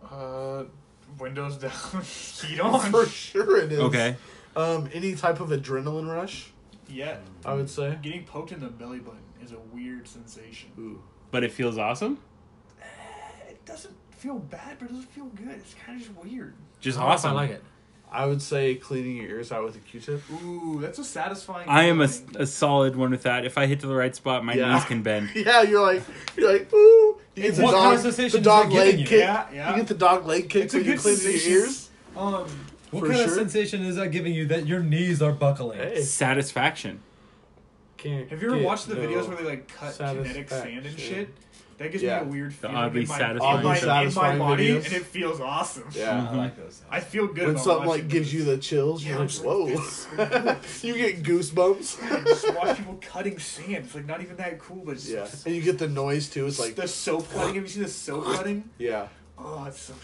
Speaker 3: Uh, windows down, heat on.
Speaker 2: For sure, it is.
Speaker 4: Okay,
Speaker 2: Um, any type of adrenaline rush,
Speaker 3: Yeah,
Speaker 2: I would say.
Speaker 3: getting poked in the belly button is a weird sensation.
Speaker 2: Ooh.
Speaker 4: but it feels awesome.
Speaker 3: It doesn't feel bad, but it doesn't feel good. It's kind of just weird.
Speaker 4: Just
Speaker 6: I don't know if
Speaker 4: awesome.
Speaker 6: I like it.
Speaker 2: I would say cleaning your ears out with a Q-tip.
Speaker 3: Ooh, that's a satisfying.
Speaker 4: I am a,
Speaker 3: feeling.
Speaker 4: a solid one with that. If I hit to the right spot, my
Speaker 2: Yeah.
Speaker 4: knees can bend.
Speaker 2: Yeah, you're like, you're like, ooh. You get the
Speaker 5: What kind
Speaker 2: dog,
Speaker 5: of sensation
Speaker 2: the
Speaker 5: is
Speaker 2: dog
Speaker 5: it giving
Speaker 2: leg
Speaker 5: you?
Speaker 2: kick.
Speaker 3: Yeah, yeah.
Speaker 2: You get the dog leg kick
Speaker 3: It's a
Speaker 2: when you're
Speaker 3: good
Speaker 2: cleaning your
Speaker 3: sensation.
Speaker 2: ears.
Speaker 3: Um,
Speaker 5: What
Speaker 2: For
Speaker 5: kind of
Speaker 2: sure.
Speaker 5: sensation is that giving you that your knees are buckling?
Speaker 2: Hey.
Speaker 4: Satisfaction.
Speaker 2: Can't
Speaker 3: have you ever
Speaker 2: get
Speaker 3: watched the
Speaker 2: no
Speaker 3: videos where they like cut kinetic
Speaker 2: satisfaction.
Speaker 3: sand and shit? That gives
Speaker 2: Yeah.
Speaker 3: me a weird feeling
Speaker 4: oddly
Speaker 3: in my, in
Speaker 4: satisfying
Speaker 3: my, in my
Speaker 2: satisfying
Speaker 3: body,
Speaker 2: videos.
Speaker 3: and it feels awesome.
Speaker 2: Yeah.
Speaker 5: I like those.
Speaker 3: I feel good
Speaker 2: when
Speaker 3: about
Speaker 2: something
Speaker 3: watching
Speaker 2: like gives you
Speaker 3: those.
Speaker 2: the chills,
Speaker 3: Yeah,
Speaker 2: you're
Speaker 3: I'm
Speaker 2: like,
Speaker 3: just like,
Speaker 2: whoa.
Speaker 3: this is
Speaker 2: you get goosebumps.
Speaker 3: just watch people cutting sand. It's like not even that cool, but it's
Speaker 2: yeah.
Speaker 3: just
Speaker 2: And you get the noise too. It's like,
Speaker 3: the soap cutting. Have you seen the soap cutting?
Speaker 2: yeah.
Speaker 3: Oh, it's so.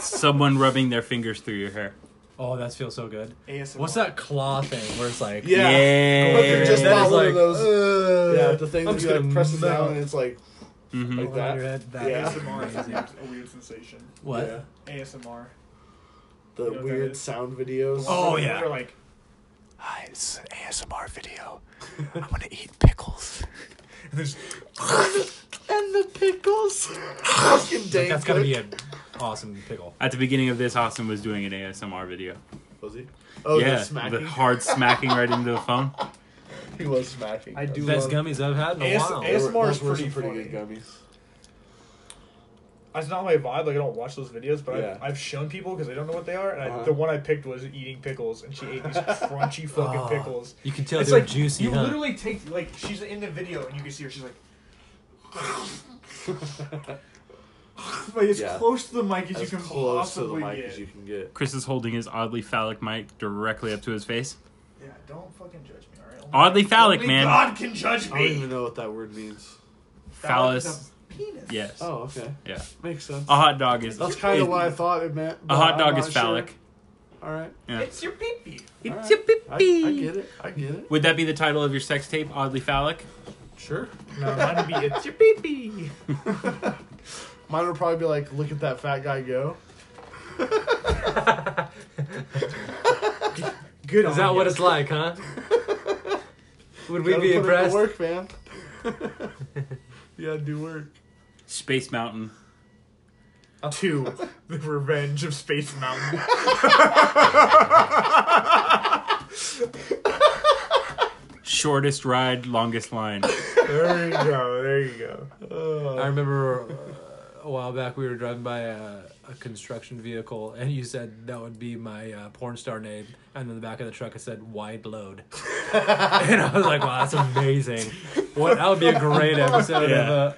Speaker 4: Someone rubbing their fingers through your hair.
Speaker 6: Oh, that feels so good.
Speaker 3: ASMR.
Speaker 6: What's that claw thing where it's like,
Speaker 2: Yeah.
Speaker 4: Yay.
Speaker 2: But they're just
Speaker 6: That
Speaker 2: not
Speaker 6: is
Speaker 2: one
Speaker 6: like,
Speaker 2: of those.
Speaker 6: uh,
Speaker 2: yeah, the thing
Speaker 6: I'm
Speaker 2: that
Speaker 6: just
Speaker 2: you
Speaker 6: gonna
Speaker 2: like
Speaker 6: Mm-hmm.
Speaker 2: press it
Speaker 6: melt.
Speaker 2: down and it's like,
Speaker 3: Oh,
Speaker 4: Mhm.
Speaker 2: like that.
Speaker 6: Your head, that
Speaker 2: Yeah.
Speaker 6: is
Speaker 3: ASMR is
Speaker 6: amazing.
Speaker 3: a weird sensation.
Speaker 6: What?
Speaker 2: Yeah.
Speaker 3: ASMR.
Speaker 2: The
Speaker 3: know what that
Speaker 2: weird
Speaker 3: is?
Speaker 2: sound videos.
Speaker 6: Oh, yeah.
Speaker 3: They're like,
Speaker 7: Hi, this is an ASMR video. I'm gonna eat pickles.
Speaker 2: and the pickles. Fucking Dane
Speaker 6: That's gotta
Speaker 2: Cook.
Speaker 6: be an awesome pickle.
Speaker 4: At the beginning of this, Austin was doing an ASMR video.
Speaker 2: Was he? Oh, yeah.
Speaker 4: yeah,
Speaker 2: Smacking.
Speaker 4: the hard smacking right into the phone.
Speaker 2: he was smacking.
Speaker 3: I do
Speaker 6: Best
Speaker 3: love.
Speaker 6: gummies I've had in a
Speaker 3: AS-
Speaker 6: while.
Speaker 2: They were-
Speaker 3: ASMR is
Speaker 2: those were some
Speaker 3: pretty funny.
Speaker 2: good gummies.
Speaker 3: That's not my vibe. Like I don't watch those videos, but
Speaker 2: Yeah.
Speaker 3: I've, I've shown people because I don't know what they are. And
Speaker 2: Uh-huh.
Speaker 3: I, the one I picked was eating pickles, and she ate these crunchy fucking
Speaker 6: Oh.
Speaker 3: pickles.
Speaker 6: You can tell
Speaker 3: it's
Speaker 6: they're
Speaker 3: like
Speaker 6: juicy,
Speaker 3: You
Speaker 6: huh?
Speaker 3: literally take like she's in the video, and you can see her. She's like. like as
Speaker 2: Yeah.
Speaker 3: close to the mic as,
Speaker 2: As
Speaker 3: you can
Speaker 2: close to the
Speaker 3: possibly
Speaker 2: mic
Speaker 3: get.
Speaker 2: as you can get.
Speaker 4: Chris is holding his oddly phallic mic directly up to his face.
Speaker 3: Yeah, don't fucking judge me, alright?
Speaker 4: Oddly phallic,
Speaker 3: Only
Speaker 4: man.
Speaker 3: God can judge
Speaker 2: I don't
Speaker 3: me.
Speaker 2: even know what that word means.
Speaker 4: Phallus.
Speaker 3: The penis.
Speaker 4: Yes.
Speaker 2: Oh, okay.
Speaker 4: Yeah.
Speaker 2: Makes sense.
Speaker 4: A hot dog is.
Speaker 2: That's kind
Speaker 4: is-
Speaker 2: of what I thought it meant.
Speaker 4: A
Speaker 2: but
Speaker 4: hot
Speaker 2: I'm
Speaker 4: dog
Speaker 2: not
Speaker 4: is phallic.
Speaker 2: sure. All right.
Speaker 4: Yeah.
Speaker 3: It's your pee-pee.
Speaker 2: All
Speaker 4: It's
Speaker 2: right.
Speaker 4: a
Speaker 2: I, I
Speaker 4: pee-pee.
Speaker 2: get it. I get it.
Speaker 4: Would that be the title of your sex tape? Oddly phallic.
Speaker 2: Sure.
Speaker 3: No, mine would be it's your pee-pee.
Speaker 2: Mine would probably be like, look at that fat guy go.
Speaker 3: Good
Speaker 6: Is that what it's like, huh? Would we
Speaker 2: Gotta
Speaker 6: be
Speaker 2: put in the
Speaker 6: impressed?
Speaker 2: Work, man. yeah, do work.
Speaker 4: Space Mountain.
Speaker 3: Two, the revenge of Space Mountain.
Speaker 4: Shortest ride, longest line.
Speaker 3: there you go, there you go.
Speaker 6: I remember uh, a while back we were driving by a, a construction vehicle, and you said that would be my uh, porn star name. And in the back of the truck, it said "Wide Load," and I was like, "Wow, that's amazing! What that would be a great episode
Speaker 4: Yeah.
Speaker 6: of uh,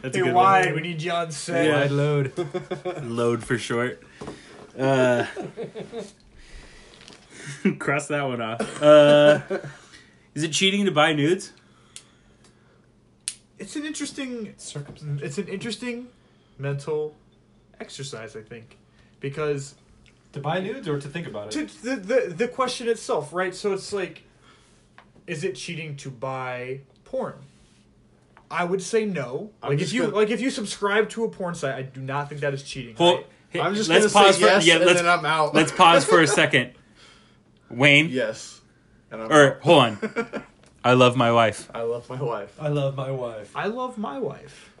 Speaker 4: That's a
Speaker 3: Hey,
Speaker 4: good
Speaker 3: why? We need you on set.
Speaker 4: Yeah.
Speaker 6: Wide Load."
Speaker 4: one. Load for short. Uh, cross that one off. Uh, is it cheating to buy nudes?
Speaker 3: It's an interesting
Speaker 5: Circumstantial.
Speaker 3: It's an interesting mental exercise, I think, because
Speaker 5: To buy nudes or to think about
Speaker 3: to,
Speaker 5: it?
Speaker 3: the, the the question itself, right? So it's like, is it cheating to buy porn? I would say no.
Speaker 2: I'm
Speaker 3: Like if
Speaker 2: just
Speaker 3: you
Speaker 2: gonna-
Speaker 3: like if you subscribe to a porn site, I do not think that is cheating.
Speaker 4: Well,
Speaker 3: right?
Speaker 4: hey,
Speaker 2: I'm just
Speaker 4: let's
Speaker 2: gonna
Speaker 4: pause
Speaker 2: say
Speaker 4: for
Speaker 2: yes,
Speaker 4: yeah.
Speaker 2: and
Speaker 4: Let's
Speaker 2: then I'm out.
Speaker 4: let's pause for a second. Wayne,
Speaker 2: yes, and I'm.
Speaker 4: or hold on. I love my wife.
Speaker 2: I love my wife.
Speaker 5: I love my wife.
Speaker 3: I love my wife.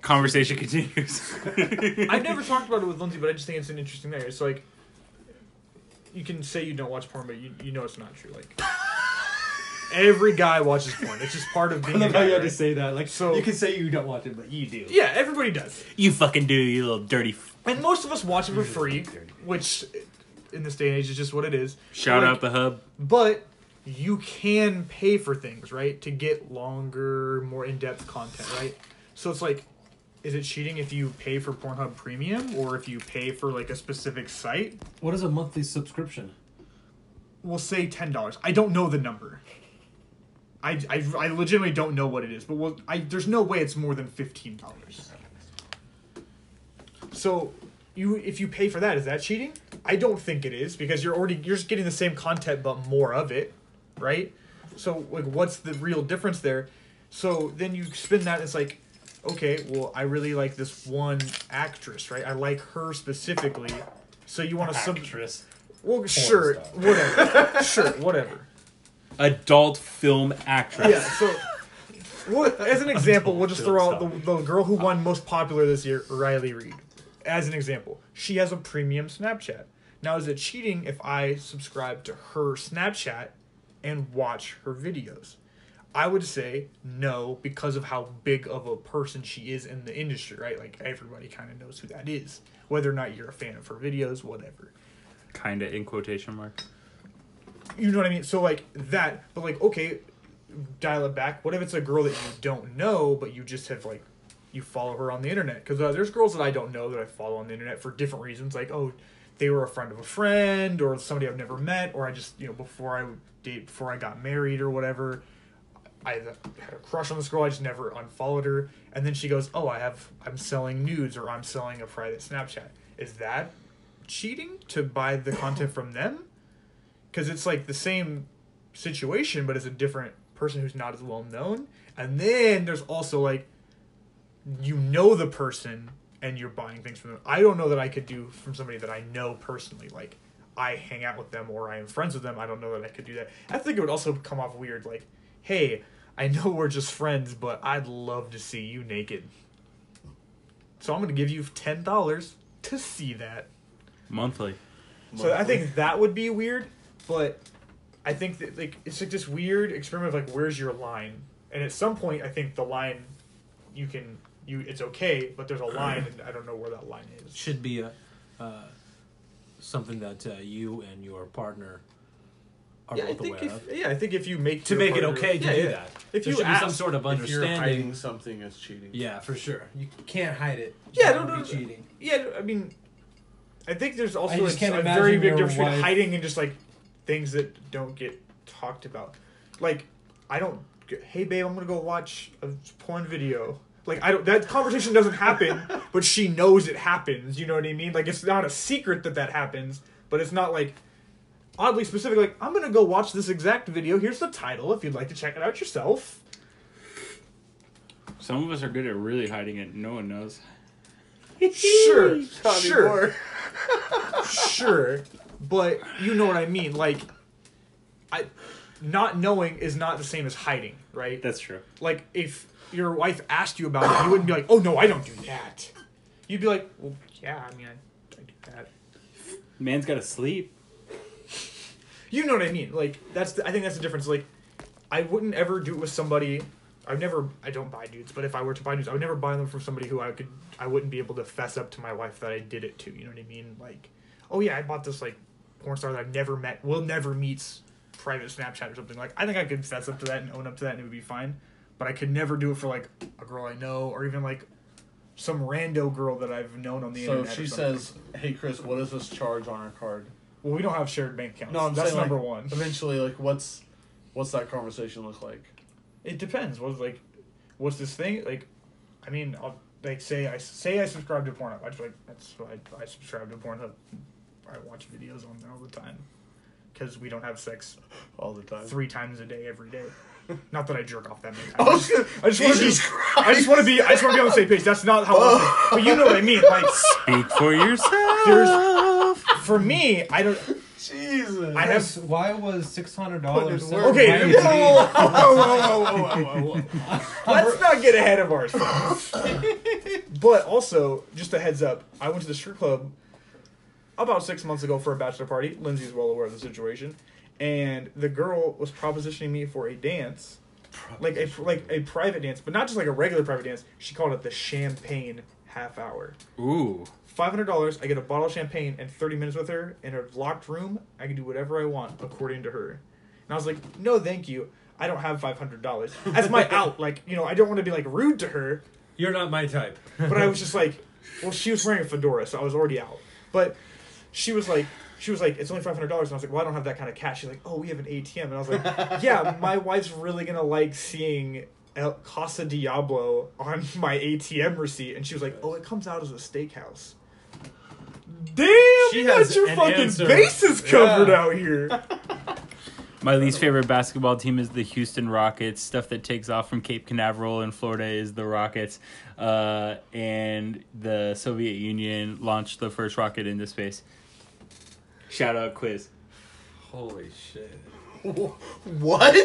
Speaker 4: Conversation continues.
Speaker 3: I've never talked about it with Lindsay, but I just think it's an interesting thing. It's like you can say you don't watch porn, but you, you know it's not true. Like every guy watches porn. It's just part of
Speaker 5: I
Speaker 3: being. a
Speaker 5: love how
Speaker 3: guy,
Speaker 5: you had to
Speaker 3: right?
Speaker 5: say that. Like,
Speaker 3: So-
Speaker 5: you can say you don't watch it, but you do.
Speaker 3: Yeah, everybody does,
Speaker 4: you fucking do, you little dirty. F-
Speaker 3: and most of us watch it for free, which in this day and age is just what it is.
Speaker 4: Shout
Speaker 3: Like,
Speaker 4: out the hub.
Speaker 3: but you can pay for things, right? To get longer, more in depth content, right? So it's like, is it cheating if you pay for Pornhub Premium or if you pay for like a specific site?
Speaker 5: What is a monthly subscription?
Speaker 3: We'll say $10. I don't know the number. I, I, I legitimately don't know what it is, but we'll, I, there's no way it's more than $15. So you if you pay for that, is that cheating? I don't think it is because you're already you're just getting the same content but more of it, right? So like what's the real difference there? So then you spin that it's like okay, well I really like this one actress, right? I like her specifically. So you want to sub Well, sure,
Speaker 5: star.
Speaker 3: whatever. sure, whatever.
Speaker 4: Adult film actress.
Speaker 3: Yeah, so well, as an example, we'll just throw out the, the girl who won most popular this year, Riley Reed. As an example, she has a premium Snapchat. Now, is it cheating if I subscribe to her Snapchat and watch her videos? I would say no because of how big of a person she is in the industry, right? Like everybody kind of knows who that is, whether or not you're a fan of her videos, whatever.
Speaker 4: Kinda in quotation marks.
Speaker 3: you know what I mean? So like that, but like okay, dial it back. What if it's a girl that you don't know, but you just have like you follow her on the internet? Because uh, there's girls that I don't know that I follow on the internet for different reasons. Like oh, they were a friend of a friend, or somebody I've never met, or I just you know before I would date before I got married or whatever. I had a crush on this girl. I just never unfollowed her, and then she goes, "Oh, I have. I'm selling nudes, or I'm selling a private Snapchat. Is that cheating to buy the content from them? because it's like the same situation, but it's a different person who's not as well known. And then there's also like you know the person and you're buying things from them. I don't know that I could do from somebody that I know personally. Like I hang out with them or I am friends with them. I don't know that I could do that. I think it would also come off weird. Like, hey, I know we're just friends, but I'd love to see you naked. So I'm gonna give you ten dollars to see that.
Speaker 4: monthly.
Speaker 3: So I think that would be weird, but I think that like it's like this weird experiment of like where's your line? And at some point I think the line you can you it's okay, but there's a line and I don't know where that line is.
Speaker 8: should be a, uh, something that uh, you and your partner are
Speaker 3: Yeah, I
Speaker 8: both
Speaker 3: think
Speaker 8: aware
Speaker 3: if
Speaker 8: of.
Speaker 3: yeah, I think if you make
Speaker 8: To
Speaker 3: your
Speaker 8: make it
Speaker 3: partner-
Speaker 8: okay to
Speaker 3: yeah,
Speaker 8: do
Speaker 3: yeah.
Speaker 8: that,
Speaker 3: If
Speaker 8: there
Speaker 3: you
Speaker 8: should
Speaker 3: ask
Speaker 8: be some sort of
Speaker 2: If you're hiding
Speaker 8: understanding.
Speaker 2: something as cheating.
Speaker 8: Yeah, for sure.
Speaker 1: You can't hide it.
Speaker 3: Yeah,
Speaker 1: That
Speaker 3: no,
Speaker 1: would
Speaker 3: no,
Speaker 1: be
Speaker 3: no.
Speaker 1: cheating.
Speaker 3: Yeah, I mean I think there's also
Speaker 1: I just
Speaker 3: a,
Speaker 1: can't
Speaker 3: a
Speaker 1: imagine
Speaker 3: very big
Speaker 1: your
Speaker 3: difference between
Speaker 1: wife-
Speaker 3: hiding and just like things that don't get talked about. Like I don't g- hey babe, I'm going to go watch a porn video. Like I don't that conversation doesn't happen, but she knows it happens, you know what I mean? Like it's not a secret that that happens, but it's not like oddly specific like I'm going to go watch this exact video. Here's the title if you'd like to check it out yourself.
Speaker 4: Some of us are good at really hiding it. No one knows.
Speaker 3: Sure.
Speaker 2: Not
Speaker 3: sure.
Speaker 2: anymore.
Speaker 3: sure, but you know what I mean. Like, I not knowing is not the same as hiding, right?
Speaker 4: That's true.
Speaker 3: like if your wife asked you about it, you wouldn't be like, "Oh no, I don't do that." You'd be like, "Well, yeah, I mean, I, I do that."
Speaker 4: Man's got to sleep.
Speaker 3: You know what I mean? Like that's the, I think that's the difference. Like I wouldn't ever do it with somebody. I've never I don't buy dudes, but if I were to buy dudes, I would never buy them from somebody who I could I wouldn't be able to fess up to my wife that I did it to. You know what I mean? Like, oh yeah, I bought this like porn star that I've never met, will never meet's private Snapchat or something. Like I think I could fess up to that and own up to that and it would be fine. But I could never do it for like a girl I know or even like some rando girl that I've known on the
Speaker 2: So
Speaker 3: internet.
Speaker 2: if
Speaker 3: or
Speaker 2: she
Speaker 3: something.
Speaker 2: says, "Hey Chris, what does this charge on our card?"
Speaker 3: "Well, we don't have shared bank accounts."
Speaker 2: No, I'm
Speaker 3: that's
Speaker 2: saying
Speaker 3: number
Speaker 2: like,
Speaker 3: one.
Speaker 2: Eventually, like, what's what's that conversation look like?
Speaker 3: It depends. What's like, what's this thing like? I mean, I'll, like say I say I subscribe to Pornhub. I just like that's why I, I subscribe to Pornhub. I watch videos on there all the time because we don't have sex
Speaker 2: All the time.
Speaker 3: three times a day every day. Not that I jerk off that many times.
Speaker 2: I was gonna-
Speaker 3: I just want to
Speaker 2: Jesus
Speaker 3: be. I just want to be. I just want to be on the same page. That's not how. I but you know what I mean. Like
Speaker 4: Speak for yourself.
Speaker 3: there's for me, I don't.
Speaker 2: Jesus.
Speaker 3: I have.
Speaker 1: why was six hundred dollars?
Speaker 2: Put it
Speaker 3: Okay, whoa, whoa, whoa, whoa, whoa, whoa, whoa, whoa. let's not get ahead of ourselves. but also, just a heads up, I went to the strip club about six months ago for a bachelor party. Lindsay's well aware of the situation, and the girl was propositioning me for a dance, like a like a private dance, but not just like a regular private dance. She called it the champagne half hour.
Speaker 4: Ooh.
Speaker 3: Five hundred dollars, I get a bottle of champagne and thirty minutes with her in a locked room. I can do whatever I want according to her. And I was like, no, thank you. I don't have five hundred dollars. That's my out. Like, you know, I don't want to be like rude to her,
Speaker 9: You're not my type.
Speaker 3: but I was just like, well, she was wearing a fedora, so I was already out. But she was like, she was like, it's only five hundred dollars, and I was like, well, I don't have that kind of cash. She's like, oh, we have an ATM, and I was like, yeah, my wife's really gonna like seeing El Casa Diablo on my ATM receipt, and she was like, oh, it comes out as a steakhouse. Damn, you got
Speaker 9: has
Speaker 3: your
Speaker 9: an
Speaker 3: fucking
Speaker 9: answer.
Speaker 3: bases covered out here.
Speaker 4: My least favorite basketball team is the Houston Rockets. Stuff that takes off from Cape Canaveral in Florida is the Rockets. Uh, and the Soviet Union launched the first rocket into space. Shout out quiz.
Speaker 1: Holy shit!
Speaker 2: What?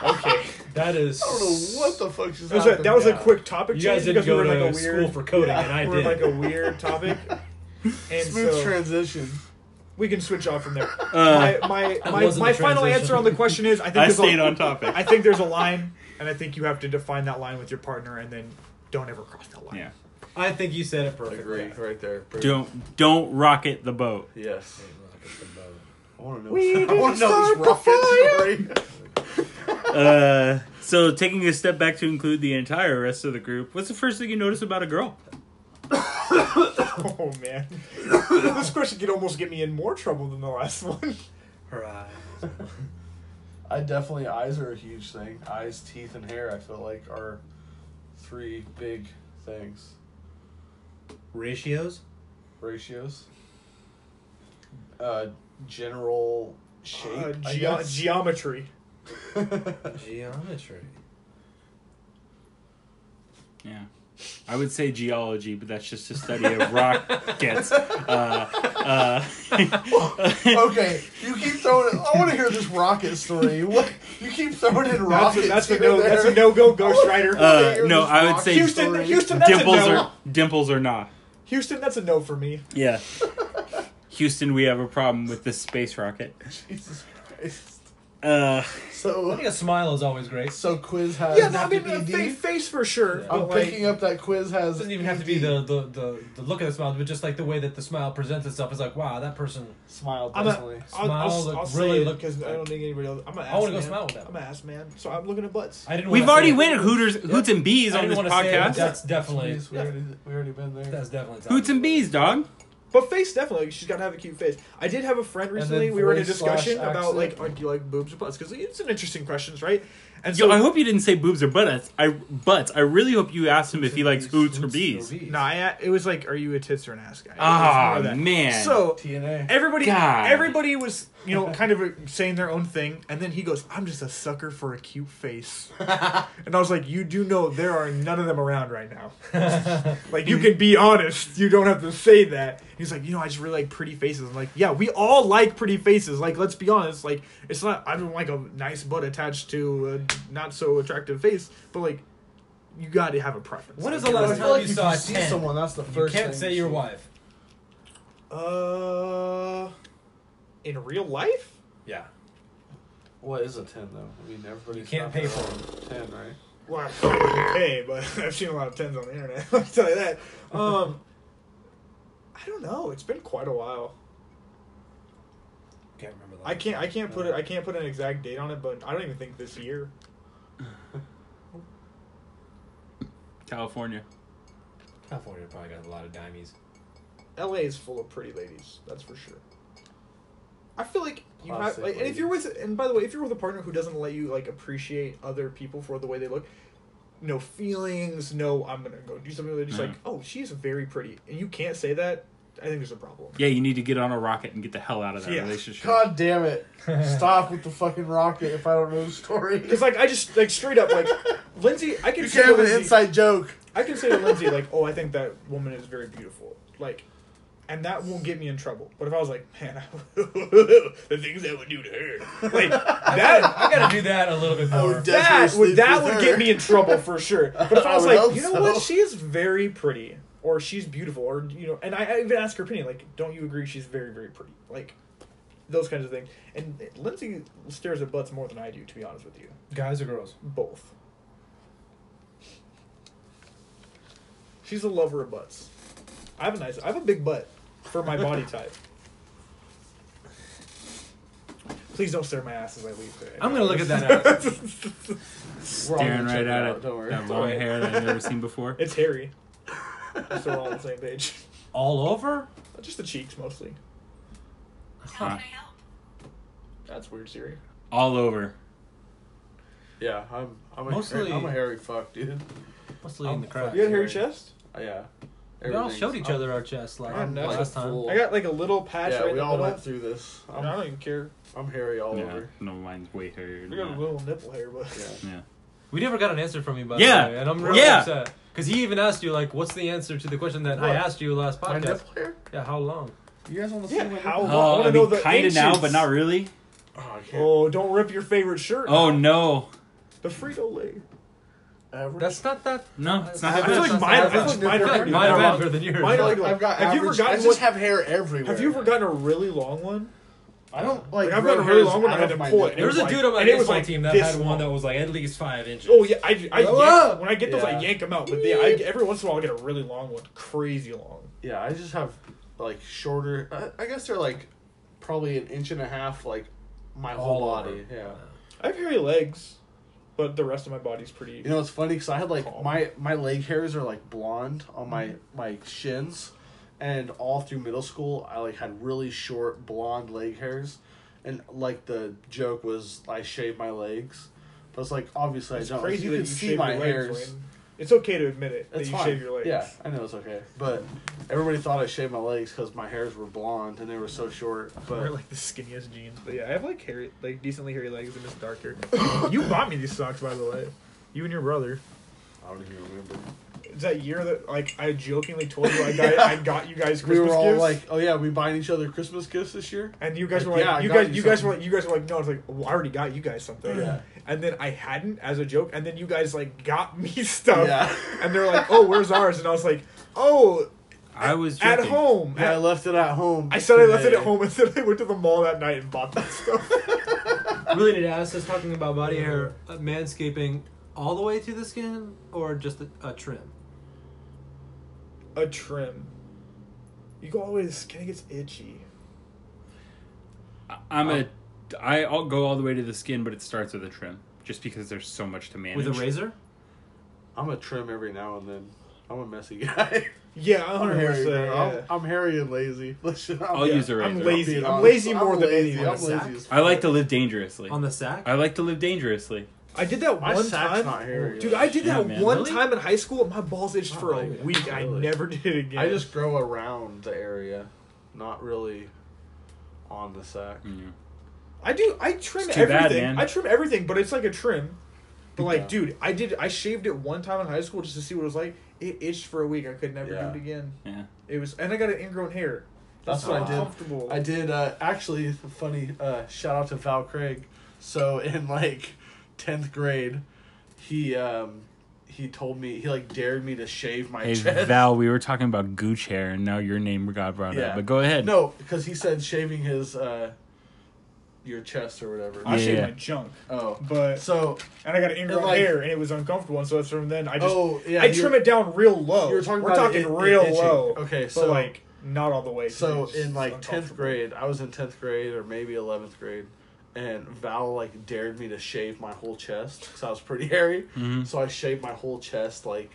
Speaker 3: Okay,
Speaker 1: That is.
Speaker 2: I don't know what the fuck just
Speaker 3: that was, a,
Speaker 2: happened.
Speaker 3: that was a
Speaker 1: Yeah.
Speaker 3: quick topic
Speaker 1: You
Speaker 3: change
Speaker 1: guys didn't
Speaker 3: because we
Speaker 1: go
Speaker 3: were
Speaker 1: to
Speaker 3: in, like a
Speaker 1: school
Speaker 3: weird
Speaker 1: for coding,
Speaker 2: Yeah,
Speaker 1: and I
Speaker 3: we're in, like
Speaker 1: did.
Speaker 3: a weird topic. And
Speaker 2: Smooth
Speaker 3: so,
Speaker 2: transition.
Speaker 3: we can switch off from there.
Speaker 4: Uh,
Speaker 3: my my, my,
Speaker 1: wasn't
Speaker 3: my
Speaker 1: the
Speaker 3: final
Speaker 1: transition.
Speaker 3: answer on the question is I think
Speaker 4: I
Speaker 3: there's
Speaker 4: stayed
Speaker 3: a,
Speaker 4: on topic.
Speaker 3: I think there's a line, and I think you have to define that line with your partner, and then don't ever cross that line.
Speaker 4: Yeah.
Speaker 1: I think you said it perfectly.
Speaker 2: Agree, right there.
Speaker 4: Don't don't rocket the boat.
Speaker 2: Yes. I want to know.
Speaker 3: We
Speaker 2: I want
Speaker 3: didn't
Speaker 2: to know this
Speaker 3: start the
Speaker 2: rocket story.
Speaker 4: Uh, so taking a step back to include the entire rest of the group, what's the first thing you notice about a girl?
Speaker 3: Oh man, this question could almost get me in more trouble than the last one.
Speaker 1: Her eyes.
Speaker 2: I definitely eyes are a huge thing. Eyes, teeth, and hair. I feel like are three big things.
Speaker 1: Ratios.
Speaker 2: Ratios. Uh, general shape.
Speaker 3: Uh,
Speaker 2: I
Speaker 3: geo-
Speaker 2: guess.
Speaker 3: geometry.
Speaker 1: Geometry.
Speaker 4: Yeah. I would say geology, but that's just a study of rockets. Uh, uh,
Speaker 2: Okay, you keep throwing. I want to hear this rocket story. What you keep throwing in
Speaker 3: That's,
Speaker 2: rockets?
Speaker 3: a, that's a
Speaker 2: here
Speaker 3: no.
Speaker 2: and
Speaker 3: That's
Speaker 2: there.
Speaker 3: a no go Ghost Rider.
Speaker 2: I wanna
Speaker 4: Uh,
Speaker 2: hear
Speaker 4: no,
Speaker 2: this
Speaker 4: I would
Speaker 2: rocket
Speaker 4: say-
Speaker 3: Houston,
Speaker 2: story.
Speaker 3: Houston, that's
Speaker 4: dimples
Speaker 3: a no.
Speaker 4: or dimples or not.
Speaker 3: Houston, that's a no for me.
Speaker 4: Yeah. Houston, we have a problem with this space rocket.
Speaker 2: Jesus Christ.
Speaker 4: Uh,
Speaker 1: I
Speaker 2: So
Speaker 1: think a smile is always great.
Speaker 2: so quiz has
Speaker 3: Yeah, no, I
Speaker 2: not
Speaker 3: mean,
Speaker 2: the
Speaker 3: a
Speaker 2: PD?
Speaker 3: fa- face for sure.
Speaker 1: Yeah.
Speaker 3: But
Speaker 2: I'm
Speaker 3: like,
Speaker 2: picking up that quiz has
Speaker 1: It doesn't even have to be the, the, the, the look of the smile, but just like the way that the smile presents itself is like, wow, that person.
Speaker 2: smile
Speaker 3: I'm
Speaker 2: definitely.
Speaker 3: a, I'll, I'll,
Speaker 1: Smile,
Speaker 3: I'll,
Speaker 1: look-
Speaker 3: really say
Speaker 1: really
Speaker 3: look
Speaker 1: look-
Speaker 3: because I don't think anybody else. I'm an ass
Speaker 1: I wanna go
Speaker 3: man.
Speaker 1: smile with that.
Speaker 3: I'm an ass man, so I'm looking at butts.
Speaker 1: I didn't. wanna
Speaker 4: we've already
Speaker 1: say-
Speaker 4: went Hooters, Hoots and Bees
Speaker 1: I
Speaker 4: on
Speaker 1: didn't
Speaker 4: this
Speaker 1: wanna say it, but
Speaker 4: podcast.
Speaker 1: That's definitely.
Speaker 2: we, already, we already been there.
Speaker 1: That's definitely. top.
Speaker 4: Hoots and Bees, dog.
Speaker 3: But face definitely, she's got to have a cute face. I did have a friend
Speaker 2: then
Speaker 3: recently. We were in a
Speaker 2: voice slash
Speaker 3: discussion
Speaker 2: accent.
Speaker 3: about like, oh, do you like boobs or butts? Because it's an interesting questions, right? And so
Speaker 4: Yo, I hope you didn't say boobs or butts. I butts. I really hope you asked him if he likes hoots or bees.
Speaker 3: no, I, it was like, are you a tits or an ass guy?
Speaker 4: Ah
Speaker 3: It was more of that.
Speaker 4: man.
Speaker 3: So
Speaker 2: TNA.
Speaker 3: everybody,
Speaker 4: God.
Speaker 3: everybody was you know kind of saying their own thing, and then he goes, "I'm just a sucker for a cute face," and I was like, "You do know there are none of them around right now. like you can be honest. You don't have to say that." He's like, "You know, I just really like pretty faces." I'm like, "Yeah, we all like pretty faces. Like, let's be honest. Like, it's not I don't like a nice butt attached to a not so attractive face, but like." You got to have a preference.
Speaker 1: When is
Speaker 3: Like,
Speaker 1: the
Speaker 2: I
Speaker 1: last
Speaker 2: feel like
Speaker 1: time you
Speaker 2: if you
Speaker 1: saw a
Speaker 2: see
Speaker 1: ten?
Speaker 2: someone, that's the
Speaker 1: You
Speaker 2: first.
Speaker 1: can't
Speaker 2: thing
Speaker 1: say
Speaker 2: you
Speaker 1: your
Speaker 2: see.
Speaker 1: wife.
Speaker 3: Uh, in real life,
Speaker 1: Yeah.
Speaker 2: What is a ten though? I mean, everybody
Speaker 1: You can't pay for them.
Speaker 2: ten, right?
Speaker 3: well, I wouldn't pay, but I've seen a lot of tens on the internet. I'll tell you that. Um, I don't know. It's been quite a while.
Speaker 1: Can't remember that.
Speaker 3: I can't. I can't put it. I can't put an exact date on it, but I don't even think this year.
Speaker 4: California.
Speaker 1: California probably got a lot of dimes.
Speaker 3: L.A. is full of pretty ladies. That's for sure. I feel like you have,
Speaker 2: Classic
Speaker 3: like, and if you're with, and by the way, if you're with a partner who doesn't let you like appreciate other people for the way they look, no feelings, no, I'm gonna go do something. They're just like, oh, she's very pretty, and you can't say that. I think there's a problem.
Speaker 4: Yeah, you need to get on a rocket and get the hell out of that
Speaker 3: Yeah.
Speaker 4: relationship.
Speaker 2: God damn it! Stop with the fucking rocket. If I don't know the story,
Speaker 3: Because like I just like straight up like Lindsay, I can
Speaker 2: you
Speaker 3: say
Speaker 2: can't
Speaker 3: to
Speaker 2: have an
Speaker 3: Lindsay,
Speaker 2: inside joke.
Speaker 3: I can say to Lindsay like, oh, I think that woman is very beautiful, like, and that won't get me in trouble. But if I was like, man, the things that would do to her, like that.
Speaker 1: I gotta do that a little bit more.
Speaker 2: definitely
Speaker 3: That
Speaker 2: sleep
Speaker 3: would that
Speaker 2: with
Speaker 3: would
Speaker 2: her.
Speaker 3: get me in trouble for sure. But if I
Speaker 2: I
Speaker 3: was
Speaker 2: would
Speaker 3: like,
Speaker 2: hope
Speaker 3: you know what,
Speaker 2: so."
Speaker 3: she is very pretty, or she's beautiful, or you know, and I, I even ask her opinion, like, don't you agree she's very very pretty, like, those kinds of things. And Lindsay stares at butts more than I do, to be honest with you.
Speaker 1: Guys or girls?
Speaker 3: Both. She's a lover of butts. I have a nice, I have a big butt for my body type. Please don't stare at my ass as I leave today.
Speaker 6: I'm gonna look at that. Out.
Speaker 2: We're all gonna check
Speaker 4: Staring right
Speaker 2: it
Speaker 4: at
Speaker 2: out,
Speaker 4: it.
Speaker 2: Don't worry.
Speaker 4: That long hair that I've never seen before.
Speaker 3: It's hairy. so we're all on the same page.
Speaker 6: All over?
Speaker 3: Just the cheeks mostly.
Speaker 10: How
Speaker 4: Huh.
Speaker 10: can I help?
Speaker 3: That's weird, Siri.
Speaker 4: All over.
Speaker 2: Yeah, I'm. I'm a,
Speaker 6: Mostly-
Speaker 2: I'm a hairy fuck, dude.
Speaker 6: Mostly in the crowd.
Speaker 3: You got hairy chest?
Speaker 2: Uh, Yeah.
Speaker 6: We all showed each
Speaker 2: Everything's-
Speaker 6: other our chests like,
Speaker 3: I'm not
Speaker 6: last
Speaker 2: a
Speaker 6: time.
Speaker 2: fool.
Speaker 3: I got like a little patch
Speaker 2: Yeah,
Speaker 3: right in
Speaker 2: we
Speaker 3: the
Speaker 2: all
Speaker 3: middle.
Speaker 2: went through this.
Speaker 3: I
Speaker 2: I'm,
Speaker 3: don't even care.
Speaker 2: I'm hairy all
Speaker 4: Yeah.
Speaker 2: over.
Speaker 4: No, mine's way hairier.
Speaker 3: We
Speaker 4: Than
Speaker 3: got a
Speaker 4: that.
Speaker 3: little nipple hair, but
Speaker 2: Yeah.
Speaker 4: Yeah.
Speaker 6: We never got an answer from you, by
Speaker 4: Yeah.
Speaker 6: the way, and I'm really
Speaker 4: Yeah.
Speaker 6: upset because he even asked you like, "What's the answer to the question that I
Speaker 3: What?
Speaker 6: asked you last
Speaker 2: My
Speaker 6: podcast?"
Speaker 2: nipple hair?
Speaker 6: Yeah, how long?
Speaker 2: You guys want to
Speaker 3: Yeah,
Speaker 2: see my
Speaker 3: how-
Speaker 2: nipple?
Speaker 3: I
Speaker 4: Oh,
Speaker 3: wanna
Speaker 4: I
Speaker 3: know
Speaker 4: mean,
Speaker 3: the
Speaker 4: kind of now,
Speaker 3: inches.
Speaker 4: but not really.
Speaker 2: Oh, I can't.
Speaker 3: oh, don't rip your favorite shirt.
Speaker 4: Oh no,
Speaker 3: the Frito Lay.
Speaker 2: Average.
Speaker 6: That's not that.
Speaker 4: no, it's not
Speaker 6: I
Speaker 3: I
Speaker 4: that
Speaker 3: feel
Speaker 6: That's
Speaker 4: bad.
Speaker 3: like
Speaker 6: not-
Speaker 3: mine. I
Speaker 6: that's
Speaker 3: feel
Speaker 2: not-
Speaker 3: like
Speaker 2: I
Speaker 3: mine
Speaker 2: feel
Speaker 3: are
Speaker 2: like
Speaker 3: pretty
Speaker 6: Mine
Speaker 3: long.
Speaker 6: are longer than yours.
Speaker 3: Mine are
Speaker 2: like,
Speaker 3: like-
Speaker 2: I've got.
Speaker 3: have you ever
Speaker 2: average-
Speaker 3: gotten
Speaker 2: I just
Speaker 3: one-
Speaker 2: have hair everywhere.
Speaker 3: Have you ever gotten a really long one?
Speaker 2: I don't like.
Speaker 3: Like, I've
Speaker 2: grow
Speaker 3: gotten a really
Speaker 2: hairs
Speaker 3: long one, I
Speaker 2: out
Speaker 3: had
Speaker 2: of
Speaker 3: to
Speaker 2: my
Speaker 3: pull it.
Speaker 2: nipple.
Speaker 3: There was
Speaker 1: There's
Speaker 3: like-
Speaker 1: a dude on my
Speaker 3: and it was
Speaker 1: baseball
Speaker 3: like
Speaker 1: team that
Speaker 3: this
Speaker 1: had
Speaker 3: long.
Speaker 1: one that was like at least five inches.
Speaker 3: Oh yeah, I, I
Speaker 2: Grow
Speaker 3: yank-
Speaker 2: up.
Speaker 3: when I get those, I
Speaker 2: Yeah.
Speaker 3: yank them out. But they, I, every once in a while, I get a really long one, crazy long.
Speaker 2: Yeah, I just have like shorter. I, I guess they're like probably an inch and a half, like my whole
Speaker 1: All over.
Speaker 2: body. Yeah.
Speaker 3: I have hairy legs, but the rest of my body's pretty.
Speaker 2: You know, it's funny because I had like
Speaker 3: Calm.
Speaker 2: my my leg hairs are like blonde on my
Speaker 3: Mm-hmm.
Speaker 2: my shins, and all through middle school I like had really short blonde leg hairs, and like the joke was I shaved my legs, but it's like obviously
Speaker 3: it's
Speaker 2: I don't. Like,
Speaker 3: crazy
Speaker 2: you
Speaker 3: that
Speaker 2: can
Speaker 3: you
Speaker 2: see
Speaker 3: shave
Speaker 2: my
Speaker 3: your
Speaker 2: hairs.
Speaker 3: legs. Wayne. It's okay to admit it
Speaker 2: It's
Speaker 3: that you
Speaker 2: fine.
Speaker 3: shave your legs.
Speaker 2: Yeah, I know it's okay, but everybody thought I shaved my legs because my hairs were blonde and they were so short.
Speaker 3: I wear
Speaker 2: But
Speaker 3: like the skinniest jeans, but yeah, I have like hairy, like decently hairy legs and just dark hair. you bought me these socks, by the way. You and your brother.
Speaker 2: I don't even remember.
Speaker 3: It's that year that like I jokingly told you I got I got you guys
Speaker 2: we
Speaker 3: Christmas
Speaker 2: were all
Speaker 3: gifts.
Speaker 2: like, "Oh yeah, we buying each other Christmas gifts this year."
Speaker 3: and you
Speaker 2: like,
Speaker 3: guys were like,
Speaker 2: "Yeah, I
Speaker 3: you
Speaker 2: got
Speaker 3: guys,
Speaker 2: you
Speaker 3: you, guys
Speaker 2: something."
Speaker 3: were like, you guys were like, no, it's like, well, I already got you guys something.
Speaker 2: Yeah.
Speaker 3: And then I hadn't as a joke, and then you guys like got me stuff,
Speaker 2: Yeah.
Speaker 3: and they're like, oh, where's ours? And I was like, oh,
Speaker 4: I was
Speaker 3: at
Speaker 4: joking.
Speaker 3: home.
Speaker 2: Yeah, I left it at home.
Speaker 3: I said I left it
Speaker 2: today.
Speaker 3: at home, and then I went to the mall that night and bought that stuff.
Speaker 6: Really, did Alice is talking about body hair uh, manscaping all the way to the skin or just a, a trim?
Speaker 3: a trim. You go always kind of gets itchy.
Speaker 4: I'm a. I- I'll go all the way to the skin, but it starts with a trim, just because there's so much to manage.
Speaker 6: With a razor?
Speaker 2: I'm a trim every now and then. I'm a messy guy.
Speaker 3: Yeah,
Speaker 2: I'm
Speaker 3: I'm
Speaker 2: hairy.
Speaker 3: hairy.
Speaker 2: bro.
Speaker 3: Yeah.
Speaker 2: I'm, I'm hairy and lazy. Listen, I'm,
Speaker 4: I'll use a razor.
Speaker 3: I'm lazy.
Speaker 2: being
Speaker 3: I'm
Speaker 2: honest.
Speaker 3: lazy more
Speaker 2: I'm
Speaker 3: than
Speaker 2: lazy.
Speaker 3: anything.
Speaker 2: I'm lazy. as
Speaker 4: I like to
Speaker 2: fuck.
Speaker 4: live dangerously.
Speaker 6: On the sack?
Speaker 4: I like to live dangerously.
Speaker 3: I did that
Speaker 2: My
Speaker 3: one
Speaker 2: sack's
Speaker 3: time.
Speaker 2: not hairy.
Speaker 3: Dude, I did
Speaker 4: Yeah,
Speaker 3: that
Speaker 4: man.
Speaker 3: one
Speaker 4: Really?
Speaker 3: time in high school. My balls itched for a
Speaker 2: Really?
Speaker 3: week. I
Speaker 2: Really?
Speaker 3: never did it again.
Speaker 2: I just grow around the area, not really on the sack.
Speaker 4: Mm,
Speaker 3: I do. I trim
Speaker 4: It's too
Speaker 3: everything.
Speaker 4: bad, man.
Speaker 3: I trim everything, but it's like a trim. But like,
Speaker 2: Yeah.
Speaker 3: dude, I did. I shaved it one time in high school just to see what it was like. It itched for a week. I could never
Speaker 2: Yeah.
Speaker 3: do it again.
Speaker 4: Yeah.
Speaker 3: It was, and I got an ingrown hair.
Speaker 2: That's
Speaker 3: It's
Speaker 2: what
Speaker 3: not
Speaker 2: I did.
Speaker 3: Comfortable.
Speaker 2: I did uh, actually f- funny uh, shout out to Val Craig. So in like tenth grade, he um, he told me he like dared me to shave my
Speaker 4: Hey
Speaker 2: chest.
Speaker 4: Val, we were talking about gooch hair, and now your name got brought
Speaker 2: Yeah.
Speaker 4: up. But go ahead.
Speaker 2: No, because he said shaving his uh, your chest or whatever.
Speaker 3: I shaved
Speaker 4: Yeah.
Speaker 3: my junk,
Speaker 2: Oh,
Speaker 3: but
Speaker 2: so
Speaker 3: and I got an ingrown
Speaker 2: like-
Speaker 3: hair, and it was uncomfortable. And so that's from then I just
Speaker 2: oh yeah,
Speaker 3: I
Speaker 2: you-
Speaker 3: trim it down real low.
Speaker 2: you were talking
Speaker 3: We're
Speaker 2: about
Speaker 3: talking
Speaker 2: it- it
Speaker 3: real
Speaker 2: itching.
Speaker 3: low.
Speaker 2: Okay,
Speaker 3: but
Speaker 2: so-
Speaker 3: like not all the way. 'cause
Speaker 2: So
Speaker 3: it's just
Speaker 2: in like tenth
Speaker 3: uncomfortable.
Speaker 2: grade, I was in tenth grade or maybe eleventh grade, and Val like dared me to shave my whole chest because I was pretty hairy.
Speaker 3: Mm-hmm.
Speaker 2: So I shaved my whole chest like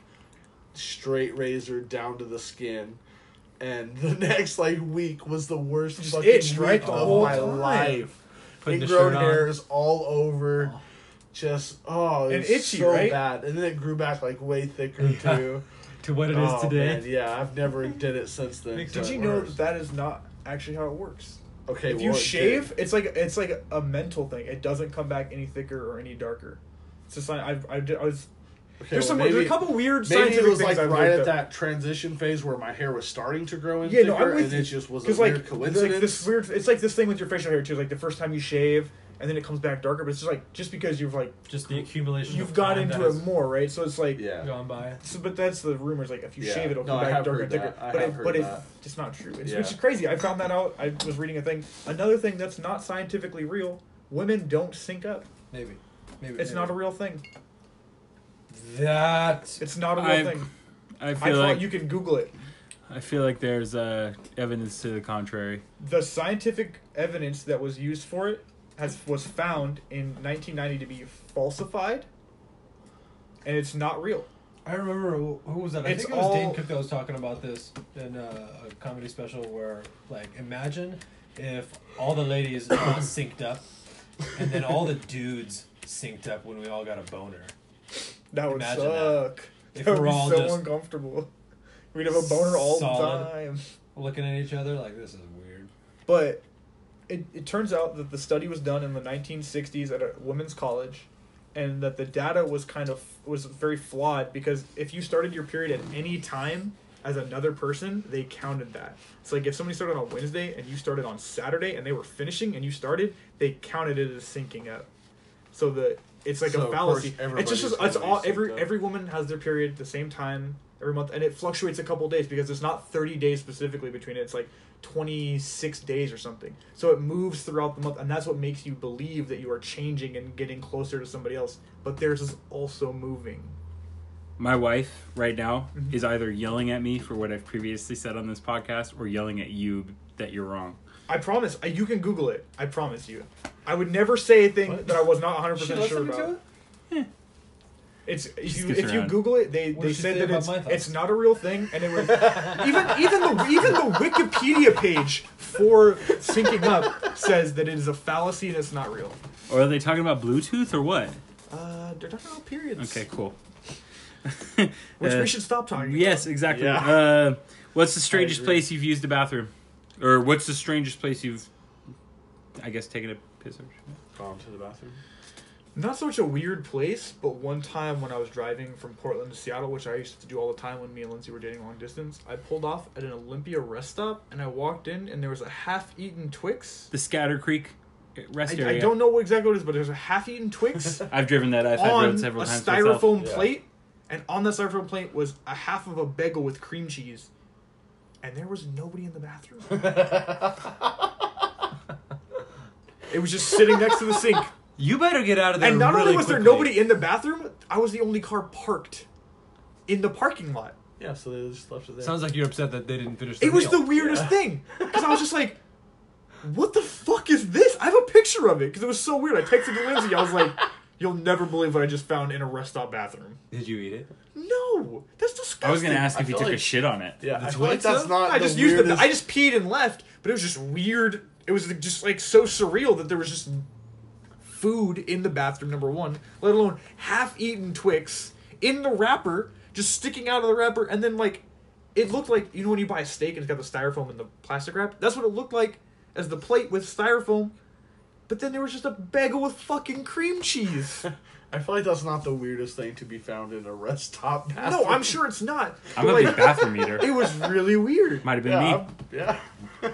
Speaker 2: straight razor down to the skin, and the next like week was the worst
Speaker 3: Just
Speaker 2: fucking
Speaker 3: itched,
Speaker 2: week
Speaker 3: right, the
Speaker 2: of
Speaker 3: whole
Speaker 2: my
Speaker 3: time.
Speaker 2: life.
Speaker 6: Putting the
Speaker 2: Ingrown
Speaker 6: shirt on.
Speaker 2: hairs all over. Just oh, it
Speaker 3: And
Speaker 2: was
Speaker 3: itchy,
Speaker 2: so
Speaker 3: right?
Speaker 2: bad, and then it grew back like way thicker
Speaker 6: Yeah.
Speaker 2: too.
Speaker 6: To what it is
Speaker 2: Oh,
Speaker 6: today?
Speaker 2: man, yeah, I've never did it since then.
Speaker 6: Makes
Speaker 2: but
Speaker 3: Did you
Speaker 2: it
Speaker 3: know
Speaker 2: works.
Speaker 3: that that is not actually how it works?
Speaker 2: Okay,
Speaker 3: if you
Speaker 2: well, it
Speaker 3: shave,
Speaker 2: did.
Speaker 3: it's like it's like a mental thing. It doesn't come back any thicker or any darker. It's a sign. I've, I, did, I was
Speaker 2: okay,
Speaker 3: there's
Speaker 2: well,
Speaker 3: some there's a couple weird
Speaker 2: Maybe
Speaker 3: scientific
Speaker 2: it was
Speaker 3: things
Speaker 2: like
Speaker 3: I've
Speaker 2: right
Speaker 3: looked
Speaker 2: at
Speaker 3: up.
Speaker 2: that transition phase where my hair was starting to grow in
Speaker 3: Yeah, no,
Speaker 2: thicker,
Speaker 3: I'm with
Speaker 2: and
Speaker 3: you.
Speaker 2: it just was a
Speaker 3: Because
Speaker 2: weird
Speaker 3: like,
Speaker 2: coincidence.
Speaker 3: like this weird, it's like this thing with your facial hair too. Like the first time you shave, and then it comes back darker. But it's just like just because you've like
Speaker 5: Just the accumulation.
Speaker 3: you've
Speaker 5: of
Speaker 3: got
Speaker 5: time
Speaker 3: into
Speaker 5: that has
Speaker 3: it more, right? So it's like
Speaker 2: yeah,
Speaker 5: Gone by.
Speaker 3: So, but that's the rumors. Like, if you
Speaker 2: Yeah.
Speaker 3: shave it, it'll
Speaker 2: No,
Speaker 3: come
Speaker 2: I
Speaker 3: back
Speaker 2: have
Speaker 3: darker
Speaker 2: heard
Speaker 3: and thicker.
Speaker 2: that. I
Speaker 3: but
Speaker 2: have
Speaker 3: it,
Speaker 2: heard
Speaker 3: but it,
Speaker 2: that.
Speaker 3: it's not true. It's,
Speaker 2: Yeah.
Speaker 3: Which is crazy. I found that out. I was reading a thing. Another thing that's not scientifically real: women don't sync up.
Speaker 1: Maybe. Maybe.
Speaker 3: It's not a real thing.
Speaker 1: That.
Speaker 3: It's not a real
Speaker 4: I
Speaker 3: thing.
Speaker 4: I
Speaker 3: I
Speaker 4: feel
Speaker 3: thought
Speaker 4: like
Speaker 3: you can Google it.
Speaker 4: I feel like there's uh, evidence to the contrary.
Speaker 3: The scientific evidence that was used for it has was found in 1990 to be falsified, and it's not real.
Speaker 1: I remember who who was that? I
Speaker 3: It's
Speaker 1: think it was Dane
Speaker 3: all-
Speaker 1: Cook that was talking about this in uh, a, a comedy special where, like, imagine if all the ladies are not synced up, and then all the dudes synced up when we all got a boner.
Speaker 3: That would
Speaker 1: Imagine that.
Speaker 3: suck.
Speaker 1: If
Speaker 3: That would
Speaker 1: we're
Speaker 3: be
Speaker 1: all
Speaker 3: so
Speaker 1: just
Speaker 3: uncomfortable. We'd have a boner all
Speaker 1: Solid.
Speaker 3: the time.
Speaker 1: looking at each other like this is weird.
Speaker 3: But it, it turns out that the study was done in the 1960s at a women's college, and that the data was kind of was very flawed because if you started your period at any time as another person, they counted that. It's like if somebody started on a Wednesday and you started on Saturday and they were finishing and you started, they counted it as syncing up. So the it's like
Speaker 2: So,
Speaker 3: a
Speaker 2: of
Speaker 3: fallacy.
Speaker 2: course,
Speaker 3: It's just
Speaker 2: everybody's
Speaker 3: it's
Speaker 2: gonna
Speaker 3: all
Speaker 2: be synced
Speaker 3: every
Speaker 2: up.
Speaker 3: every woman has their period at the same time every month, and it fluctuates a couple days because it's not thirty days specifically between it. It's like twenty six days or something. So it moves throughout the month, and that's what makes you believe that you are changing and getting closer to somebody else. But theirs is also moving.
Speaker 4: My wife right now is either yelling at me for what I've previously said on this podcast or yelling at you that you're wrong.
Speaker 3: I promise. I, you can Google it. I promise you. I would never say a thing that I was not one hundred percent sure about. It's if
Speaker 4: Just
Speaker 3: you,
Speaker 4: gets
Speaker 3: if you
Speaker 4: around.
Speaker 3: Google it, they,
Speaker 1: What
Speaker 3: they
Speaker 1: does she
Speaker 3: said
Speaker 1: say
Speaker 3: that
Speaker 1: about
Speaker 3: it's,
Speaker 1: my thoughts?
Speaker 3: it's not a real thing, and it was even even the even the Wikipedia page for syncing up says that it is a fallacy and it's not real.
Speaker 4: Or are they talking about Bluetooth or what?
Speaker 3: Uh, they're talking about periods,
Speaker 4: Okay, cool.
Speaker 3: which
Speaker 4: Uh,
Speaker 3: we should stop talking.
Speaker 4: Yes, exactly.
Speaker 2: Yeah.
Speaker 4: Uh, what's the strangest
Speaker 2: agree.
Speaker 4: place you've used a bathroom, or what's the strangest place you've, I guess, taken a piss? Or
Speaker 2: gone to the bathroom.
Speaker 3: about. not so much a weird place, but one time when I was driving from Portland to Seattle, which I used to do all the time when me and Lindsay were dating long distance, I pulled off at an Olympia rest stop and I walked in and there was a half-eaten Twix.
Speaker 4: The Scatter Creek rest
Speaker 3: I,
Speaker 4: area.
Speaker 3: I don't know what exactly what it is, but there's a half-eaten Twix
Speaker 4: I've driven that. I've had
Speaker 3: on
Speaker 4: road several
Speaker 3: a
Speaker 4: times. myself.
Speaker 3: styrofoam
Speaker 2: Yeah.
Speaker 3: plate, and on that styrofoam plate was a half of a bagel with cream cheese, and there was nobody in the bathroom. it was just sitting next to the sink,
Speaker 6: You better get out of there.
Speaker 3: and not
Speaker 6: really
Speaker 3: only was there
Speaker 6: quickly.
Speaker 3: nobody in the bathroom, I was the only car parked in the parking lot.
Speaker 2: Yeah, so they just left it there.
Speaker 6: Sounds like you're upset that they didn't finish. The
Speaker 3: It was the
Speaker 6: meal.
Speaker 3: weirdest thing because I was just like, "What the fuck is this?" I have a picture of it because it was so weird. I texted to Lindsay. I was like, "You'll never believe what I just found in a rest stop bathroom."
Speaker 6: Did you eat it?
Speaker 3: No, that's disgusting.
Speaker 4: I was gonna ask
Speaker 2: I
Speaker 4: if you
Speaker 2: feel
Speaker 4: took a
Speaker 2: like-
Speaker 4: shit on it.
Speaker 2: yeah, I feel like
Speaker 3: Like
Speaker 2: that's not.
Speaker 3: I
Speaker 2: the
Speaker 3: just used the.
Speaker 2: weirdest-
Speaker 3: I just peed and left, but it was just weird. It was just like so surreal that there was just food in the bathroom. Number one, let alone half-eaten Twix in the wrapper, just sticking out of the wrapper, and then like it looked like you know when you buy a steak and it's got the styrofoam and the plastic wrap. That's what it looked like as the plate with styrofoam. But then there was just a bagel with fucking cream cheese.
Speaker 2: I feel like that's not the weirdest thing to be found in a rest stop.
Speaker 3: no, I'm sure it's not.
Speaker 4: I'm a
Speaker 3: Like-
Speaker 4: big bathroom eater.
Speaker 3: It was really weird.
Speaker 4: Might have been
Speaker 2: Yeah,
Speaker 4: me.
Speaker 2: I'm, yeah.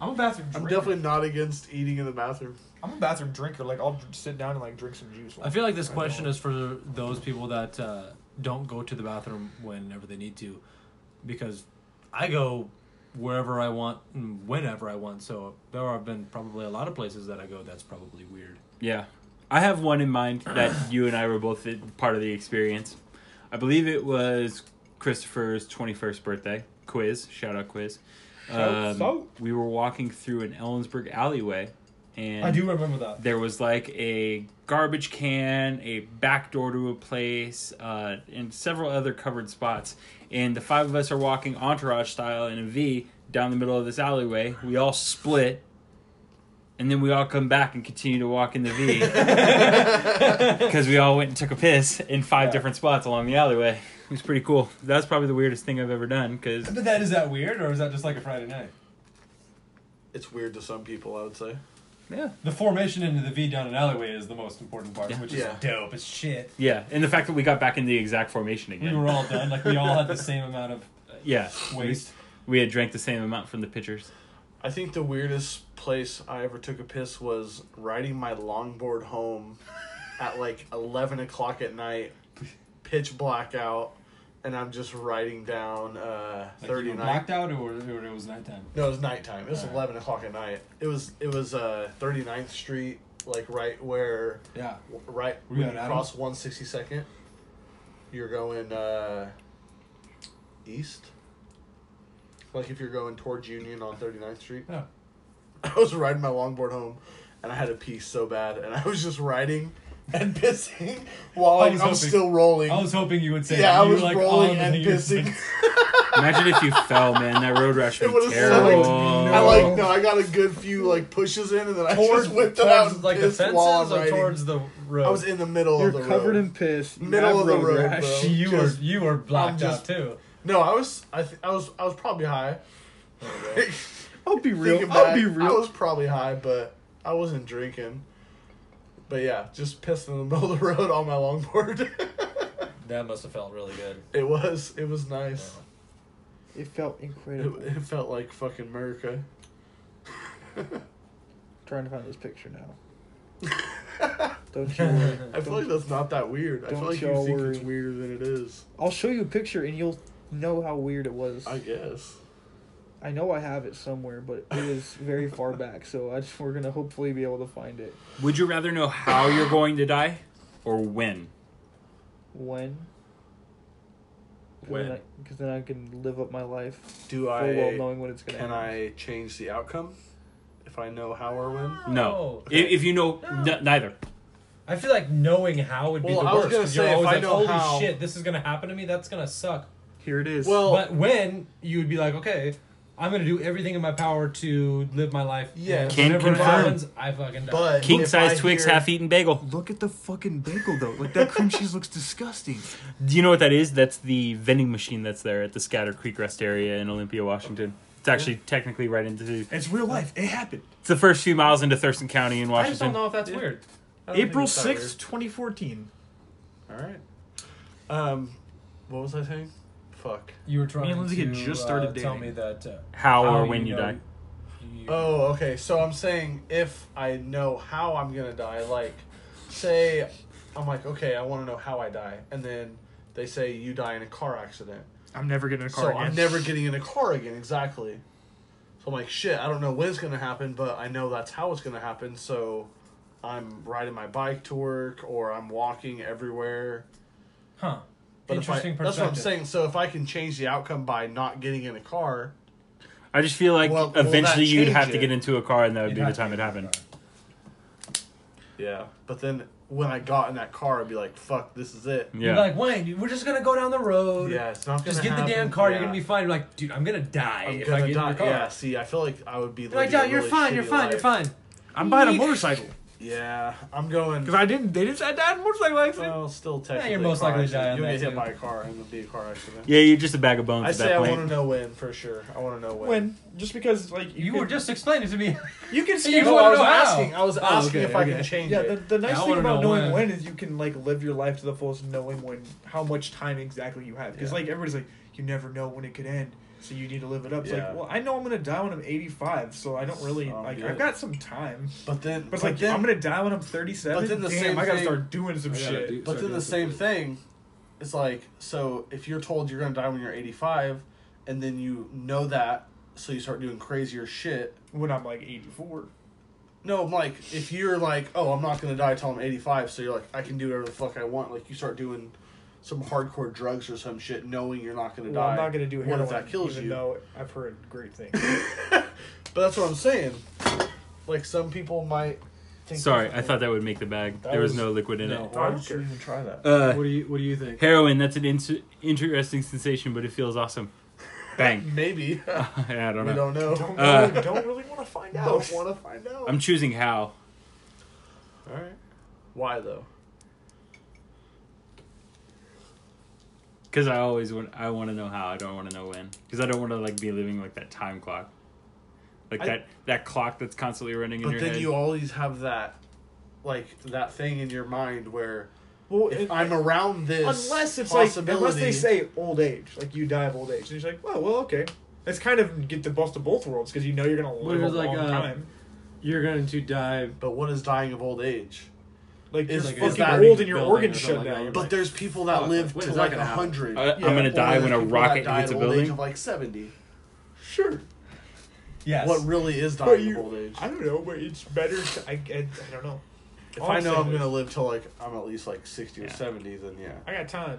Speaker 11: I'm a bathroom.
Speaker 2: I'm
Speaker 11: Drinker.
Speaker 2: definitely not against eating in the bathroom.
Speaker 11: I'm a bathroom drinker. Like I'll dr- sit down and like drink some juice.
Speaker 6: I feel like this question is for those people that uh, don't go to the bathroom whenever they need to, because I go wherever I want and whenever I want. So there have been probably a lot of places that I go that's probably weird.
Speaker 4: Yeah. I have one in mind that you and I were both in- part of the experience. I believe it was Christopher's 21st birthday. Quiz. Shout out, Quiz.
Speaker 11: Shouts
Speaker 4: Um,
Speaker 11: out.
Speaker 4: we were walking through an Ellensburg alleyway. And
Speaker 11: I do remember that.
Speaker 4: there was like a garbage can, a back door to a place, uh, and several other covered spots. And the five of us are walking entourage style in a V down the middle of this alleyway. We all split, and then we all come back and continue to walk in the V because we all went and took a piss in five different spots along the alleyway. It was pretty cool. That's probably the weirdest thing I've ever done because
Speaker 5: But that is that weird, or is that just like a Friday night?
Speaker 2: It's weird to some people, I would say.
Speaker 4: yeah,
Speaker 5: The formation into the V down an alleyway is the most important part,
Speaker 4: Yeah.
Speaker 5: which
Speaker 2: Yeah.
Speaker 5: is dope as shit.
Speaker 4: yeah, and the fact that we got back in the exact formation
Speaker 5: We
Speaker 4: again.
Speaker 5: were all done. Like we all had the same amount of
Speaker 4: yeah,
Speaker 5: waste.
Speaker 4: we had drank the same amount from the pitchers.
Speaker 2: I think the weirdest place I ever took a piss was riding my longboard home at like 11 o'clock at night, pitch blackout, and I'm just riding down uh,
Speaker 5: Like, you
Speaker 2: 39.
Speaker 5: were blacked out, or, or it was nighttime.
Speaker 2: No, it was nighttime. It was
Speaker 5: Alright.
Speaker 2: 11 o'clock at night. It was it was uh, 39th Street, like right where,
Speaker 5: Yeah.
Speaker 2: right
Speaker 5: Were you
Speaker 2: when
Speaker 5: on
Speaker 2: you
Speaker 5: Adams?
Speaker 2: cross 162nd. You're going uh, east. Like if you're going towards Union on 39th Street.
Speaker 5: Yeah.
Speaker 2: I was riding my longboard home, and I had a pee so bad, and I was just riding and pissing while
Speaker 5: I
Speaker 2: like,
Speaker 5: was
Speaker 2: I'm
Speaker 5: hoping-
Speaker 2: still rolling.
Speaker 5: I was hoping you would say.
Speaker 2: yeah,
Speaker 5: that.
Speaker 2: I
Speaker 5: You were
Speaker 2: was
Speaker 5: like, all
Speaker 2: rolling
Speaker 5: in
Speaker 2: and
Speaker 5: the years.
Speaker 2: pissing.
Speaker 4: Imagine if you fell, man. That road rash
Speaker 2: It
Speaker 4: would be
Speaker 2: would've
Speaker 4: terrible.
Speaker 2: sucked. I like no, I got a good few like pushes in, and then I
Speaker 6: Towards
Speaker 2: just whipped them out
Speaker 6: towards
Speaker 2: and
Speaker 6: like the
Speaker 2: pissed
Speaker 6: fences
Speaker 2: while I'm
Speaker 6: or
Speaker 2: riding.
Speaker 6: towards the road.
Speaker 2: I was in the middle
Speaker 3: You're
Speaker 2: of the
Speaker 3: covered
Speaker 2: road.
Speaker 3: in piss. You
Speaker 2: Middle
Speaker 3: have
Speaker 2: of the
Speaker 3: road
Speaker 2: road,
Speaker 3: rash.
Speaker 2: bro.
Speaker 6: you were
Speaker 2: Just-
Speaker 6: you were blacked
Speaker 2: just-
Speaker 6: out too.
Speaker 2: no, I was I, th- I was I was probably high.
Speaker 3: I'll be
Speaker 2: Thinking
Speaker 3: real. I'll
Speaker 2: back,
Speaker 3: be
Speaker 2: I
Speaker 3: real.
Speaker 2: was probably high, but I wasn't drinking. But yeah, just pissed in the middle of the road on my longboard.
Speaker 6: That must have felt really good.
Speaker 2: it was it was nice.
Speaker 3: It felt incredible.
Speaker 2: It, it felt like fucking America.
Speaker 3: trying to find this picture now. Don't you worry.
Speaker 2: I feel like that's not that weird. I feel
Speaker 3: Don't
Speaker 2: like you
Speaker 3: y'all
Speaker 2: think
Speaker 3: worry.
Speaker 2: it's weirder than it is.
Speaker 3: I'll show you a picture and you'll know how weird it was.
Speaker 2: I
Speaker 3: I,
Speaker 2: guess.
Speaker 3: know I have it somewhere, but it is very far back, so I just, we're gonna hopefully be able to find it.
Speaker 4: Would you rather know how you're going to die or when?
Speaker 3: When?
Speaker 4: When?
Speaker 3: Because then I can live up my life
Speaker 2: Do
Speaker 3: full
Speaker 2: I?
Speaker 3: well knowing when it's gonna
Speaker 2: Can
Speaker 3: happen.
Speaker 2: I change the outcome if I know how or when?
Speaker 4: No. If, if you know n- neither.
Speaker 6: I feel like knowing how would be
Speaker 2: Well,
Speaker 6: the
Speaker 2: I was
Speaker 6: worst.
Speaker 2: gonna
Speaker 6: 'cause you're
Speaker 2: say, if
Speaker 6: always
Speaker 2: I
Speaker 6: like,
Speaker 2: know
Speaker 6: holy
Speaker 2: how-
Speaker 6: shit, this is gonna happen to me. That's gonna suck.
Speaker 3: Here it is.
Speaker 2: Well,
Speaker 6: But when you would be like, okay, I'm gonna do everything in my power to live my life.
Speaker 2: Yeah.
Speaker 6: And
Speaker 4: Can
Speaker 6: whenever it
Speaker 4: confirm.
Speaker 6: happens, I fucking die.
Speaker 2: but
Speaker 4: King
Speaker 2: if I
Speaker 4: size Twix
Speaker 2: hear-
Speaker 4: half eaten bagel.
Speaker 11: Look at the fucking bagel though. Like that cream cheese looks disgusting.
Speaker 4: Do you know what that is? That's the vending machine that's there at the Scatter Creek Rest area in Olympia, Washington. It's actually technically right into the,
Speaker 11: It's real life. It happened.
Speaker 4: it's the first few miles into Thurston County in
Speaker 6: I just don't
Speaker 4: Washington.
Speaker 6: know if that's weird.
Speaker 11: April April sixth, twenty fourteen.
Speaker 2: All right. Um, what was I saying? Fuck.
Speaker 5: You were trying
Speaker 11: and Lindsay
Speaker 5: to
Speaker 11: had just started
Speaker 5: uh, tell
Speaker 11: dating.
Speaker 5: me that uh,
Speaker 4: How,
Speaker 5: How
Speaker 4: or
Speaker 5: you
Speaker 4: when you
Speaker 5: know-
Speaker 4: die?
Speaker 5: you-
Speaker 2: Oh, okay. So I'm saying if I know how I'm gonna die, like, say, I'm like, okay, I want to know how I die, and then they say you die in a car accident.
Speaker 11: I'm never getting in a car
Speaker 2: so
Speaker 11: again.
Speaker 2: I'm never getting in a car again. Exactly. So I'm like, shit. I don't know when it's gonna happen, but I know that's how it's gonna happen. So I'm riding my bike to work, or I'm walking everywhere.
Speaker 5: huh.
Speaker 2: But if I-
Speaker 5: Interesting
Speaker 2: That's what I'm
Speaker 5: perspective.
Speaker 2: saying. So if I can change the outcome by not getting in a car,
Speaker 4: I just feel like
Speaker 2: Well, will that
Speaker 4: eventually you'd
Speaker 2: change
Speaker 4: have to
Speaker 2: it?
Speaker 4: get into a car, and that would
Speaker 5: You'd
Speaker 4: be the
Speaker 5: have to
Speaker 4: time
Speaker 5: get
Speaker 4: it happened.
Speaker 2: yeah. But then when I got in that car, I'd be like, fuck, this is it.
Speaker 4: Yeah.
Speaker 6: You're like, Wayne, we're just gonna go down the road.
Speaker 2: Yeah, it's not gonna
Speaker 6: Just get
Speaker 2: happen.
Speaker 6: the damn car.
Speaker 2: Yeah.
Speaker 6: You're gonna be fine. You're like, dude, I'm gonna die
Speaker 2: I'm
Speaker 6: if
Speaker 2: gonna
Speaker 6: I get
Speaker 2: die.
Speaker 6: in your car.
Speaker 2: Yeah, see, I feel like I would be
Speaker 6: You're like,
Speaker 2: living a
Speaker 6: "Dad, you're
Speaker 2: really
Speaker 6: fine. You're
Speaker 2: shitty
Speaker 6: fine. You're
Speaker 2: life."
Speaker 6: fine.
Speaker 11: I'm buying a motorcycle
Speaker 2: Yeah, I'm going.
Speaker 11: because I didn't. They didn't. I died in a motorcycle accident.
Speaker 2: Well, still technically.
Speaker 6: you're
Speaker 2: a
Speaker 6: most
Speaker 2: car
Speaker 6: likely to
Speaker 2: accident.
Speaker 6: die on
Speaker 2: You'll
Speaker 6: that,
Speaker 2: get hit
Speaker 6: too.
Speaker 2: by a car and it'll be a car accident.
Speaker 4: Yeah, you're just a bag of bones
Speaker 2: I
Speaker 4: at
Speaker 2: say
Speaker 4: that
Speaker 2: I
Speaker 4: point.
Speaker 2: want to know when for sure. I want to know when.
Speaker 3: Oh, When just because like
Speaker 6: You
Speaker 3: can-
Speaker 6: were just explaining to me.
Speaker 3: you can
Speaker 6: you
Speaker 3: see
Speaker 2: No,
Speaker 6: wanna
Speaker 2: I was
Speaker 6: know how. Oh,
Speaker 2: asking. I was asking
Speaker 6: okay,
Speaker 2: if I
Speaker 6: okay.
Speaker 2: can change
Speaker 3: Yeah, the,
Speaker 2: it.
Speaker 3: the nice
Speaker 6: Yeah, I
Speaker 3: thing
Speaker 6: wanna
Speaker 3: about
Speaker 6: know
Speaker 3: knowing
Speaker 6: when.
Speaker 3: when is you can like live your life to the fullest, knowing when how much time exactly you have. Because
Speaker 2: Yeah.
Speaker 3: like everybody's like, you never know when it could end, so you need to live it up. It's
Speaker 2: Yeah.
Speaker 3: like, well, I know I'm gonna die when I'm 85, so I don't really
Speaker 2: Sound
Speaker 3: like.
Speaker 2: good.
Speaker 3: I've got some time,
Speaker 2: But then,
Speaker 3: but it's like
Speaker 2: then,
Speaker 3: I'm gonna die when I'm 37.
Speaker 2: but then the
Speaker 3: Damn,
Speaker 2: same
Speaker 3: I gotta
Speaker 2: thing-
Speaker 3: start doing some
Speaker 5: I gotta
Speaker 3: shit.
Speaker 5: do-
Speaker 2: But
Speaker 5: sorry,
Speaker 2: then the
Speaker 5: that's
Speaker 2: same
Speaker 5: it.
Speaker 2: thing, it's like so if you're told you're gonna die when you're 85, and then you know that, so you start doing crazier shit.
Speaker 3: When I'm like 84,
Speaker 2: No, I'm like if you're like, oh, I'm not gonna die till I'm 85, so you're like, I can do whatever the fuck I want. Like you start doing some hardcore drugs or some shit, knowing you're not gonna
Speaker 3: well,
Speaker 2: die.
Speaker 3: I'm not gonna do
Speaker 2: What
Speaker 3: heroin.
Speaker 2: if that kills
Speaker 3: even
Speaker 2: you?
Speaker 3: Though I've heard great things.
Speaker 2: But that's what I'm saying. Like some people might. Think
Speaker 4: Sorry, I thought that would make the bag.
Speaker 2: That
Speaker 4: there was,
Speaker 2: was-
Speaker 4: no liquid in
Speaker 2: No,
Speaker 4: it.
Speaker 2: why would you even try that?
Speaker 4: Uh,
Speaker 5: What do you What do you think?
Speaker 4: heroin. That's an in- interesting sensation, but it feels awesome. Bang.
Speaker 2: Maybe
Speaker 4: I don't
Speaker 2: we
Speaker 4: know.
Speaker 2: don't know.
Speaker 3: don't,
Speaker 4: Uh,
Speaker 3: really, don't really want to find out.
Speaker 2: Don't want to find out.
Speaker 4: I'm choosing how.
Speaker 2: All right. Why though?
Speaker 4: Because I always want, I want to know how. I don't want to know when. Because I don't want to like be living like that time clock, like
Speaker 2: I-
Speaker 4: that that clock that's constantly running in
Speaker 2: But
Speaker 4: your
Speaker 2: then
Speaker 4: head.
Speaker 2: you always have that, like that thing in your mind where
Speaker 3: Well,
Speaker 2: if
Speaker 3: it-
Speaker 2: I'm around this,
Speaker 3: unless it's like
Speaker 2: possibility,
Speaker 3: unless they say old age, like you die of old age, and you're like, "Oh, well, well, okay. That's kind of get the best of both worlds because you know you're gonna live a
Speaker 5: is like,
Speaker 3: long
Speaker 5: uh,
Speaker 3: time.
Speaker 5: You're going to die.
Speaker 2: But what is dying of old age?
Speaker 3: Like you're
Speaker 2: is-
Speaker 3: fucking
Speaker 2: is that
Speaker 3: old and
Speaker 5: building
Speaker 3: your
Speaker 5: or
Speaker 3: organs shut
Speaker 5: something like that?
Speaker 3: down.
Speaker 5: You're
Speaker 2: But
Speaker 5: like-
Speaker 2: there's people that
Speaker 5: Fuck,
Speaker 2: live
Speaker 5: when
Speaker 2: to
Speaker 5: is that
Speaker 2: like
Speaker 5: gonna happen?
Speaker 2: hundred.
Speaker 4: I, I'm gonna die when a rocket hits a building.
Speaker 2: Of like seventy.
Speaker 3: sure,
Speaker 6: Yes.
Speaker 2: What really is
Speaker 3: but
Speaker 2: dying of old
Speaker 3: you,
Speaker 2: age?
Speaker 3: I don't know, but it's better. To, I, I, I don't know.
Speaker 2: If
Speaker 3: all
Speaker 2: I
Speaker 3: I'm
Speaker 2: know
Speaker 3: saying
Speaker 2: I'm
Speaker 3: is-
Speaker 2: gonna live till like I'm at least like sixty or
Speaker 4: Yeah.
Speaker 2: seventy, then yeah.
Speaker 3: I got time.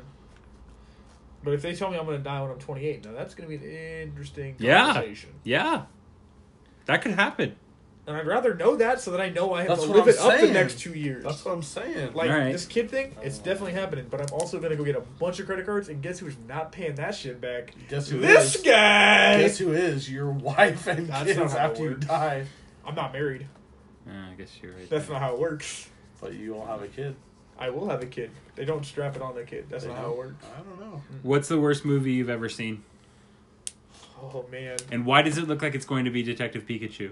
Speaker 3: But if they tell me I'm gonna die when I'm 28, now that's gonna be an interesting
Speaker 4: Yeah.
Speaker 3: conversation.
Speaker 4: yeah, that could happen.
Speaker 3: And I'd rather know that so that I know I have
Speaker 2: That's
Speaker 3: to
Speaker 2: what
Speaker 3: live
Speaker 2: I'm
Speaker 3: it up the
Speaker 2: saying.
Speaker 3: next two years.
Speaker 2: That's what I'm saying.
Speaker 3: Like
Speaker 4: Alright.
Speaker 3: this kid thing, it's definitely happening. But I'm also gonna go get a bunch of credit cards, and guess who's not paying that shit back?
Speaker 2: guess who
Speaker 3: This
Speaker 2: is?
Speaker 3: guy.
Speaker 2: Guess who is your wife and
Speaker 3: That's
Speaker 2: kids
Speaker 3: not how it
Speaker 2: after you
Speaker 3: works.
Speaker 2: die,
Speaker 3: I'm not married.
Speaker 4: Uh, I guess you're right.
Speaker 3: That's
Speaker 4: there.
Speaker 3: not how it works.
Speaker 2: but you won't have a kid.
Speaker 3: I will have a kid. They don't strap it on the kid. That's
Speaker 2: They
Speaker 3: not how
Speaker 2: don't?
Speaker 3: it works.
Speaker 2: I don't know.
Speaker 4: What's the worst movie you've ever seen,
Speaker 3: Oh man,
Speaker 4: and why does it look like it's going to be Detective Pikachu?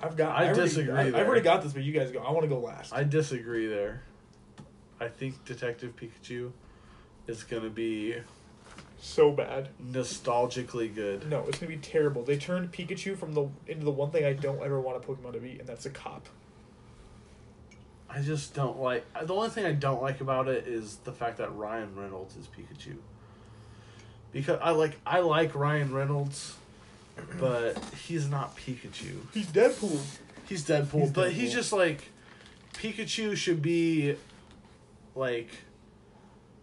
Speaker 3: I've got.
Speaker 2: I
Speaker 3: already-
Speaker 2: disagree
Speaker 3: I, I've
Speaker 2: there.
Speaker 3: already got this, but you guys go. I want to go last.
Speaker 2: I disagree there. I think Detective Pikachu is gonna be
Speaker 3: so bad.
Speaker 2: nostalgically good.
Speaker 3: No, it's gonna be terrible. They turned Pikachu from the into the one thing I don't ever want a Pokemon to be, and that's a cop.
Speaker 2: I just don't like. The only thing I don't like about it is the fact that Ryan Reynolds is Pikachu. Because I like I like Ryan Reynolds, but he's not Pikachu.
Speaker 3: He's Deadpool.
Speaker 2: He's Deadpool, but he's just like Pikachu should be like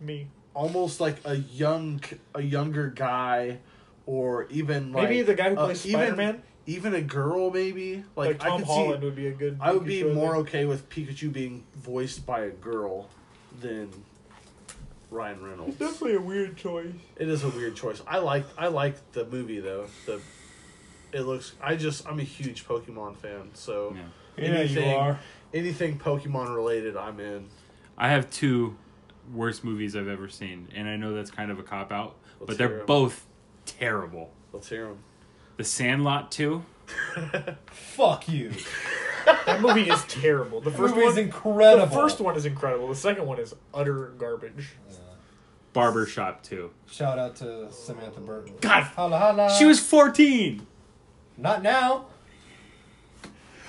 Speaker 3: Me.
Speaker 2: almost like a young a younger guy or even like
Speaker 3: Maybe the guy who
Speaker 2: uh,
Speaker 3: plays
Speaker 2: even-
Speaker 3: Spider Man,
Speaker 2: even a girl maybe like,
Speaker 3: like,
Speaker 2: I
Speaker 3: Tom
Speaker 2: could
Speaker 3: Holland,
Speaker 2: see
Speaker 3: would be a good.
Speaker 2: I would
Speaker 3: Pikachu,
Speaker 2: be
Speaker 3: think.
Speaker 2: more okay with Pikachu being voiced by a girl than Ryan Reynolds.
Speaker 3: Definitely a weird choice.
Speaker 2: It is a weird choice. I like I like the movie though. The it looks I just I'm a huge Pokemon fan, so
Speaker 4: Yeah.
Speaker 2: anything anything Pokemon related I'm in.
Speaker 4: I have two worst movies I've ever seen, and I know that's kind of a cop out,
Speaker 2: Let's
Speaker 4: but they're
Speaker 2: hear 'em.
Speaker 4: both terrible.
Speaker 2: Let's hear them.
Speaker 4: The Sandlot 2.
Speaker 5: Fuck you.
Speaker 3: That movie is terrible. The first
Speaker 1: movie is
Speaker 3: one,
Speaker 1: incredible.
Speaker 3: the first one is incredible. The second one is utter garbage.
Speaker 4: Barbershop too.
Speaker 1: Shout out to Samantha Burton.
Speaker 4: God,
Speaker 1: Holla holla.
Speaker 4: she was fourteen.
Speaker 1: not now.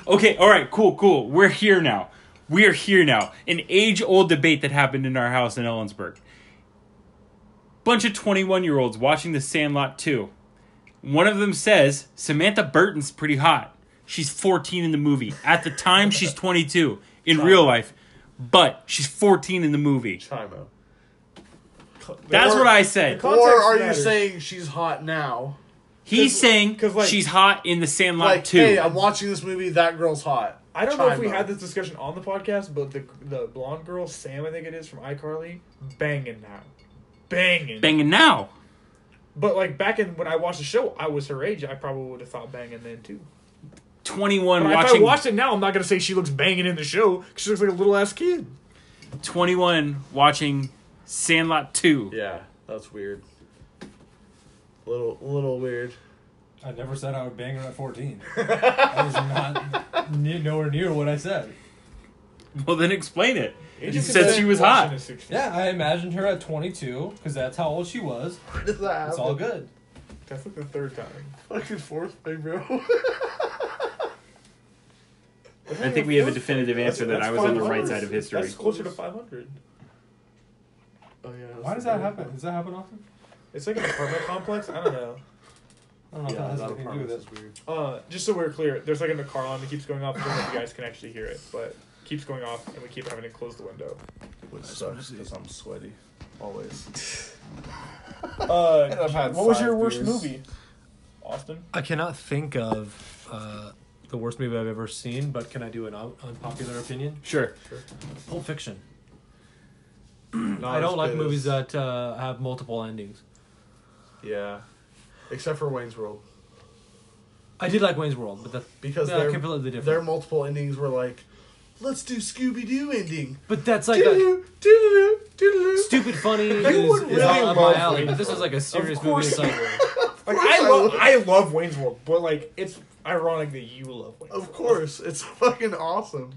Speaker 4: Okay, all right, cool, cool. We're here now. We're here now. An age-old debate that happened in our house in Ellensburg. Bunch of twenty-one-year-olds watching The Sandlot two. One of them says Samantha Burton's pretty hot. She's fourteen in the movie. At the time, she's twenty-two in real life, but she's fourteen in the movie.
Speaker 2: Chimo.
Speaker 4: That's what I said.
Speaker 2: Or
Speaker 3: Context
Speaker 2: are you
Speaker 3: matters.
Speaker 2: saying she's hot now?
Speaker 4: He's saying
Speaker 3: 'cause, like-
Speaker 4: she's hot in The Sandlot
Speaker 2: Like,
Speaker 4: two.
Speaker 2: hey, I'm watching this movie. That girl's hot.
Speaker 3: I don't know if we
Speaker 2: Chimo.
Speaker 3: had this discussion on the podcast, but the the blonde girl Sam, I think it is from iCarly, banging now, banging.
Speaker 4: Banging now.
Speaker 3: But like back in when I watched the show, I was her age. I probably would have thought banging then too.
Speaker 4: Twenty-one
Speaker 3: But
Speaker 4: watching.
Speaker 3: if I watched it now, I'm not gonna say she looks banging in the show. 'cause She looks like a little ass kid.
Speaker 4: 21 watching Sandlot 2.
Speaker 2: Yeah, that's weird. Little, little weird.
Speaker 1: I never said I would bang her at 14. that was not ne- nowhere near what I said.
Speaker 4: Well, then explain it.
Speaker 3: It
Speaker 4: You
Speaker 3: just
Speaker 4: said
Speaker 3: is
Speaker 4: she was
Speaker 3: watching
Speaker 4: hot.
Speaker 3: a six-
Speaker 1: Yeah, I imagined her at 22 because that's how old she was.
Speaker 2: Where does that happen?
Speaker 1: It's all good.
Speaker 3: That's like the third time.
Speaker 2: Fucking fourth thing, bro. Oh,
Speaker 4: I think we have a definitive answer that I was on the right side of history.
Speaker 3: That's closer to 500.
Speaker 2: oh, yeah,
Speaker 1: Why does that happen? Does that happen often?
Speaker 3: It's like an apartment complex. I don't know.
Speaker 1: I don't know
Speaker 2: Yeah,
Speaker 1: if that has
Speaker 2: that
Speaker 1: anything to do
Speaker 2: apartment
Speaker 1: with it.
Speaker 2: is weird.
Speaker 3: Uh, just so we're clear, there's like an car alarm that keeps going off. I don't know if you guys can actually hear it, but it keeps going off, and we keep having to close the window.
Speaker 2: Which sucks because I'm sweaty. Always.
Speaker 3: Uh,
Speaker 2: I've had
Speaker 3: what was
Speaker 2: five
Speaker 3: your worst
Speaker 2: beers.
Speaker 3: movie? Austin.
Speaker 12: I cannot think of uh, the worst movie I've ever seen, but can I do an un- unpopular opinion?
Speaker 4: Sure.
Speaker 12: Pulp Fiction.
Speaker 2: No,
Speaker 12: I don't like
Speaker 2: it's-
Speaker 12: movies that uh, have multiple endings.
Speaker 2: Yeah. Except for Wayne's World.
Speaker 12: I did like Wayne's World, but that's
Speaker 2: Because
Speaker 12: yeah,
Speaker 2: they're,
Speaker 12: completely different.
Speaker 2: their multiple endings were like, let's do Scooby Doo ending.
Speaker 12: but that's like a
Speaker 2: Doo-doo, doo-doo, doo-doo.
Speaker 12: stupid funny is,
Speaker 2: would
Speaker 12: is
Speaker 2: really
Speaker 12: all up my
Speaker 2: love
Speaker 12: alley.
Speaker 2: Wayne's
Speaker 12: But this is
Speaker 2: World.
Speaker 12: like a serious
Speaker 3: Of
Speaker 12: movie.
Speaker 3: course
Speaker 12: It's
Speaker 3: you
Speaker 12: like
Speaker 3: would. Like,
Speaker 2: course
Speaker 3: I,
Speaker 2: I
Speaker 3: love,
Speaker 2: would.
Speaker 3: I love Wayne's World, but like it's ironic that you love Wayne's
Speaker 2: Of
Speaker 3: World.
Speaker 2: course. It's fucking awesome.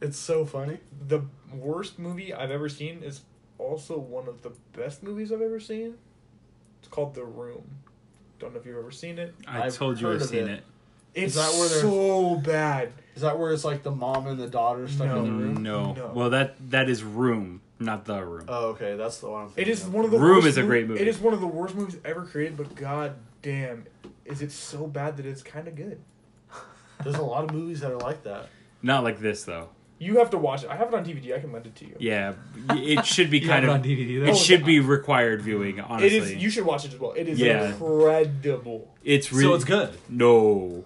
Speaker 2: It's so funny.
Speaker 3: The worst movie I've ever seen is also one of the best movies I've ever seen. It's called The Room. Don't know if you've ever seen it.
Speaker 4: I
Speaker 2: I've
Speaker 4: told you
Speaker 2: heard
Speaker 4: I've
Speaker 2: of
Speaker 4: seen
Speaker 2: it.
Speaker 4: it.
Speaker 3: It's
Speaker 2: that where they're-
Speaker 3: so bad.
Speaker 2: Is that where it's like the mom and the daughter stuck
Speaker 3: No.
Speaker 2: in the room?
Speaker 4: Mm-hmm. No.
Speaker 3: No.
Speaker 4: Well, that that is Room, not The Room.
Speaker 2: Oh, okay. That's the one I'm
Speaker 3: It
Speaker 2: thinking
Speaker 3: is
Speaker 2: of.
Speaker 3: one of the
Speaker 4: Room
Speaker 3: worst
Speaker 4: is a great movie.
Speaker 3: It is one of the worst movies ever created, but god damn, is it so bad that it's kind of good.
Speaker 2: There's a lot of movies that are like that.
Speaker 4: Not like this, though.
Speaker 3: You have to watch it. I have it on DVD. I can lend it to you.
Speaker 4: Yeah. It should be
Speaker 12: you
Speaker 4: kind
Speaker 12: have it on
Speaker 4: of.
Speaker 12: DVD
Speaker 4: It
Speaker 12: though.
Speaker 4: should be required viewing, honestly.
Speaker 3: It is. You should watch it as well. It is
Speaker 4: Yeah.
Speaker 3: incredible.
Speaker 4: it's really.
Speaker 12: so it's good.
Speaker 4: No.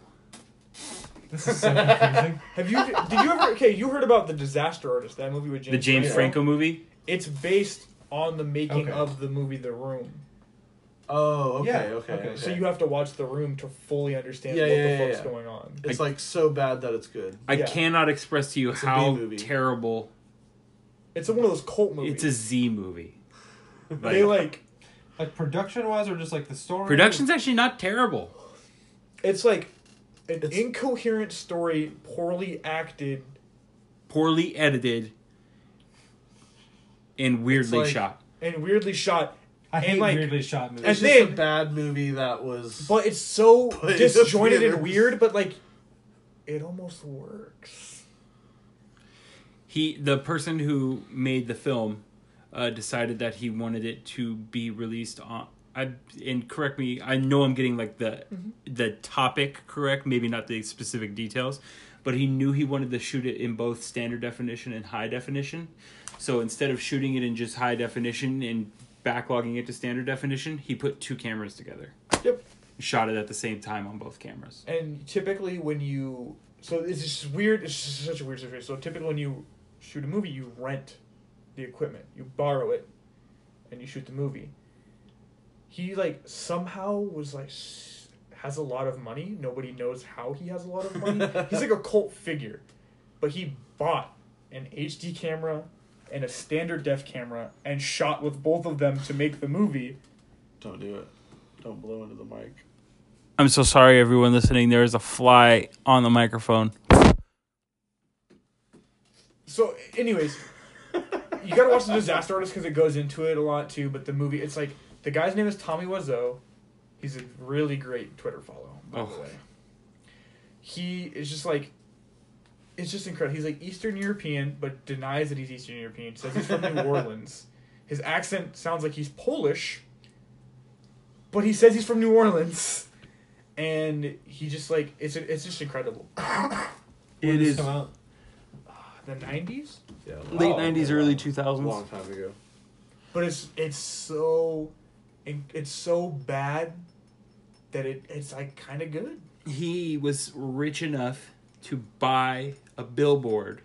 Speaker 3: Have you? Did you ever? Okay, you heard about the Disaster Artist? That movie with James.
Speaker 4: The James Franco movie?
Speaker 3: It's based on the making
Speaker 2: Okay.
Speaker 3: of the movie The Room.
Speaker 2: Oh, okay,
Speaker 1: Yeah,
Speaker 2: okay,
Speaker 1: okay.
Speaker 2: okay.
Speaker 3: So you have to watch The Room to fully understand
Speaker 2: Yeah,
Speaker 3: what
Speaker 2: yeah,
Speaker 3: the
Speaker 2: yeah,
Speaker 3: fuck's
Speaker 2: yeah.
Speaker 3: going on.
Speaker 2: It's like so bad that it's good.
Speaker 4: I
Speaker 3: Yeah.
Speaker 4: cannot express to you
Speaker 2: a B
Speaker 4: how
Speaker 2: movie.
Speaker 4: terrible.
Speaker 3: It's one of those cult movies.
Speaker 4: It's a Z movie.
Speaker 3: They like.
Speaker 1: Like production wise, or just like the story.
Speaker 4: Production's actually not terrible.
Speaker 3: It's like an
Speaker 2: It's-
Speaker 3: incoherent story, poorly acted.
Speaker 4: poorly edited and weirdly
Speaker 2: like-
Speaker 4: shot.
Speaker 3: And weirdly shot,
Speaker 1: I
Speaker 3: and,
Speaker 1: hate
Speaker 3: like-
Speaker 1: weirdly shot movies.
Speaker 3: and
Speaker 2: It's just a
Speaker 3: then-
Speaker 2: bad movie that was.
Speaker 3: but it's so
Speaker 2: But it's
Speaker 3: disjointed and
Speaker 2: weird.
Speaker 3: weird. But like, it almost works.
Speaker 4: He, the person who made the film, uh, decided that he wanted it to be released on. I and correct me. I know I'm getting like the the topic correct, maybe not the specific details, but he knew he wanted to shoot it in both standard definition and high definition. So instead of shooting it in just high definition and backlogging it to standard definition, he put two cameras together.
Speaker 3: Yep.
Speaker 4: Shot it at the same time on both cameras.
Speaker 3: And typically, when you so it's just weird. It's just such a weird situation. So typically, when you shoot a movie, you rent the equipment, you borrow it, and you shoot the movie. He like somehow was like s- has a lot of money. Nobody knows how he has a lot of money. He's like a cult figure, but he bought an HD camera and a standard def camera and shot with both of them to make the movie.
Speaker 2: Don't do it. Don't blow into the mic.
Speaker 4: I'm so sorry, everyone listening. There is a fly on the microphone.
Speaker 3: So, anyways, you gotta watch the Disaster Artist because it goes into it a lot too. But the movie, it's like the guy's name is Tommy Wiseau. He's a really great Twitter follow, by the
Speaker 4: Oh.
Speaker 3: way. He is just like, it's just incredible. He's like Eastern European, but denies that he's Eastern European. Says he's from New Orleans. His accent sounds like he's Polish, but he says he's from New Orleans, and he just like it's it's just incredible.
Speaker 5: When
Speaker 4: It
Speaker 5: did
Speaker 4: is
Speaker 5: this come out?
Speaker 3: The '90s.
Speaker 2: Yeah,
Speaker 4: late
Speaker 5: Oh,
Speaker 4: '90s, early
Speaker 2: a
Speaker 4: 2000s.
Speaker 2: long time ago.
Speaker 3: but it's it's so it's so bad that it it's like kind of good.
Speaker 4: He was rich enough to buy a billboard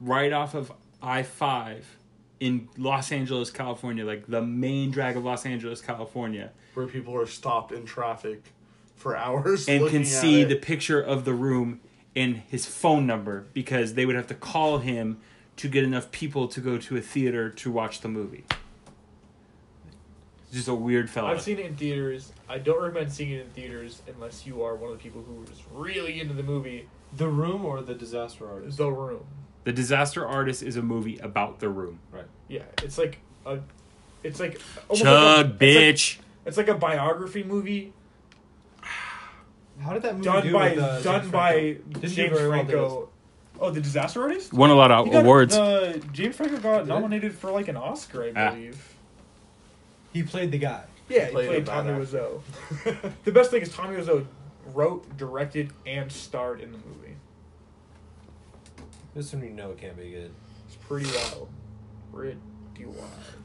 Speaker 4: right off of I five in Los Angeles, California, like the main drag of Los Angeles, California,
Speaker 2: Where people are stopped in traffic for hours
Speaker 4: and
Speaker 2: looking
Speaker 4: can
Speaker 2: at
Speaker 4: see
Speaker 2: it.
Speaker 4: the picture of the room and his phone number because they would have to call him to get enough people to go to a theater to watch the movie. Just a weird fellow.
Speaker 3: I've seen it in theaters. I don't recommend seeing it in theaters unless you are one of the people who is really into the movie
Speaker 5: The Room or The Disaster Artist?
Speaker 3: The Room.
Speaker 4: The Disaster Artist is a movie about the room.
Speaker 3: Yeah, it's like a it's like almost like a-
Speaker 4: Chug,
Speaker 3: Oh It's like,
Speaker 4: bitch.
Speaker 3: it's like a biography movie
Speaker 5: How did that movie
Speaker 3: done
Speaker 5: do
Speaker 3: by
Speaker 5: with, uh,
Speaker 3: done
Speaker 5: James
Speaker 3: by
Speaker 5: Franco? Didn't do
Speaker 3: James
Speaker 5: very well, did it?
Speaker 3: Franco. Oh, the Disaster Artist.
Speaker 4: Won a lot of
Speaker 3: He got-
Speaker 4: Oh, awards.
Speaker 3: Uh, James Franco got
Speaker 5: it?
Speaker 3: nominated for like an Oscar, I
Speaker 4: Ah.
Speaker 3: believe.
Speaker 5: He played the guy.
Speaker 3: Yeah, he
Speaker 2: played
Speaker 3: played,
Speaker 2: a bad
Speaker 3: Tommy Wiseau. the best thing is Tommy Wiseau wrote, directed, and starred in the movie.
Speaker 1: This one you know it can't be good.
Speaker 3: It's pretty wild, pretty wild.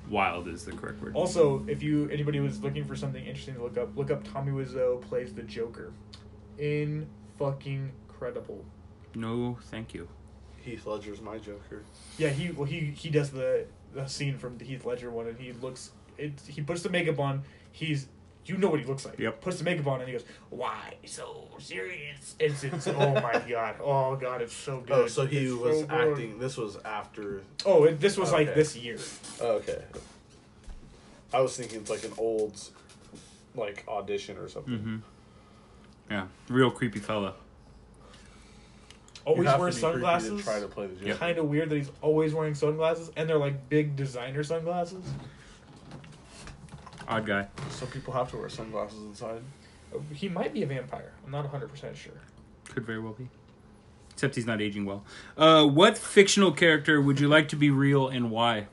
Speaker 4: Wild is the correct word.
Speaker 3: Also, if you anybody was looking for something interesting to look up, look up Tommy Wiseau plays the Joker. In fucking credible.
Speaker 4: No, thank you.
Speaker 2: Heath Ledger's my Joker.
Speaker 3: Yeah, he well he he does the the scene from the Heath Ledger one, and he looks it. He puts the makeup on. He's you know what he looks like.
Speaker 4: Yep.
Speaker 3: Puts the makeup on, and he goes, "Why so serious?" It's, it's oh my god, oh god, it's so good.
Speaker 2: Oh, so he
Speaker 3: It's
Speaker 2: was
Speaker 3: so good.
Speaker 2: acting. This was after.
Speaker 3: Oh, it, this was like
Speaker 2: Okay.
Speaker 3: this year.
Speaker 2: Oh, okay. I was thinking it's like an old, like audition or something.
Speaker 4: Mm-hmm. Yeah, real creepy fella.
Speaker 2: You
Speaker 3: Always
Speaker 2: have to
Speaker 3: wears
Speaker 2: be creepy to
Speaker 3: sunglasses.
Speaker 2: Try to play the Joker.
Speaker 3: Kind of weird that he's always wearing sunglasses, and they're like big designer sunglasses.
Speaker 4: Odd guy.
Speaker 2: Some people have to wear sunglasses inside.
Speaker 3: He might be a vampire. I'm not 100 percent sure.
Speaker 4: Could very well be. Except he's not aging well. Uh, what fictional character would you like to be real and why?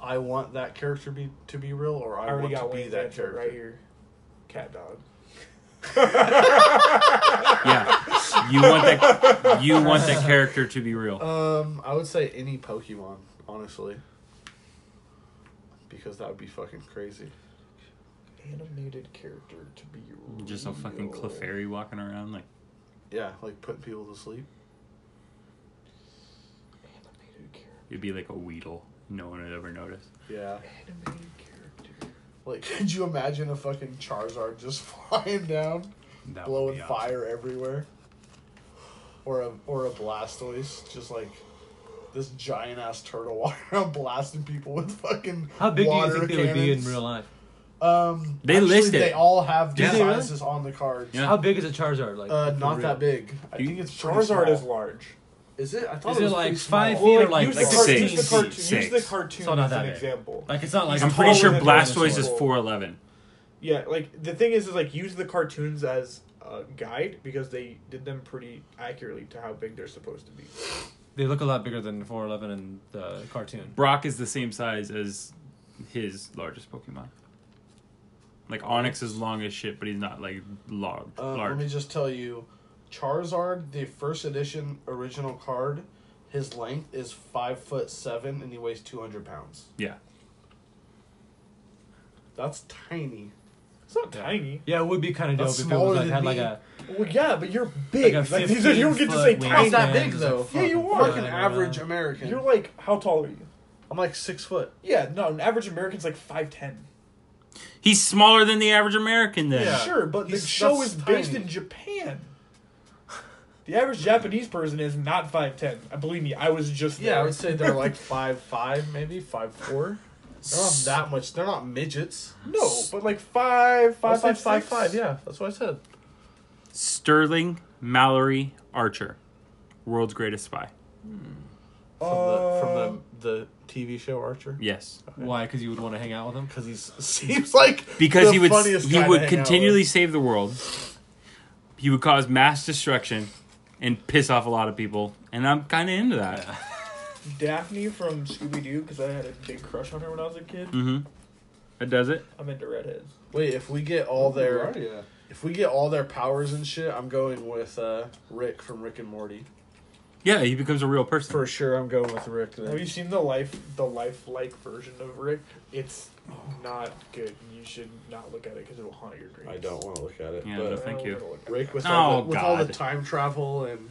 Speaker 2: I want that character be to be real, or I,
Speaker 3: I
Speaker 2: want
Speaker 3: already got
Speaker 2: to be
Speaker 3: Wayne's
Speaker 2: that
Speaker 3: answer
Speaker 2: character.
Speaker 3: right here. Cat dog.
Speaker 4: Yeah, you want that. You want that character to be real.
Speaker 2: Um, I would say any Pokemon, honestly, because that would be fucking crazy.
Speaker 3: Animated character to be
Speaker 4: Just a fucking
Speaker 3: real.
Speaker 4: Clefairy walking around like
Speaker 2: Yeah, like putting people to sleep.
Speaker 3: Animated character.
Speaker 4: it'd be like a Weedle. No one would ever notice.
Speaker 2: Yeah.
Speaker 3: Animated character.
Speaker 2: Like, could you imagine a fucking Charizard just flying down,
Speaker 4: That would
Speaker 2: blowing
Speaker 4: be awesome.
Speaker 2: fire everywhere, or a or a Blastoise just like this giant ass turtle walking around blasting people with fucking
Speaker 6: How big do you
Speaker 2: water
Speaker 6: think they would be in
Speaker 2: cannons.
Speaker 6: real life?
Speaker 2: Um,
Speaker 4: They
Speaker 2: actually,
Speaker 4: list it.
Speaker 2: They all have the
Speaker 4: Yeah. Do
Speaker 6: they really?
Speaker 2: sizes on the cards.
Speaker 4: Yeah.
Speaker 6: How big is a Charizard? Like
Speaker 2: Uh,
Speaker 6: for
Speaker 2: not
Speaker 6: real?
Speaker 2: that big. I
Speaker 4: You-
Speaker 2: think it's pretty
Speaker 3: Charizard
Speaker 2: small.
Speaker 3: is large.
Speaker 2: Is it? I thought
Speaker 6: Is
Speaker 2: it
Speaker 6: it
Speaker 2: was
Speaker 6: like
Speaker 2: pretty small.
Speaker 6: five feet or like,
Speaker 3: use,
Speaker 6: like
Speaker 3: the cart-
Speaker 6: six?
Speaker 4: six.
Speaker 3: use the cartoon, use the
Speaker 4: Six.
Speaker 3: cartoon
Speaker 6: So not
Speaker 3: as an
Speaker 6: that big.
Speaker 3: example.
Speaker 6: Like it's not like
Speaker 4: I'm
Speaker 6: it's
Speaker 4: pretty
Speaker 6: taller
Speaker 4: sure
Speaker 6: than a
Speaker 4: Blastoise is
Speaker 6: dinosaur.
Speaker 4: four eleven.
Speaker 3: Yeah, like the thing is, is like use the cartoons as a guide because they did them pretty accurately to how big they're supposed to be.
Speaker 6: They look a lot bigger than four eleven in the cartoon.
Speaker 4: Brock is the same size as his largest Pokemon. Like Onyx is long as shit, but he's not like large.
Speaker 2: Uh,
Speaker 4: large.
Speaker 2: Let me just tell you, Charizard, the first edition original card, his length is five foot seven, and he weighs two hundred pounds.
Speaker 4: Yeah.
Speaker 2: That's tiny.
Speaker 3: It's not tiny.
Speaker 6: Yeah, it would be kind of dope
Speaker 2: That's
Speaker 6: if it
Speaker 2: smaller
Speaker 6: was like
Speaker 2: than
Speaker 6: had like
Speaker 2: me.
Speaker 6: a
Speaker 3: Well, yeah, but you're
Speaker 6: like
Speaker 3: big.
Speaker 6: a
Speaker 3: Like,
Speaker 6: fifteen
Speaker 3: these are- you don't get to say
Speaker 6: foot
Speaker 3: tiny.
Speaker 2: Not that
Speaker 6: wingspan,
Speaker 2: big,
Speaker 6: just,
Speaker 2: though.
Speaker 6: like,
Speaker 3: Yeah, you
Speaker 6: fucking
Speaker 3: are.
Speaker 2: Fucking
Speaker 6: flying
Speaker 2: average
Speaker 6: around.
Speaker 2: American.
Speaker 3: You're like, how tall are you?
Speaker 2: I'm like six foot.
Speaker 3: Yeah, no, an average American's like five ten.
Speaker 4: He's smaller than the average American then.
Speaker 2: Yeah.
Speaker 3: Sure, but the
Speaker 2: He's-
Speaker 3: show
Speaker 2: that's
Speaker 3: is based
Speaker 2: tiny.
Speaker 3: in Japan. The average Japanese person is not five ten. I believe me, I was just
Speaker 2: Yeah,
Speaker 3: there.
Speaker 2: I would say they're like five five, maybe five four. They're not that much. They're not midgets.
Speaker 3: no, but like five
Speaker 2: I
Speaker 3: five
Speaker 2: said Oh,
Speaker 3: five
Speaker 2: five
Speaker 3: five
Speaker 2: five. Yeah, that's what I said.
Speaker 4: Sterling Mallory Archer, world's greatest spy.
Speaker 2: From, the, from the, the TV show Archer?
Speaker 4: Yes,
Speaker 1: Why? Because you would want to hang out with him.
Speaker 2: Because he seems like
Speaker 4: because
Speaker 2: the
Speaker 4: he would
Speaker 2: funniest
Speaker 4: he
Speaker 2: guy to
Speaker 4: would
Speaker 2: hang out
Speaker 4: continually
Speaker 2: with.
Speaker 4: save the world. He would cause mass destruction and piss off a lot of people, and I'm kind of into that.
Speaker 13: Daphne from Scooby Doo because I had a big crush on her when I was a kid.
Speaker 4: Mm-hmm. That does it.
Speaker 13: I'm into redheads.
Speaker 2: Wait, if we get all their
Speaker 14: yeah.
Speaker 2: if we get all their powers and shit, I'm going with uh, Rick from Rick and Morty.
Speaker 4: Yeah, he becomes a real person.
Speaker 2: For sure, I'm going with Rick. Then.
Speaker 13: Have you seen the life the lifelike version of Rick? It's not good. You should not look at it because it will haunt your dreams.
Speaker 2: I don't want to look at it,
Speaker 4: Yeah,
Speaker 2: but uh,
Speaker 4: no. Thank you.
Speaker 2: Rick with all,
Speaker 4: Oh,
Speaker 2: the, with all the
Speaker 4: God.
Speaker 2: time travel and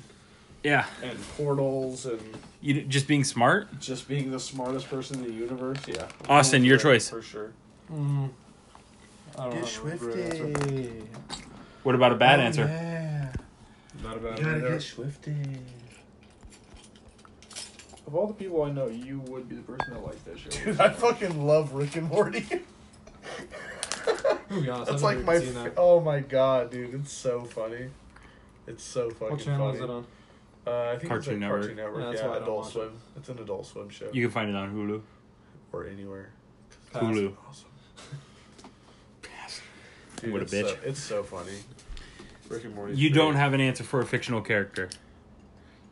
Speaker 4: yeah,
Speaker 2: and portals and
Speaker 4: you just being smart.
Speaker 2: just being the smartest person in the universe. Yeah, I'm
Speaker 4: Austin,
Speaker 2: going with
Speaker 4: your
Speaker 2: Rick,
Speaker 4: choice.
Speaker 2: for sure.
Speaker 14: Mm. I don't have a great answer.
Speaker 4: What about a
Speaker 13: Oh,
Speaker 4: bad answer?
Speaker 2: Oh, Yeah,
Speaker 15: Not about
Speaker 2: you gotta
Speaker 15: it.
Speaker 2: get swifty.
Speaker 13: Of all the people I know, you would be the person that liked that show.
Speaker 2: Dude, I fucking love Rick and Morty.
Speaker 14: I'm gonna be honest, I've
Speaker 2: That's like
Speaker 14: never
Speaker 2: my.
Speaker 14: even seen
Speaker 2: F-
Speaker 14: that.
Speaker 2: oh my god, dude, it's so funny. It's so fucking
Speaker 14: What channel
Speaker 2: funny.
Speaker 14: is it on?
Speaker 2: Uh, I think it's
Speaker 4: Cartoon
Speaker 2: like
Speaker 4: Network.
Speaker 2: Cartoon Network.
Speaker 14: Yeah,
Speaker 2: Yeah,
Speaker 14: that's why I don't
Speaker 2: Adult
Speaker 14: watch it.
Speaker 2: Swim. It's an Adult Swim show
Speaker 4: You can find it on Hulu.
Speaker 2: or anywhere.
Speaker 4: Hulu.
Speaker 2: Awesome.
Speaker 4: What a
Speaker 2: it's so-
Speaker 4: bitch.
Speaker 2: it's so funny. Rick and Morty.
Speaker 4: You don't have an answer for a fictional character.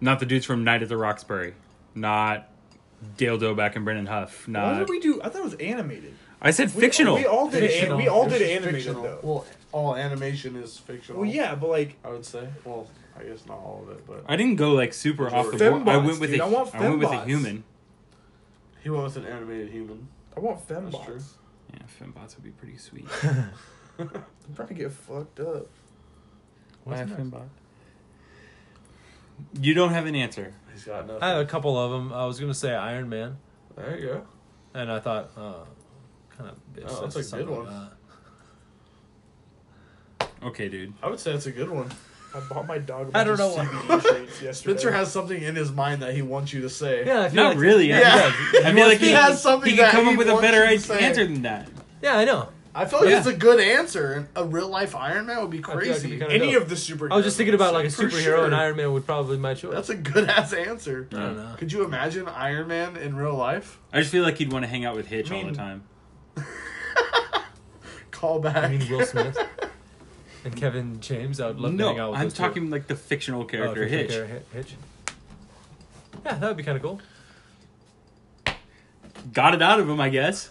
Speaker 4: Not the dudes from Night at the Roxbury. Not Dale Doback and Brendan Huff.
Speaker 13: Why
Speaker 4: Not
Speaker 13: did we do? I thought it was animated.
Speaker 4: I said
Speaker 13: We-
Speaker 4: fictional.
Speaker 13: We, all did. An,
Speaker 14: Fictional.
Speaker 13: we all
Speaker 2: It's
Speaker 13: did
Speaker 2: just
Speaker 13: animated
Speaker 2: fictional.
Speaker 13: though.
Speaker 2: Well, all animation is fictional.
Speaker 13: Well, yeah, but like
Speaker 2: I would say. Well, I guess not all of it, but
Speaker 4: I didn't go like super off the wall.
Speaker 13: Fembots,
Speaker 4: I went with
Speaker 13: dude.
Speaker 4: a,
Speaker 13: I
Speaker 4: I
Speaker 13: want
Speaker 4: went with a
Speaker 13: fembots.
Speaker 4: human.
Speaker 2: he went with an animated human.
Speaker 13: I want
Speaker 2: That's true.
Speaker 13: fembots.
Speaker 4: Yeah, fembots would be pretty sweet.
Speaker 13: I'm trying to get fucked up.
Speaker 4: Why a fembot? You don't have an answer.
Speaker 2: He's got nothing.
Speaker 1: I had a couple of them. I was gonna say Iron Man,
Speaker 2: there you go.
Speaker 1: and I thought, oh, kind of. bitch
Speaker 2: Oh, that's
Speaker 1: says
Speaker 2: a good
Speaker 1: something
Speaker 2: one.
Speaker 1: that.
Speaker 4: Okay, dude.
Speaker 2: I would say that's a good one.
Speaker 13: I bought my dog.
Speaker 1: I don't know why.
Speaker 13: CBD treats yesterday.
Speaker 2: Spencer has something in his mind that he wants you to say.
Speaker 1: Yeah, I feel
Speaker 4: Not
Speaker 1: like-
Speaker 4: really.
Speaker 2: Yeah.
Speaker 4: I feel like- I feel like
Speaker 2: He has something
Speaker 4: He can
Speaker 2: that
Speaker 4: come
Speaker 2: he
Speaker 4: up with a
Speaker 2: wants
Speaker 4: better
Speaker 2: you to
Speaker 4: idea-
Speaker 2: say.
Speaker 4: answer than that.
Speaker 1: Yeah, I know.
Speaker 2: I feel like
Speaker 4: Yeah.
Speaker 2: it's a good answer. and A real life Iron Man would be
Speaker 15: I feel like it'd be
Speaker 2: crazy.
Speaker 15: kinda
Speaker 13: any
Speaker 15: dope.
Speaker 13: of the superheroes.
Speaker 1: I was just thinking about like a
Speaker 2: For
Speaker 1: superhero,
Speaker 2: sure.
Speaker 1: and Iron Man would probably be my choice.
Speaker 2: That's a good ass answer.
Speaker 1: I don't know.
Speaker 2: Could you imagine Iron Man in real life?
Speaker 4: I just feel like he'd want to hang out with Hitch
Speaker 13: I
Speaker 4: all
Speaker 13: mean-
Speaker 4: the time.
Speaker 2: Call back.
Speaker 1: I mean Will Smith and Kevin James. I would love to hang out
Speaker 4: No,
Speaker 1: with
Speaker 4: I'm
Speaker 1: those two.
Speaker 4: talking like the fictional
Speaker 1: Oh,
Speaker 4: character
Speaker 1: if you
Speaker 4: Hitch.
Speaker 1: took care of Hi- Hitch. Yeah, that would be kind of cool.
Speaker 4: Got it out of him, I guess.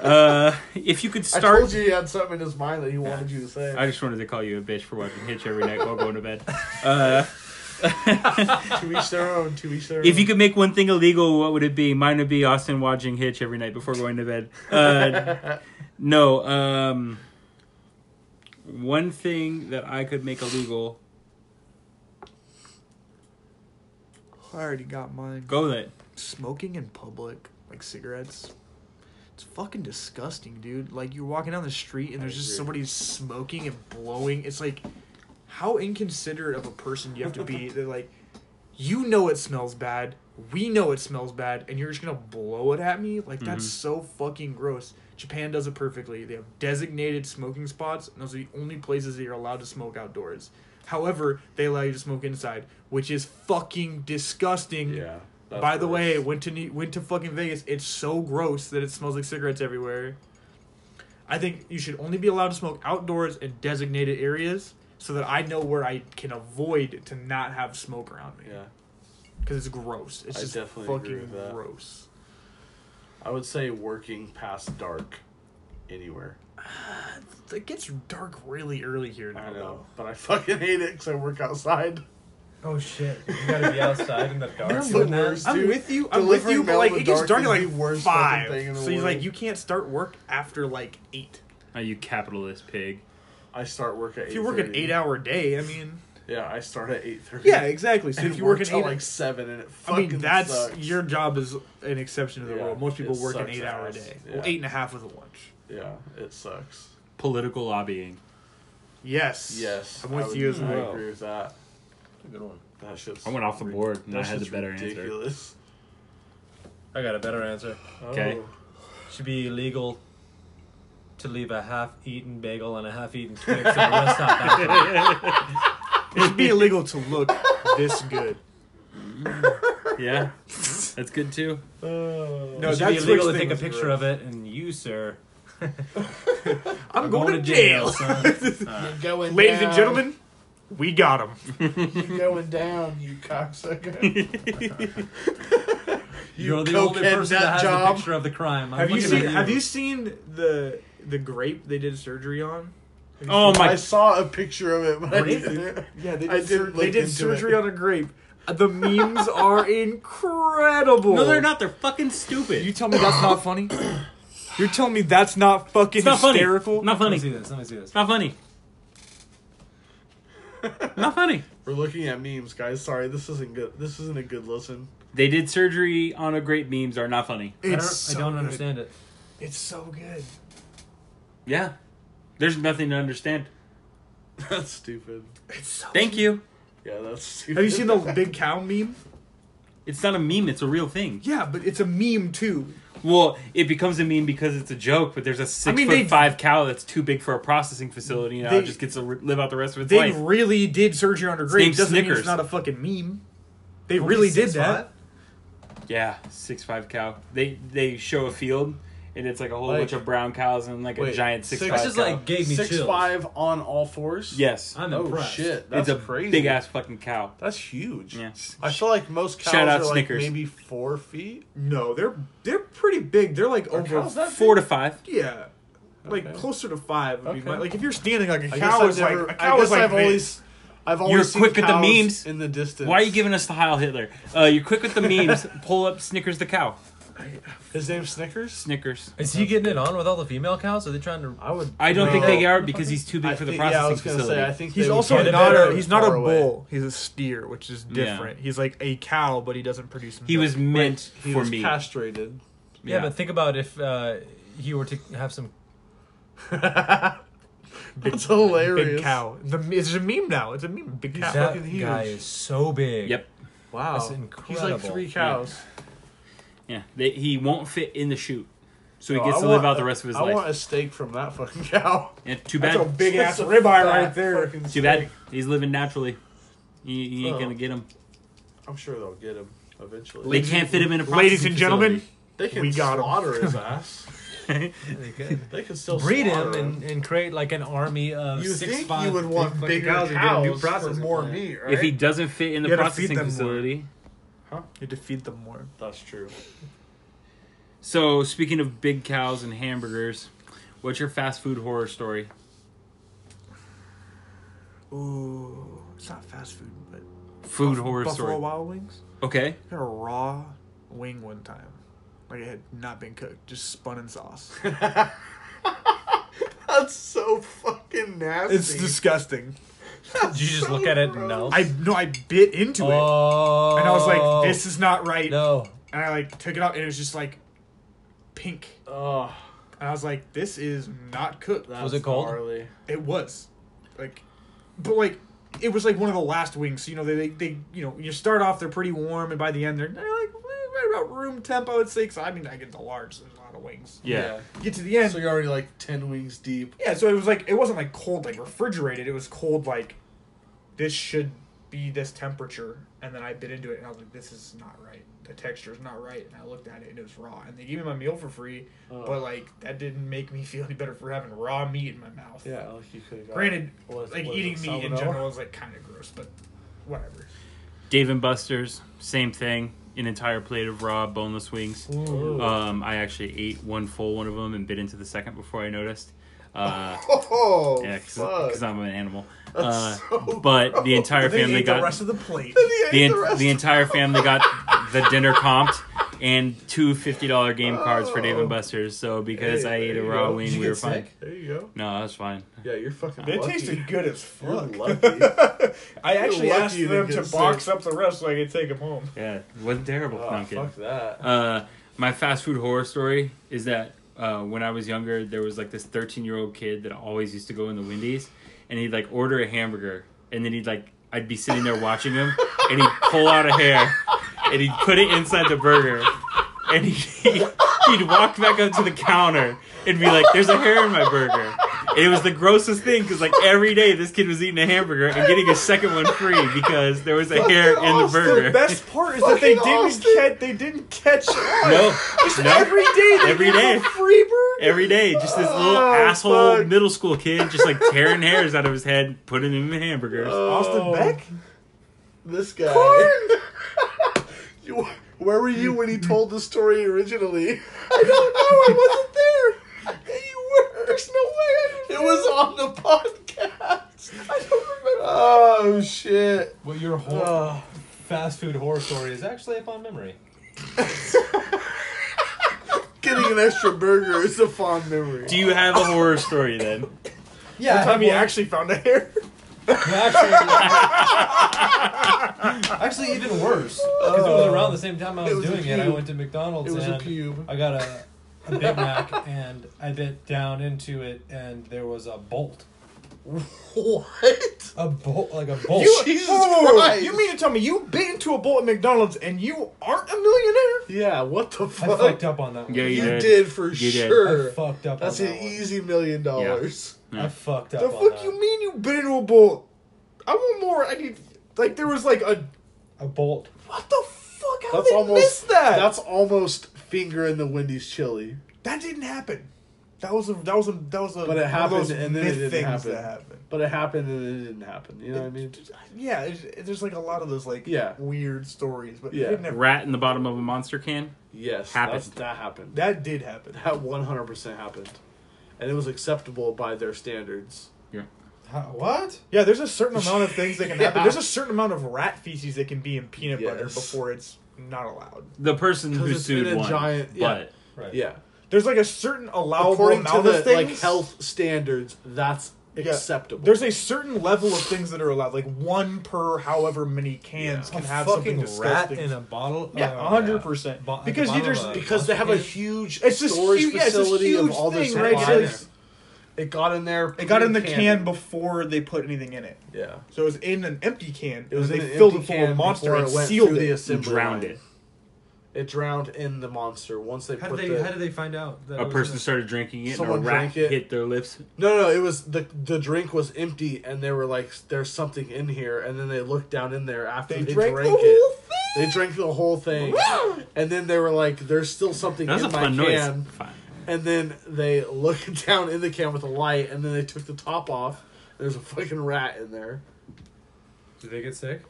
Speaker 4: uh, if you could
Speaker 2: I
Speaker 4: start,
Speaker 2: told you he had something in his mind that he wanted you to say.
Speaker 4: I just wanted to call you a bitch for watching Hitch every night while going to bed. Uh,
Speaker 2: to each their own. To each their own.
Speaker 4: if you could make one thing illegal, what would it be? Mine would be Austin watching Hitch every night before going to bed. Uh, no, um, one thing that I could make illegal.
Speaker 3: I already got mine.
Speaker 4: Go with it.
Speaker 3: Smoking in public, like cigarettes. It's fucking disgusting, dude. Like you're walking down the street and there's just somebody smoking and blowing. It's like
Speaker 13: how inconsiderate of a
Speaker 3: person you have to be. They're like, you know it smells bad. We know it smells bad, and you're just gonna blow it at me. Like that's
Speaker 4: Mhm.
Speaker 3: so fucking gross. Japan does it perfectly. They have designated smoking spots, and those are the only places that you're allowed to smoke outdoors. However, they allow you to smoke inside, which is fucking disgusting.
Speaker 2: Yeah. that's
Speaker 3: By the
Speaker 2: gross.
Speaker 3: way, went to New- went to fucking Vegas. It's so gross that it smells like cigarettes everywhere. I think you should only be allowed to smoke outdoors in designated areas, so that I know where I can avoid to not have smoke around me.
Speaker 2: Yeah.
Speaker 3: Because it's gross. It's
Speaker 2: I
Speaker 3: just
Speaker 2: definitely
Speaker 3: fucking
Speaker 2: agree with that.
Speaker 3: gross.
Speaker 2: I would say working past dark anywhere.
Speaker 3: It gets dark really early here now.
Speaker 2: I know,
Speaker 3: Though.
Speaker 2: Um, but I fucking hate it because I work outside.
Speaker 15: Oh shit! You gotta be outside in the dark.
Speaker 2: That's
Speaker 15: doing
Speaker 2: the
Speaker 15: that?
Speaker 2: worst.
Speaker 3: I'm
Speaker 2: Dude,
Speaker 3: with you. I'm with
Speaker 2: delivering
Speaker 3: you,
Speaker 2: mail
Speaker 3: but
Speaker 2: in
Speaker 3: like
Speaker 2: the
Speaker 3: it gets
Speaker 2: dark
Speaker 3: dark
Speaker 2: is
Speaker 3: at like
Speaker 2: the worst fucking
Speaker 3: five.
Speaker 2: thing in the
Speaker 3: so he's
Speaker 2: world.
Speaker 3: like, you can't start work after like eight.
Speaker 4: Are you capitalist pig?
Speaker 2: I start work at.
Speaker 3: If you work an
Speaker 2: 8:30.
Speaker 3: eight-hour day, I mean.
Speaker 2: Yeah, I start at eight thirty.
Speaker 3: Yeah, exactly. So if you work an
Speaker 2: till
Speaker 3: eight,
Speaker 2: like seven, and it
Speaker 3: I
Speaker 2: fucking
Speaker 3: mean that's
Speaker 2: sucks.
Speaker 3: your job is an exception to the
Speaker 2: Yeah,
Speaker 3: rule. Most people
Speaker 2: it
Speaker 3: work an
Speaker 2: sucks
Speaker 3: eight-hour
Speaker 2: ass.
Speaker 3: day,
Speaker 2: Yeah.
Speaker 3: well, eight and a half with a lunch.
Speaker 2: Yeah, it sucks.
Speaker 4: Political lobbying.
Speaker 3: Yes.
Speaker 2: Yes,
Speaker 3: I'm with
Speaker 2: I would-
Speaker 3: you as
Speaker 2: I
Speaker 3: well.
Speaker 2: agree with that.
Speaker 1: Good one.
Speaker 2: That shit's.
Speaker 4: I went off the board and I
Speaker 2: that
Speaker 4: had the
Speaker 2: shit's
Speaker 4: better answer.
Speaker 2: ridiculous.
Speaker 1: I got a better answer.
Speaker 4: Okay.
Speaker 1: Should be illegal to leave a half-eaten bagel and a half-eaten Twix in a rest stop.
Speaker 3: It'd be illegal to look this good.
Speaker 4: Yeah, that's good too.
Speaker 2: Oh.
Speaker 1: No, it should be illegal to take a picture of it, and you, sir,
Speaker 3: I'm
Speaker 1: are
Speaker 3: going, to jail.
Speaker 1: son.
Speaker 2: Going
Speaker 3: Ladies and
Speaker 2: down.
Speaker 3: gentlemen, we got him.
Speaker 2: You're going down, you cocksucker.
Speaker 1: You're the
Speaker 2: cokehead
Speaker 1: only person that
Speaker 2: nut
Speaker 1: has a
Speaker 2: job.
Speaker 1: picture of the crime. I'm
Speaker 3: Have you
Speaker 1: looking
Speaker 3: seen?
Speaker 1: at
Speaker 3: Have you seen the the grape they did surgery on?
Speaker 4: Oh
Speaker 2: I
Speaker 4: my!
Speaker 2: saw a picture of it, but I
Speaker 1: Really?
Speaker 2: didn't.
Speaker 3: Yeah, they
Speaker 2: I did
Speaker 3: sur-
Speaker 2: look
Speaker 3: they did
Speaker 2: into
Speaker 3: surgery
Speaker 2: it.
Speaker 3: on a grape. The memes are incredible.
Speaker 4: No, they're not. They're fucking stupid.
Speaker 3: You tell me that's not funny. You're telling me that's not fucking
Speaker 4: It's not funny.
Speaker 3: hysterical.
Speaker 4: Not
Speaker 1: Let me see
Speaker 4: funny.
Speaker 1: this. Let me see this.
Speaker 4: Not funny. Not funny.
Speaker 2: We're looking at memes, guys. Sorry, this isn't good. This isn't a good listen.
Speaker 4: They did surgery on a great memes are not funny.
Speaker 1: I don't,
Speaker 3: It's
Speaker 1: I don't
Speaker 3: so
Speaker 1: understand it.
Speaker 3: good. It's so good.
Speaker 4: Yeah. There's nothing to understand.
Speaker 2: That's stupid.
Speaker 3: It's so.
Speaker 4: Thank you.
Speaker 2: Yeah, that's stupid.
Speaker 3: Have you seen the big cow meme?
Speaker 4: It's not a meme, it's a real thing.
Speaker 3: Yeah, but it's a meme too.
Speaker 4: Well, it becomes a meme because it's a joke, but there's a six
Speaker 3: mean,
Speaker 4: foot
Speaker 3: they-
Speaker 4: five cow that's too big for a processing facility, and now
Speaker 3: They-
Speaker 4: it just gets to re- live out the rest of its
Speaker 3: They
Speaker 4: life.
Speaker 3: really did surgery on her grave.
Speaker 4: named
Speaker 3: Doesn't mean it's
Speaker 4: Snickers.
Speaker 3: not a fucking meme. They really did that.
Speaker 4: yeah, six five cow. They they show a field, and it's like a whole
Speaker 2: Like-
Speaker 4: bunch of brown cows and like a
Speaker 2: Wait,
Speaker 4: giant six
Speaker 2: six-
Speaker 4: five
Speaker 2: this
Speaker 4: cow.
Speaker 1: This is like gave me
Speaker 2: six
Speaker 1: chills.
Speaker 2: five on all fours?
Speaker 4: yes,
Speaker 1: I'm
Speaker 2: Oh
Speaker 1: impressed.
Speaker 2: shit, that's
Speaker 4: it's a
Speaker 2: crazy.
Speaker 4: big ass fucking cow.
Speaker 2: That's huge.
Speaker 4: Yeah.
Speaker 2: I feel like most cows
Speaker 4: Shout out
Speaker 2: are
Speaker 4: Snickers.
Speaker 2: like maybe four feet.
Speaker 3: No, they're they're pretty big. They're like over
Speaker 2: cows that
Speaker 4: Four to five.
Speaker 3: yeah, like
Speaker 2: Okay.
Speaker 3: closer to five. Would be
Speaker 2: Okay.
Speaker 3: my, like if you're standing like a
Speaker 2: I
Speaker 3: cow
Speaker 2: guess
Speaker 3: is
Speaker 2: I've never,
Speaker 3: like a
Speaker 2: I
Speaker 3: cow
Speaker 2: guess
Speaker 3: is like
Speaker 2: I've
Speaker 3: this.
Speaker 2: always, I've always
Speaker 4: You're
Speaker 2: seen
Speaker 4: quick with the
Speaker 2: cows
Speaker 4: memes.
Speaker 2: in the distance.
Speaker 4: Why are you giving us the Heil Hitler? Uh, you're quick with the memes. Pull up Snickers the cow.
Speaker 2: His name's Snickers.
Speaker 4: Snickers.
Speaker 1: Is he getting it on with all the female cows? Are they trying to?
Speaker 2: I would.
Speaker 4: I don't think
Speaker 2: No.
Speaker 4: they are because he's too big
Speaker 2: I
Speaker 4: for the
Speaker 2: think-
Speaker 4: processing
Speaker 2: yeah, I was gonna
Speaker 4: facility.
Speaker 2: say. I think
Speaker 3: He's
Speaker 2: they would
Speaker 3: also
Speaker 2: get
Speaker 3: not
Speaker 2: better
Speaker 3: a he's not a
Speaker 2: far away.
Speaker 3: bull. He's a steer, which is different. He's like a cow, but he doesn't produce. Milk.
Speaker 4: he was meant
Speaker 2: He
Speaker 4: for
Speaker 2: was
Speaker 4: me.
Speaker 2: castrated.
Speaker 1: Yeah, but think about if uh, he were to have some.
Speaker 2: That's hilarious.
Speaker 3: big cow. The it's a meme now. It's a meme. Big cow.
Speaker 1: That
Speaker 2: fucking huge.
Speaker 1: guy is so big.
Speaker 4: Yep.
Speaker 2: Wow,
Speaker 1: That's
Speaker 2: He's like
Speaker 1: incredible.
Speaker 2: three cows.
Speaker 4: Yeah, they, he won't fit in the chute, so he
Speaker 2: Oh,
Speaker 4: gets
Speaker 2: I
Speaker 4: to live
Speaker 2: want-
Speaker 4: out the rest of his
Speaker 2: I
Speaker 4: life.
Speaker 2: want a steak from that fucking cow.
Speaker 4: yeah, too
Speaker 3: That's a
Speaker 4: bad.
Speaker 3: big ass
Speaker 2: That's a
Speaker 3: ribeye
Speaker 2: fat
Speaker 3: right there.
Speaker 2: fucking
Speaker 4: Too bad.
Speaker 2: steak.
Speaker 4: He's living naturally. You, you ain't
Speaker 2: Oh.
Speaker 4: gonna get him.
Speaker 2: I'm sure they'll get him eventually.
Speaker 4: They can't fit him in a.
Speaker 3: Ladies
Speaker 4: processing
Speaker 3: and gentlemen,
Speaker 2: They can
Speaker 3: We got 'em.
Speaker 2: slaughter his ass.
Speaker 4: facility.
Speaker 1: They could.
Speaker 2: They can still
Speaker 1: breed
Speaker 2: slaughter
Speaker 1: him and, and create like an army of
Speaker 2: You
Speaker 1: six
Speaker 2: think
Speaker 1: five
Speaker 2: you would want
Speaker 1: fucking
Speaker 2: bigger cows,
Speaker 1: cows who get a new
Speaker 2: for
Speaker 1: processing
Speaker 2: more
Speaker 1: plant.
Speaker 2: meat, right?
Speaker 4: if he doesn't fit in the
Speaker 3: You gotta feed
Speaker 4: processing
Speaker 3: them more.
Speaker 4: facility.
Speaker 3: you defeat them more.
Speaker 2: That's true.
Speaker 4: So speaking of big cows and hamburgers, what's your fast food horror story?
Speaker 3: Ooh, it's not fast food, but
Speaker 4: Food
Speaker 3: Buff-
Speaker 4: horror
Speaker 3: Buffalo
Speaker 4: story.
Speaker 3: Wild Wings.
Speaker 4: Okay.
Speaker 3: I got a raw wing one time, like it had not been cooked, just spun in sauce.
Speaker 2: That's so fucking nasty.
Speaker 3: it's disgusting.
Speaker 1: Did you just look at it and know?
Speaker 3: I no, I bit into it,
Speaker 1: oh,
Speaker 3: and I was like, "This is not right."
Speaker 1: no.
Speaker 3: And I like took it out, and it was just like pink.
Speaker 2: oh,
Speaker 3: And I was like, "This is not cooked."
Speaker 2: that's
Speaker 1: Was it cold?
Speaker 2: gnarly.
Speaker 3: It was, like, but like it was like one of the last wings. So, you know, they, they they you know you start off they're pretty warm, and by the end they're, they're like right about room temp. I would say, 'cause I mean I get the large, so there's a lot of wings.
Speaker 4: Yeah.
Speaker 3: Get to the end,
Speaker 2: So you're already like ten wings deep.
Speaker 3: yeah. So it was like it wasn't like cold like refrigerated. It was cold like this should be this temperature. And then I bit into it, and I was like, this is not right. The texture is not right. And I looked at it, and it was raw. And they gave me my meal for free, but like that didn't make me feel any better for having raw meat in my mouth.
Speaker 2: Yeah, like you could.
Speaker 3: Granted,
Speaker 2: Was-
Speaker 3: like
Speaker 2: was
Speaker 3: eating
Speaker 2: it
Speaker 3: meat in
Speaker 2: salmonella?
Speaker 3: general is like kind of gross, but whatever.
Speaker 4: Dave and Buster's, same thing. An entire plate of raw boneless wings. Um, I actually ate one full one of them and bit into the second before I noticed. Uh,
Speaker 2: Oh,
Speaker 4: yeah,
Speaker 2: fuck.
Speaker 4: because I'm an animal.
Speaker 2: That's
Speaker 4: Uh,
Speaker 2: so
Speaker 4: but the entire
Speaker 3: They
Speaker 4: family
Speaker 3: ate the
Speaker 4: got
Speaker 3: rest of the plate.
Speaker 4: the,
Speaker 2: He ate
Speaker 4: en-
Speaker 2: the rest
Speaker 4: the
Speaker 2: of-
Speaker 4: entire family got the dinner comped and two fifty dollar game cards for Dave and Buster's. So because
Speaker 2: Oh. Hey,
Speaker 4: I ate
Speaker 2: there
Speaker 4: a
Speaker 2: you
Speaker 4: raw
Speaker 2: go.
Speaker 4: wing,
Speaker 2: Did you
Speaker 4: we
Speaker 2: get
Speaker 4: were fine.
Speaker 2: sick? There you go.
Speaker 4: No, that's fine.
Speaker 2: Yeah, you're fucking.
Speaker 3: It
Speaker 2: lucky.
Speaker 3: tasted good as
Speaker 2: You're
Speaker 3: fuck.
Speaker 2: lucky.
Speaker 3: I actually
Speaker 2: lucky
Speaker 3: asked
Speaker 2: you
Speaker 3: them
Speaker 2: didn't
Speaker 3: to
Speaker 2: get
Speaker 3: box up the rest so I could take them home.
Speaker 4: Yeah, it wasn't terrible. No,
Speaker 2: Oh,
Speaker 4: I'm kidding.
Speaker 2: fuck that.
Speaker 4: Uh, my fast food horror story is that uh, when I was younger, there was like this 13 year old kid that always used to go in the Wendy's, and he'd like order a hamburger, and then he'd like I'd be sitting there watching him, and he'd pull out a hair, and he'd put it inside the burger, and he. He'd walk back up to the counter and be like, "There's a hair in my burger," it was the grossest thing because like every day this kid was eating a hamburger and getting a second one free because there was a hair in the burger.
Speaker 3: The best part is that they
Speaker 2: Fucking
Speaker 3: didn't
Speaker 2: Austin.
Speaker 3: catch. They didn't catch. on.
Speaker 4: No,
Speaker 3: Just
Speaker 4: no.
Speaker 3: every day. They
Speaker 4: Every
Speaker 3: gave him
Speaker 4: day.
Speaker 3: a free burger.
Speaker 4: Every day, just this little
Speaker 2: Oh,
Speaker 4: asshole
Speaker 2: fuck.
Speaker 4: middle school kid just like tearing hairs out of his head, putting them in hamburgers.
Speaker 2: Oh.
Speaker 3: Austin
Speaker 1: Oh.
Speaker 3: Beck.
Speaker 2: This guy. You- Where were you when he told the story originally?
Speaker 3: I don't know. I wasn't there. You were. There's no way. I
Speaker 2: It was on the podcast.
Speaker 3: don't, I don't remember.
Speaker 2: Oh shit.
Speaker 1: Well, your whole
Speaker 2: Ugh.
Speaker 1: fast food horror story is actually upon memory.
Speaker 2: Getting an extra burger is a fond memory.
Speaker 4: Do you have a horror story then?
Speaker 1: Yeah,
Speaker 3: The time he actually found a hair.
Speaker 1: actually, actually even worse because it was around the same time I was,
Speaker 2: was a
Speaker 1: doing it. I
Speaker 2: pube.
Speaker 1: went to McDonald's
Speaker 2: It was a
Speaker 1: and
Speaker 2: pube.
Speaker 1: I got a, a Big Mac and I bit down into it and there was a bolt,
Speaker 2: What?
Speaker 1: a bolt like a bolt.
Speaker 2: Jesus Christ.
Speaker 3: You mean to tell me you bit into a bowl at McDonald's and you aren't a millionaire?
Speaker 2: Yeah. What the
Speaker 1: I
Speaker 2: fuck?
Speaker 1: fucked up on that one.
Speaker 4: Yeah,
Speaker 2: You
Speaker 4: you,
Speaker 2: did, for
Speaker 4: You did.
Speaker 2: sure.
Speaker 1: I fucked up.
Speaker 2: That's
Speaker 1: on
Speaker 2: an
Speaker 1: that one.
Speaker 2: easy million dollars.
Speaker 1: I fucked up.
Speaker 3: The
Speaker 1: on
Speaker 3: fuck
Speaker 1: that.
Speaker 3: you mean you bit into a bowl? I want more. I need. Like there was like a
Speaker 1: A bolt.
Speaker 3: what the fuck? How
Speaker 2: That's
Speaker 3: did they
Speaker 2: almost
Speaker 3: miss that?
Speaker 2: That's almost finger in the Wendy's chili.
Speaker 3: that didn't happen. That was a that was a that was a
Speaker 2: But it
Speaker 3: one of those
Speaker 2: happened and then it
Speaker 3: myth
Speaker 2: didn't
Speaker 3: things
Speaker 2: happen.
Speaker 3: that happened.
Speaker 2: But it happened and it didn't happen. You know what I mean?
Speaker 3: Yeah, it's, there's like a lot of those like
Speaker 2: Yeah.
Speaker 3: weird stories, but
Speaker 2: Yeah.
Speaker 3: it didn't happen.
Speaker 4: Rat in the bottom of a monster can.
Speaker 2: Yes.
Speaker 4: Happened.
Speaker 2: that's- That happened.
Speaker 3: that did happen.
Speaker 2: That one hundred percent happened, and it was acceptable by their standards.
Speaker 1: How, what?
Speaker 3: Yeah, there's a certain amount of things that can happen.
Speaker 2: Yeah.
Speaker 3: There's a certain amount of rat feces that can be in peanut butter
Speaker 2: Yes.
Speaker 3: before it's not allowed.
Speaker 4: The person
Speaker 2: 'Cause
Speaker 4: who
Speaker 2: it's been
Speaker 4: sued
Speaker 2: a
Speaker 4: won,
Speaker 2: giant- yeah.
Speaker 4: but
Speaker 1: Right.
Speaker 2: Yeah,
Speaker 3: There's like a certain allowable
Speaker 2: according to
Speaker 3: amount
Speaker 2: the
Speaker 3: of things.
Speaker 2: like health standards, that's
Speaker 3: Yeah.
Speaker 2: acceptable.
Speaker 3: There's a certain level of things that are allowed, like one per however many cans
Speaker 1: A
Speaker 3: can have something
Speaker 1: fucking rat
Speaker 3: disgusting.
Speaker 1: in a bottle.
Speaker 3: yeah,
Speaker 1: Oh,
Speaker 3: hundred percent.
Speaker 1: Bo- at the
Speaker 3: Because you
Speaker 1: bottom
Speaker 3: just
Speaker 1: of a-
Speaker 2: because they have a huge
Speaker 3: It's this
Speaker 2: storage
Speaker 3: huge- yeah, it's this
Speaker 2: facility
Speaker 3: huge
Speaker 2: of all this
Speaker 3: thing, right?
Speaker 2: supplies.
Speaker 3: So it's-
Speaker 2: It got in there.
Speaker 3: it got in the
Speaker 2: pre-canned.
Speaker 3: can before they put anything in it.
Speaker 2: Yeah,
Speaker 3: So it was in an empty can.
Speaker 2: it was
Speaker 3: and
Speaker 2: in
Speaker 3: they
Speaker 2: an
Speaker 3: filled
Speaker 2: empty
Speaker 3: it full
Speaker 2: can
Speaker 3: of monster
Speaker 2: before
Speaker 3: and
Speaker 2: it went
Speaker 3: sealed
Speaker 2: through the
Speaker 3: it.
Speaker 2: assembly
Speaker 4: drowned
Speaker 2: line.
Speaker 4: it.
Speaker 2: It drowned in the monster once they
Speaker 16: How
Speaker 2: put
Speaker 16: did they?
Speaker 2: the.
Speaker 16: How did they find out that it
Speaker 4: A
Speaker 16: was
Speaker 4: person
Speaker 16: a-
Speaker 4: started drinking it, and a
Speaker 2: Someone
Speaker 4: rat
Speaker 2: drank it.
Speaker 4: hit their lips.
Speaker 2: No, no, it was the the drink was empty, and they were like, "There's something in here," and then they looked down in there after
Speaker 3: They
Speaker 2: they,
Speaker 3: drank
Speaker 2: drank,
Speaker 3: the
Speaker 2: it.
Speaker 3: whole thing.
Speaker 2: They drank the whole thing, and then they were like, "There's still something
Speaker 4: That was
Speaker 2: in
Speaker 4: a
Speaker 2: my
Speaker 4: fun noise.
Speaker 2: can."
Speaker 4: Fine.
Speaker 2: And then they looked down in the can with a light, and then they took the top off. There's a fucking rat in there.
Speaker 1: Did they get sick?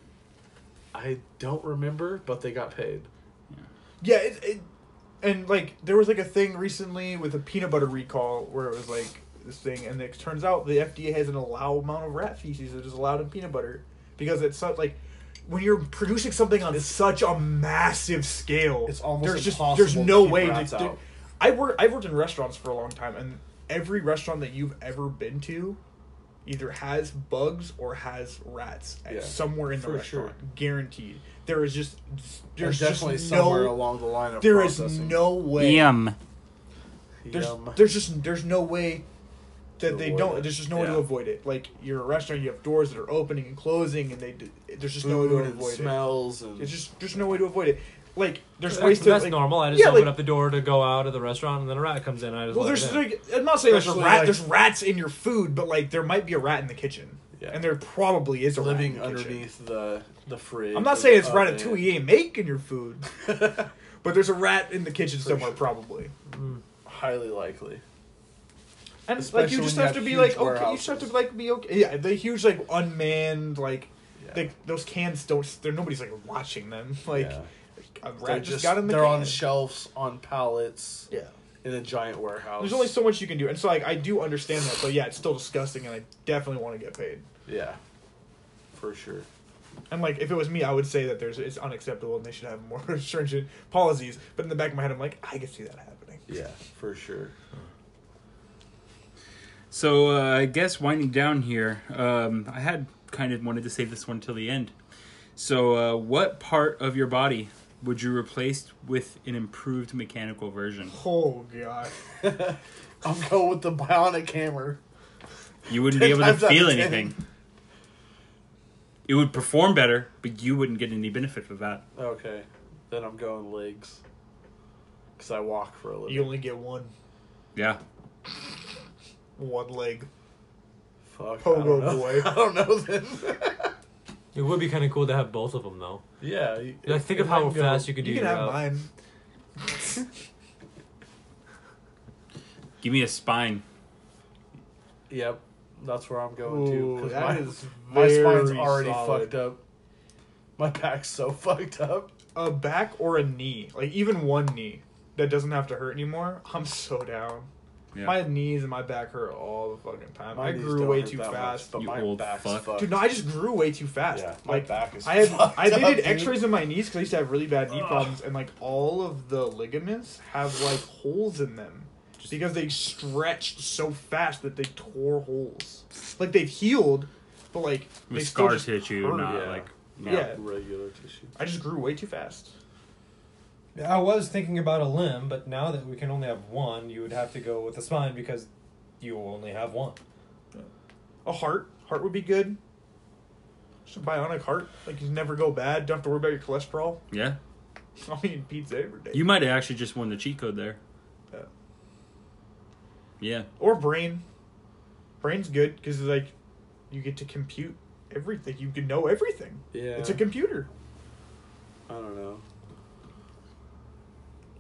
Speaker 2: I don't remember, but they got paid.
Speaker 3: Yeah, it, it, and like there was like a thing recently with a peanut butter recall where it was like this thing, and it turns out the FDA has an allowed amount of rat feces that is allowed in peanut butter because it's such like when you're producing something on such a massive scale,
Speaker 2: It's almost
Speaker 3: there's just
Speaker 2: impossible
Speaker 3: there's
Speaker 2: to
Speaker 3: no
Speaker 2: keep
Speaker 3: way.
Speaker 2: rats
Speaker 3: To,
Speaker 2: out.
Speaker 3: I work I worked in restaurants for a long time, and every restaurant that you've ever been to. Either has bugs or has rats at
Speaker 2: Yeah,
Speaker 3: somewhere in the
Speaker 2: for
Speaker 3: restaurant,
Speaker 2: sure.
Speaker 3: guaranteed. There is just
Speaker 2: There's
Speaker 3: there's
Speaker 2: definitely
Speaker 3: just
Speaker 2: somewhere
Speaker 3: no
Speaker 2: along the line of
Speaker 3: there is
Speaker 2: processing.
Speaker 3: no way.
Speaker 4: Yum.
Speaker 3: There's,
Speaker 2: Yum.
Speaker 3: there's just there's no way that
Speaker 2: To
Speaker 3: they
Speaker 2: avoid
Speaker 3: don't.
Speaker 2: it.
Speaker 3: There's just no way to
Speaker 2: Yeah.
Speaker 3: avoid it. Like you're a restaurant, you have doors that are opening and closing, and they d- there's just no way
Speaker 2: food
Speaker 3: to
Speaker 2: and
Speaker 3: avoid
Speaker 2: smells and
Speaker 3: it. It's just there's no way to avoid it. Like there's
Speaker 17: That's,
Speaker 3: ways to.
Speaker 17: that's
Speaker 3: like,
Speaker 17: normal. I just
Speaker 3: yeah,
Speaker 17: open
Speaker 3: like-
Speaker 17: up the door to go out of the restaurant, and then a rat comes in. I just
Speaker 3: Well,
Speaker 17: let
Speaker 3: there's
Speaker 17: it in.
Speaker 3: like, I'm not saying there's a
Speaker 2: Especially,
Speaker 3: rat.
Speaker 2: like-
Speaker 3: there's rats in your food, but like there might be a rat in the kitchen,
Speaker 2: Yeah.
Speaker 3: and there probably is a
Speaker 2: living
Speaker 3: rat in the kitchen.
Speaker 2: underneath the the fridge.
Speaker 3: I'm not saying it's
Speaker 2: Oh,
Speaker 3: ratatouille
Speaker 2: man.
Speaker 3: you ain't making your food, but there's a rat in the kitchen somewhere
Speaker 2: sure.
Speaker 3: probably.
Speaker 2: Highly likely.
Speaker 3: And like
Speaker 2: Especially
Speaker 3: you
Speaker 2: when
Speaker 3: just
Speaker 2: you
Speaker 3: have
Speaker 2: have
Speaker 3: to be
Speaker 2: huge
Speaker 3: like okay, you just have to
Speaker 2: warehouses.
Speaker 3: like be okay. Yeah, the huge like unmanned like
Speaker 2: Yeah.
Speaker 3: like those cans don't. There nobody's like watching them. Like
Speaker 2: Yeah.
Speaker 3: a rat
Speaker 2: They're
Speaker 3: just, got in the.
Speaker 2: they're
Speaker 3: can.
Speaker 2: on shelves on pallets
Speaker 3: Yeah.
Speaker 2: in a giant warehouse.
Speaker 3: There's only so much you can do, and so like I do understand that, but yeah, it's still disgusting, and I definitely want to get paid.
Speaker 2: yeah, for sure.
Speaker 3: And like if it was me, I would say that there's it's unacceptable, and they should have more stringent policies. But in the back of my head, I'm like, I can see that happening.
Speaker 2: Yeah, for sure.
Speaker 4: So uh, I guess winding down here, um, I had kind of wanted to save this one till the end. So, uh, what part of your body would you replace with an improved mechanical version?
Speaker 3: Oh god.
Speaker 2: I'm going with the bionic hammer.
Speaker 4: You wouldn't be able to
Speaker 2: Times out of
Speaker 4: feel
Speaker 2: ten.
Speaker 4: anything. It would perform better, but you wouldn't get any benefit from that.
Speaker 2: Okay, then I'm going legs. Cause I walk for a living.
Speaker 3: You only get one.
Speaker 4: Yeah.
Speaker 3: one leg
Speaker 2: Fuck. I don't
Speaker 3: pogo
Speaker 2: know.
Speaker 3: boy.
Speaker 2: I don't know then.
Speaker 18: It would be kind of cool to have both of them though.
Speaker 2: yeah.
Speaker 18: Like, think of how fast you could do
Speaker 3: You can
Speaker 18: your
Speaker 3: have
Speaker 18: route.
Speaker 3: mine.
Speaker 4: Give me a spine.
Speaker 2: Yep. That's where I'm going to.
Speaker 3: Ooh,
Speaker 2: Because
Speaker 3: that
Speaker 2: my,
Speaker 3: is
Speaker 2: my spine's
Speaker 3: very
Speaker 2: already
Speaker 3: solid.
Speaker 2: fucked up. My back's so fucked up.
Speaker 3: A back or a knee, like even one knee that doesn't have to hurt anymore. I'm so down.
Speaker 4: Yeah.
Speaker 3: My knees and my back hurt all the fucking time.
Speaker 2: My
Speaker 3: I
Speaker 2: knees
Speaker 3: grew
Speaker 2: don't
Speaker 3: way
Speaker 2: hurt
Speaker 3: too
Speaker 2: that much,
Speaker 3: fast.
Speaker 2: but
Speaker 4: You
Speaker 2: my
Speaker 4: old
Speaker 2: back's
Speaker 4: fuck.
Speaker 2: fucked.
Speaker 3: Dude, no, I just grew way too fast.
Speaker 2: Yeah, my
Speaker 3: like
Speaker 2: back is
Speaker 3: I had,
Speaker 2: fucked
Speaker 3: I they
Speaker 2: up,
Speaker 3: did
Speaker 2: dude.
Speaker 3: X-rays in my knees because I used to have really bad knee problems, and like all of the ligaments have like holes in them because they stretched so fast that they tore holes. Like they've healed, but like they
Speaker 4: With
Speaker 3: still
Speaker 4: scar
Speaker 3: just
Speaker 4: tissue,
Speaker 3: hurt.
Speaker 4: not
Speaker 2: yeah.
Speaker 4: like.
Speaker 2: Not
Speaker 3: Yeah.
Speaker 2: regular tissue.
Speaker 3: I just grew way too fast.
Speaker 1: I was thinking about a limb, but now that we can only have one, you would have to go with the spine because you only have one.
Speaker 3: A heart, heart would be good. Just a bionic heart, like you never go bad. Don't have to worry about your cholesterol.
Speaker 4: Yeah.
Speaker 3: I'm eating pizza every day.
Speaker 4: You might have actually just won the cheat code there.
Speaker 3: Yeah.
Speaker 4: Yeah.
Speaker 3: or brain. Brain's good because like you get to compute everything. You can know everything.
Speaker 2: Yeah.
Speaker 3: It's a computer.
Speaker 2: I don't know.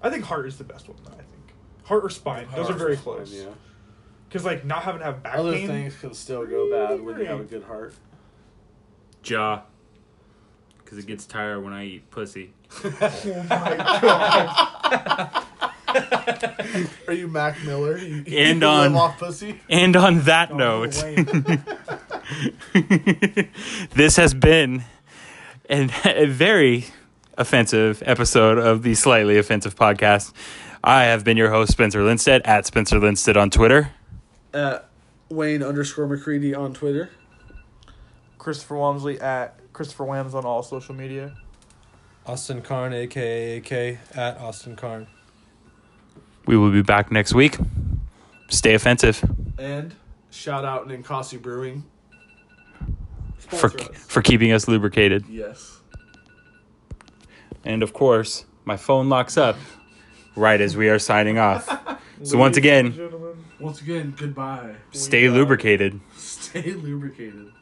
Speaker 3: I think heart is the best one. though, I think heart or spine. Those are very close.
Speaker 2: Yeah.
Speaker 3: Because like not having to have back
Speaker 2: Other
Speaker 3: pain.
Speaker 2: things can still go bad when you have a
Speaker 3: great.
Speaker 2: good heart.
Speaker 4: Jaw. Because it gets tired when I eat pussy.
Speaker 3: Oh my god.
Speaker 2: Are you Mac Miller? You, you
Speaker 4: And
Speaker 2: live
Speaker 4: on-
Speaker 2: off pussy.
Speaker 4: And on that
Speaker 2: Oh,
Speaker 4: note, this has been an, a very offensive episode of the Slightly Offensive Podcast. I have been your host, Spencer Lindstedt, at Spencer Lindstedt on Twitter.
Speaker 2: Wayne underscore McCready on Twitter.
Speaker 3: Christopher Wamsley at Christopher Wams on all social media.
Speaker 1: Austin Karn, aka AK, at Austin Karn.
Speaker 4: We will be back next week. Stay offensive
Speaker 2: And shout out Ninkasi Brewing.
Speaker 4: for, for keeping us lubricated.
Speaker 2: Yes.
Speaker 4: And of course, my phone locks up right as we are signing off. So once again,
Speaker 3: Gentlemen.
Speaker 2: Once again, goodbye.
Speaker 4: stay lubricated.
Speaker 2: Stay lubricated.